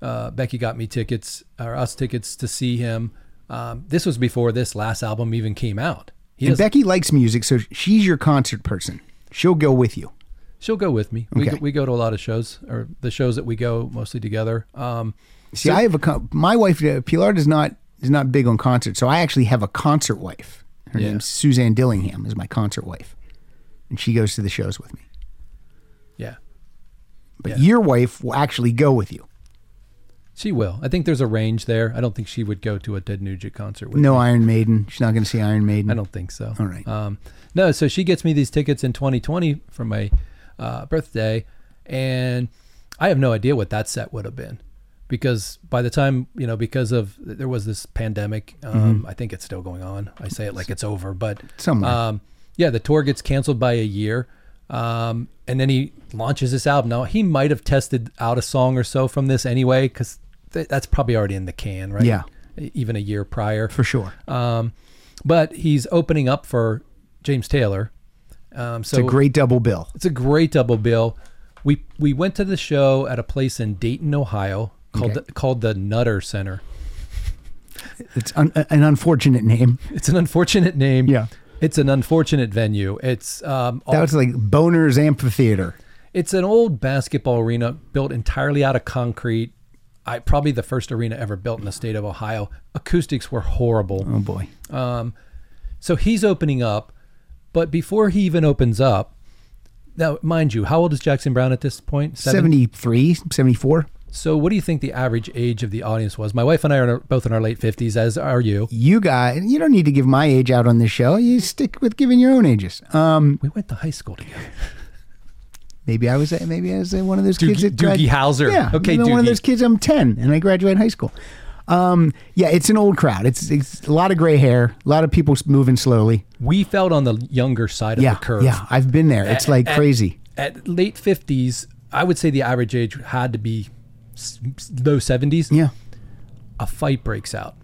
uh, Becky got me tickets or us tickets to see him. Um, this was before this last album even came out. He and doesn't- Becky likes music, so she's your concert person. She'll go with you. she'll go with me. We, Okay. go, we go to a lot of shows or the shows that we go mostly together. Um, See, so- I have a con- my wife uh, Pilar does not is not big on concerts, so I actually have a concert wife. Her Yeah. name's Suzanne Dillingham is my concert wife, and she goes to the shows with me. yeah, But your wife will actually go with you. she will. I think there's a range there. I don't think she would go to a Ted Nugent concert with No Iron Maiden. She's not going to see Iron Maiden. I don't think so. All right. Um, no, so she gets me these tickets in 2020 for my uh, birthday, and I have no idea what that set would have been because by the time you know, because of there was this pandemic, um, I think it's still going on. I say it like it's over, but Mm-hmm. Somewhere. Um, yeah, the tour gets canceled by a year. Um, and then he launches this album. Now he might have tested out a song or so from this anyway, because th- that's probably already in the can, right? E-, Yeah. even a year prior for sure. um, but he's opening up for James Taylor. Um, so it's a great double bill. it's a great double bill. We we went to the show at a place in Dayton, Ohio called Okay. the, called the Nutter Center. It's un- uh, an unfortunate name. It's an unfortunate name. Yeah. It's an unfortunate venue. It's um, all- That was like Boner's Amphitheater. It's an old basketball arena built entirely out of concrete. I probably the first arena ever built in the state of Ohio. Acoustics were horrible. Oh boy. Um, so he's opening up, but before he even opens up, now mind you, how old is Jackson Brown at this point? Seven? 73, 74. So what do you think the average age of the audience was? My wife and I are both in our late fifties, as are you. You guys, you don't need to give my age out on this show. You stick with giving your own ages. Um, We went to high school together. maybe I was maybe I was one of those Doogie- kids that grad- Doogie Howser. Yeah, Okay, maybe I'm one of Doogie. those kids. I'm ten and I graduated high school. Um, yeah, it's an old crowd. It's it's a lot of gray hair, a lot of people s- moving slowly. We felt on the younger side Yeah, of the curve. yeah, I've been there. It's At- like at- crazy. At late fifties, I would say the average age had to be s- s- low seventies. Yeah, A fight breaks out.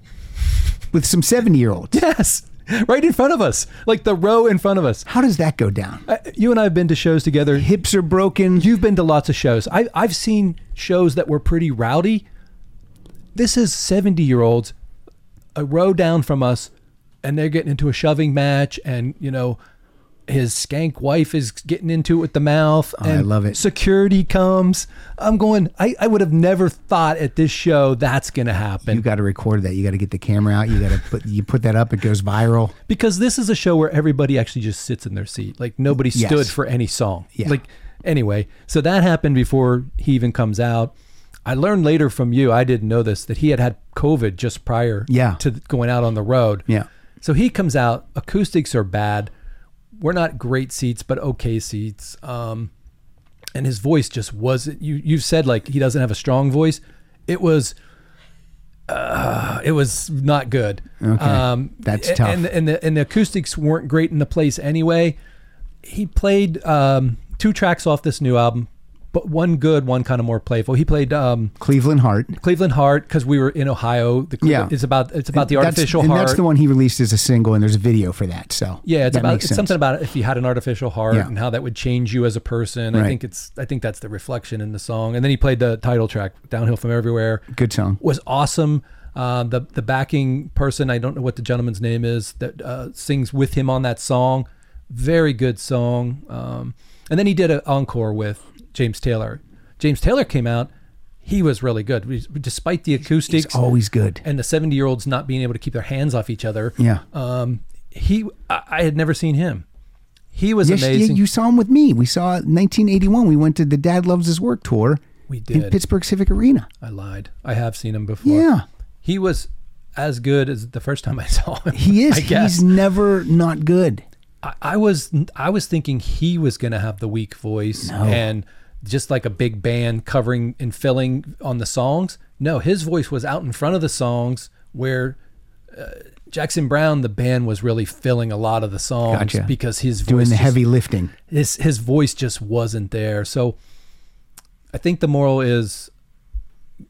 with some seventy year olds. Yes, right in front of us, like the row in front of us. How does that go down? Uh, you and I have been to shows together. Hips are broken. You've been to lots of shows. I, I've seen shows that were pretty rowdy. This is 70 year olds, a row down from us, and they're getting into a shoving match. And, you know, his skank wife is getting into it with the mouth. Oh, I and love it. Security comes. I'm going, I, I would have never thought at this show that's going to happen. You got to record that. You got to get the camera out. You got to put you put that up. It goes viral. because this is a show where everybody actually just sits in their seat. Like nobody Yes. stood for any song. Yeah. Like anyway, so that happened before he even comes out. I learned later from you, I didn't know this, that he had had COVID just prior Yeah. to going out on the road. Yeah. So he comes out, acoustics are bad. We're not great seats, but okay seats. Um, and his voice just wasn't you you've said like he doesn't have a strong voice. It was uh, it was not good. Okay. That's a- tough. And, and the and the acoustics weren't great in the place anyway. He played um, two tracks off this new album, but one good, one kind of more playful. He played um, Cleveland Heart. Cleveland Heart because we were in Ohio. The Yeah. Cleveland, it's about it's about the That's- artificial and heart. that's the one he released as a single, and there's a video for that. So Yeah, it's that about makes it's sense. something about if you had an artificial heart Yeah. and how that would change you as a person. Right. I think it's I think that's the reflection in the song. And then he played the title track "Downhill from Everywhere." Good song. was awesome. Uh, the the backing person I don't know what the gentleman's name is that uh, sings with him on that song. Very good song. Um, and then he did an encore with James Taylor. James Taylor came out. He was really good, We- despite the acoustics It's always good. and the 70 year olds not being able to keep their hands off each other. Yeah. Um, he I, I had never seen him. He was Yes, you- amazing. You saw him with me. We saw it in 1981. We went to the Dad Loves His Work tour. We in did. Oh, Pittsburgh Civic Arena. I lied. I have seen him before. Yeah. He was as good as the first time I saw him. He is. I guess. He's never not good. I, I was I was thinking he was going to have the weak voice No. and just like a big band covering and filling on the songs. No, his voice was out in front of the songs where uh, Jackson Brown, the band, was really filling a lot of the songs Gotcha. because his voice doing the just- heavy lifting. his his voice just wasn't there. So I think the moral is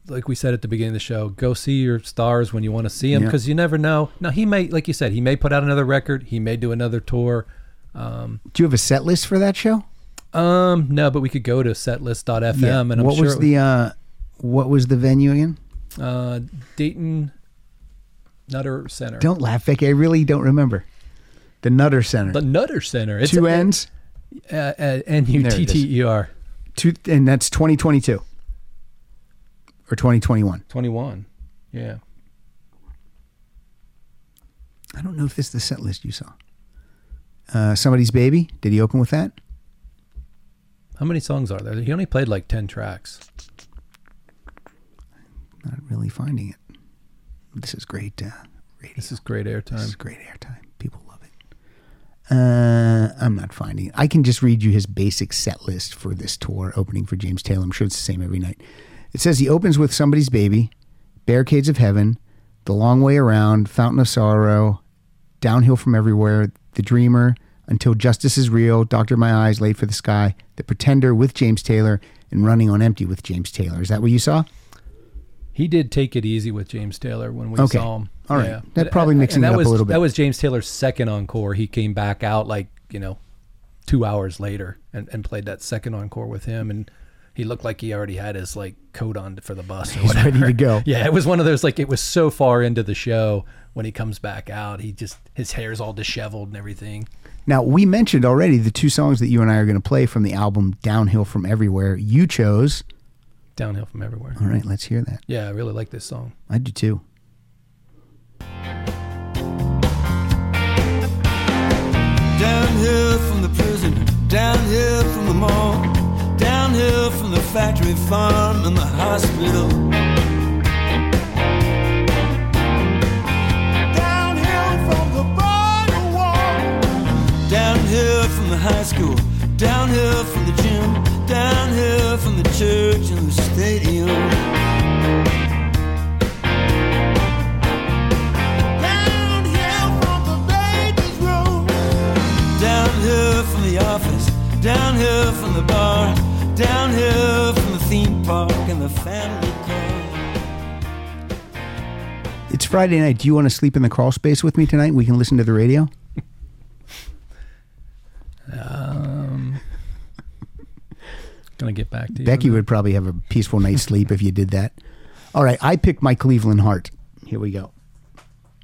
like we said at the beginning of the show, go see your stars when you want to see them Yeah. because you never know. Now he may like you said, he may put out another record, he may do another tour. Um Do you have a set list for that show? um no, but we could go to setlist.fm and I'm what sure was it the uh, what was the venue again? would- uh Dayton Nutter Center. Don't laugh, Vic. I really don't remember. The Nutter Center. the Nutter Center. Two N's. uh, uh, N-U-T-T-E-R. Two, and that's 2022 or 2021. 21. Yeah. I don't know if this is the set list you saw. Uh, Somebody's Baby. Did he open with that? How many songs are there? He only played like 10 tracks. Not really finding it. This is great. Uh, This is great airtime. This is great airtime. People love it. Uh, I'm not finding it. I can just read you his basic set list for this tour opening for James Taylor. I'm sure it's the same every night. It says he opens with Somebody's Baby, Barricades of Heaven, The Long Way Around, Fountain of Sorrow, Downhill from Everywhere, The Dreamer, Until Justice is Real, Doctor My Eyes, Late for the Sky, The Pretender with James Taylor, and Running on Empty with James Taylor. Is that what you saw? He did take it easy with James Taylor when we Okay. saw him. All right. That probably And- mixing and it that up a was, little bit. That was James Taylor's second encore. He came back out like, you know, two hours later and, and played that second encore with him. And he looked like he already had his like coat on for the bus or He's whatever. ready to go. Yeah. It was one of those like, it was so far into the show when he comes back out. He just, his hair's all disheveled and everything. Now, we mentioned already the two songs that you and I are going to play from the album Downhill from Everywhere. You chose. Downhill from everywhere. All right, let's hear that. Yeah. I really like this song. I do too. Downhill from the prison, downhill from the mall, downhill from the factory farm and the hospital. Downhill from the boardwalk, downhill from the high school, downhill from the gym, downhill from the church and the stadium. Downhill from the baby's room. Downhill from the office, downhill from the bar, downhill from the theme park and the family car. It's Friday night. Do you want to sleep in the crawl space with me tonight? We can listen to the radio. Um, gonna get back to you. Becky would probably have a peaceful night's sleep if you did that. All right, I picked my Cleveland Heart. Here we go.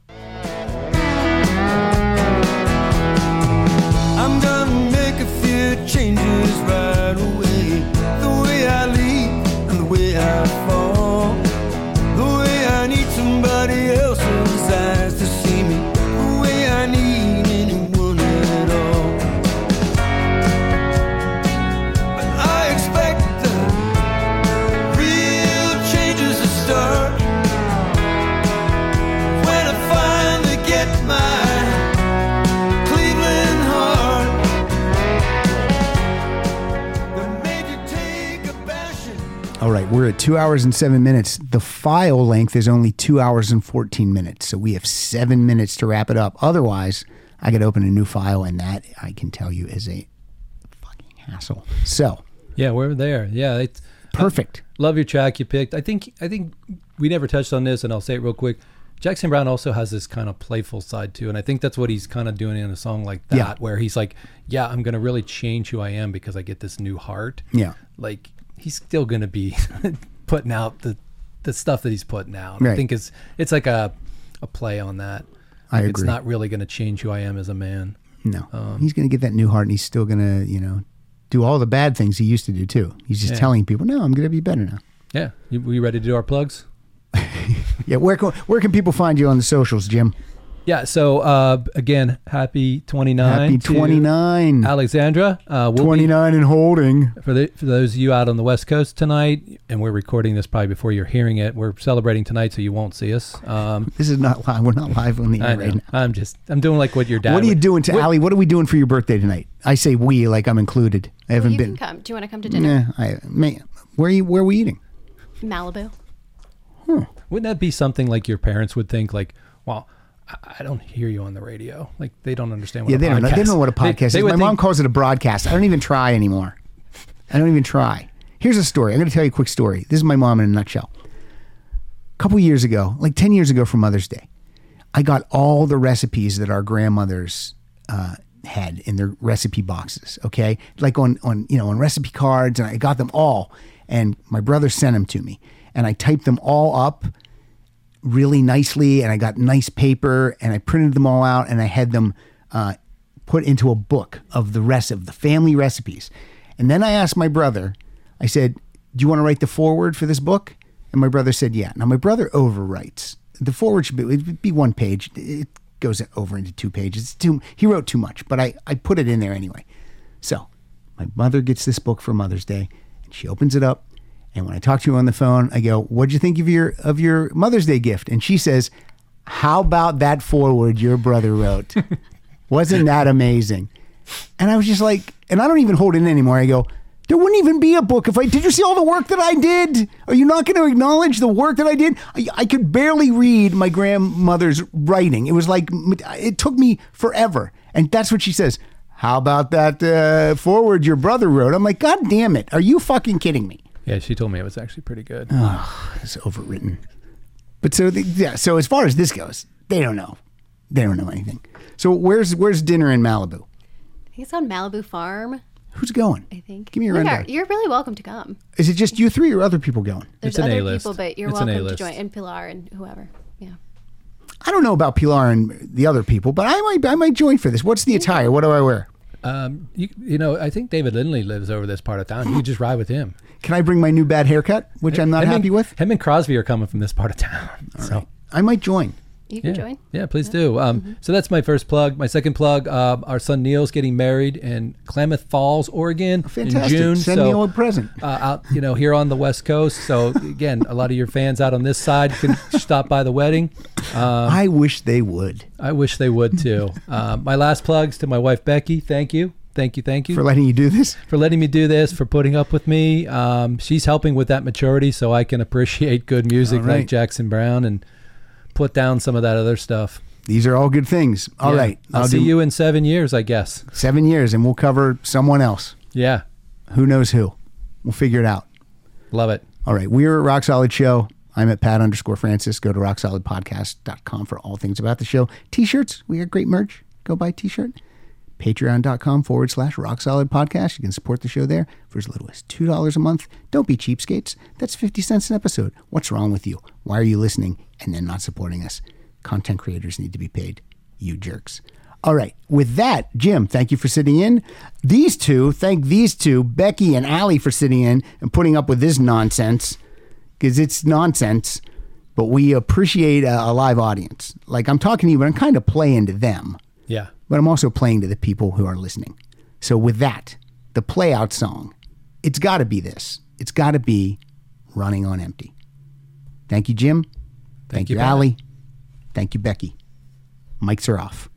I'm gonna make a few changes right away. The way I leap and the way I fall. The way I need somebody else's eyes to see me. The way I need anyone at all. But I expect the real changes to start when I finally get my Cleveland heart. All right, we're at two hours and seven minutes. The file length is only two hours and 14 minutes. So we have seven minutes to wrap it up. Otherwise, I could open a new file, and that I can tell you is a fucking hassle. So Yeah, we're there. Yeah, it's perfect. love your track you picked. I think I think we never touched on this, and I'll say it real quick. Jackson Brown also has this kind of playful side too, and I think that's what he's kind of doing in a song like that, Yeah. where he's like, "Yeah, I'm gonna really change who I am because I get this new heart." Yeah. like he's still gonna be putting out the the stuff that he's putting out. I Right. think it's it's like a a play on that. I Like, It's agree. not really gonna change who I am as a man. No. Um, he's going to get that new heart and he's still going to, you know, do all the bad things he used to do too. He's just Yeah. telling people, no, I'm going to be better now. Yeah, you, you ready to do our plugs? Yeah. Where can, where can people find you on the socials, Jim? Yeah. So uh, again, happy 29. Happy to 29. Alexandra. Uh, we'll be- 29 and holding. for, the, for those of you out on the West Coast tonight, and we're recording this probably before you're hearing it, we're celebrating tonight, so you won't see us. Um, This is not live. We're not live on the I air right know. now. I'm just, I'm doing like what your dad. what are you would- doing to Ali? What are we doing for your birthday tonight? I say we, like I'm included. I haven't you been. can come. Do you want to come to dinner? Yeah, I may. Where are you? Where are we eating? Malibu. Wouldn't that be something like your parents would think, like, well, I, I don't hear you on the radio. Like they don't understand. What yeah, a they don't. Know, they podcast- don't know what a they- podcast is. they My would mom think- calls it a broadcast. I don't even try anymore. I don't even try. Here's a story. I'm going to tell you a quick story. This is my mom in a nutshell. A couple years ago, like ten years ago, for Mother's Day, I got all the recipes that our grandmothers uh, had in their recipe boxes. Okay, like on on you know on recipe cards, and I got them all. And my brother sent them to me, and I typed them all up really nicely, and I got nice paper, and I printed them all out, and I had them uh, put into a book of the rest of the family recipes. And then I asked my brother. I said, "Do you want to write the foreword for this book?" And my brother said, "Yeah." Now my brother overwrites. The foreword should be it'd be one page. It goes over into two pages. It's too he wrote too much, but I I put it in there anyway. So my mother gets this book for Mother's Day, and she opens it up. And when I talk to her on the phone, I go, "What'd you think of your of your Mother's Day gift?" And she says, "How about that forward your brother wrote? Wasn't that amazing?" And I was just like, and I don't even hold it in anymore. I go, "There wouldn't even be a book if I did. You see all the work that I did? Are you not going to acknowledge the work that I did? I, I could barely read my grandmother's writing. It was like it took me forever." And that's what she says. How about that uh, forward your brother wrote? I'm like, God damn it! Are you fucking kidding me? Yeah, she told me it was actually pretty good. Uh. It's overwritten. But so the, yeah, so as far as this goes, they don't know. They don't know anything. So where's where's dinner in Malibu? I think it's on Malibu Farm. Who's going? I think. Give me a Look, rundown. You're really welcome to come. Is it just you three or other people going? There's an other A-list. people, but you're It's an welcome to A-list. join. And Pilar and whoever. Yeah. I don't know about Pilar and the other people, but I might I might join for this. What's the attire? What do I wear? Um, you, you know, I think David Lindley lives over this part of town. You just ride with him. Can I bring my new bad haircut, which I'm not him happy and, with? Him and Crosby are coming from this part of town. so. I might join. Mm-hmm. You Yeah. can join. Yeah, please do. Um, So that's my first plug. My second plug: um, our son Neil's getting married in Klamath Falls, Oregon, Fantastic. in June. Send so, me a little present. uh, out, you know, here on the West Coast. So again, a lot of your fans out on this side can stop by the wedding. I wish they would I wish they would too. Um, my last plugs to my wife Becky. Thank you, thank you, thank you for letting you do this. for letting me do this, for putting up with me. Um, she's helping with that maturity so I can appreciate good music All right. like Jackson Brown and put down some of that other stuff. These are all good things. All Yeah. right. I'll, see you in seven years, I guess. seven years, and we'll cover someone else. Yeah. Who knows who? We'll figure it out. Love it. All right. We're at Rock Solid Show. I'm at Pat underscore Francis. Go to rocksolidpodcast.com for all things about the show. T shirts. We got great merch. Go buy a t shirt. Patreon.com forward slash rock solid podcast. You can support the show there for as little as $2 a month. Don't be cheapskates. That's 50 cents an episode. What's wrong with you? Why are you listening and then not supporting us? Content creators need to be paid. You jerks. All right. With that, Jim, thank you for sitting in. These two, thank these two, Becky and Allie, for sitting in and putting up with this nonsense because it's nonsense, but we appreciate a, a live audience. Like I'm talking to you, but I'm kind of playing to them, Yeah. but I'm also playing to the people who are listening. So with that, the play out song, it's got to be this. It's got to be running on empty. Thank you, Jim. Thank, you, you, Pat. Allie. Thank you, Becky. Mics are off.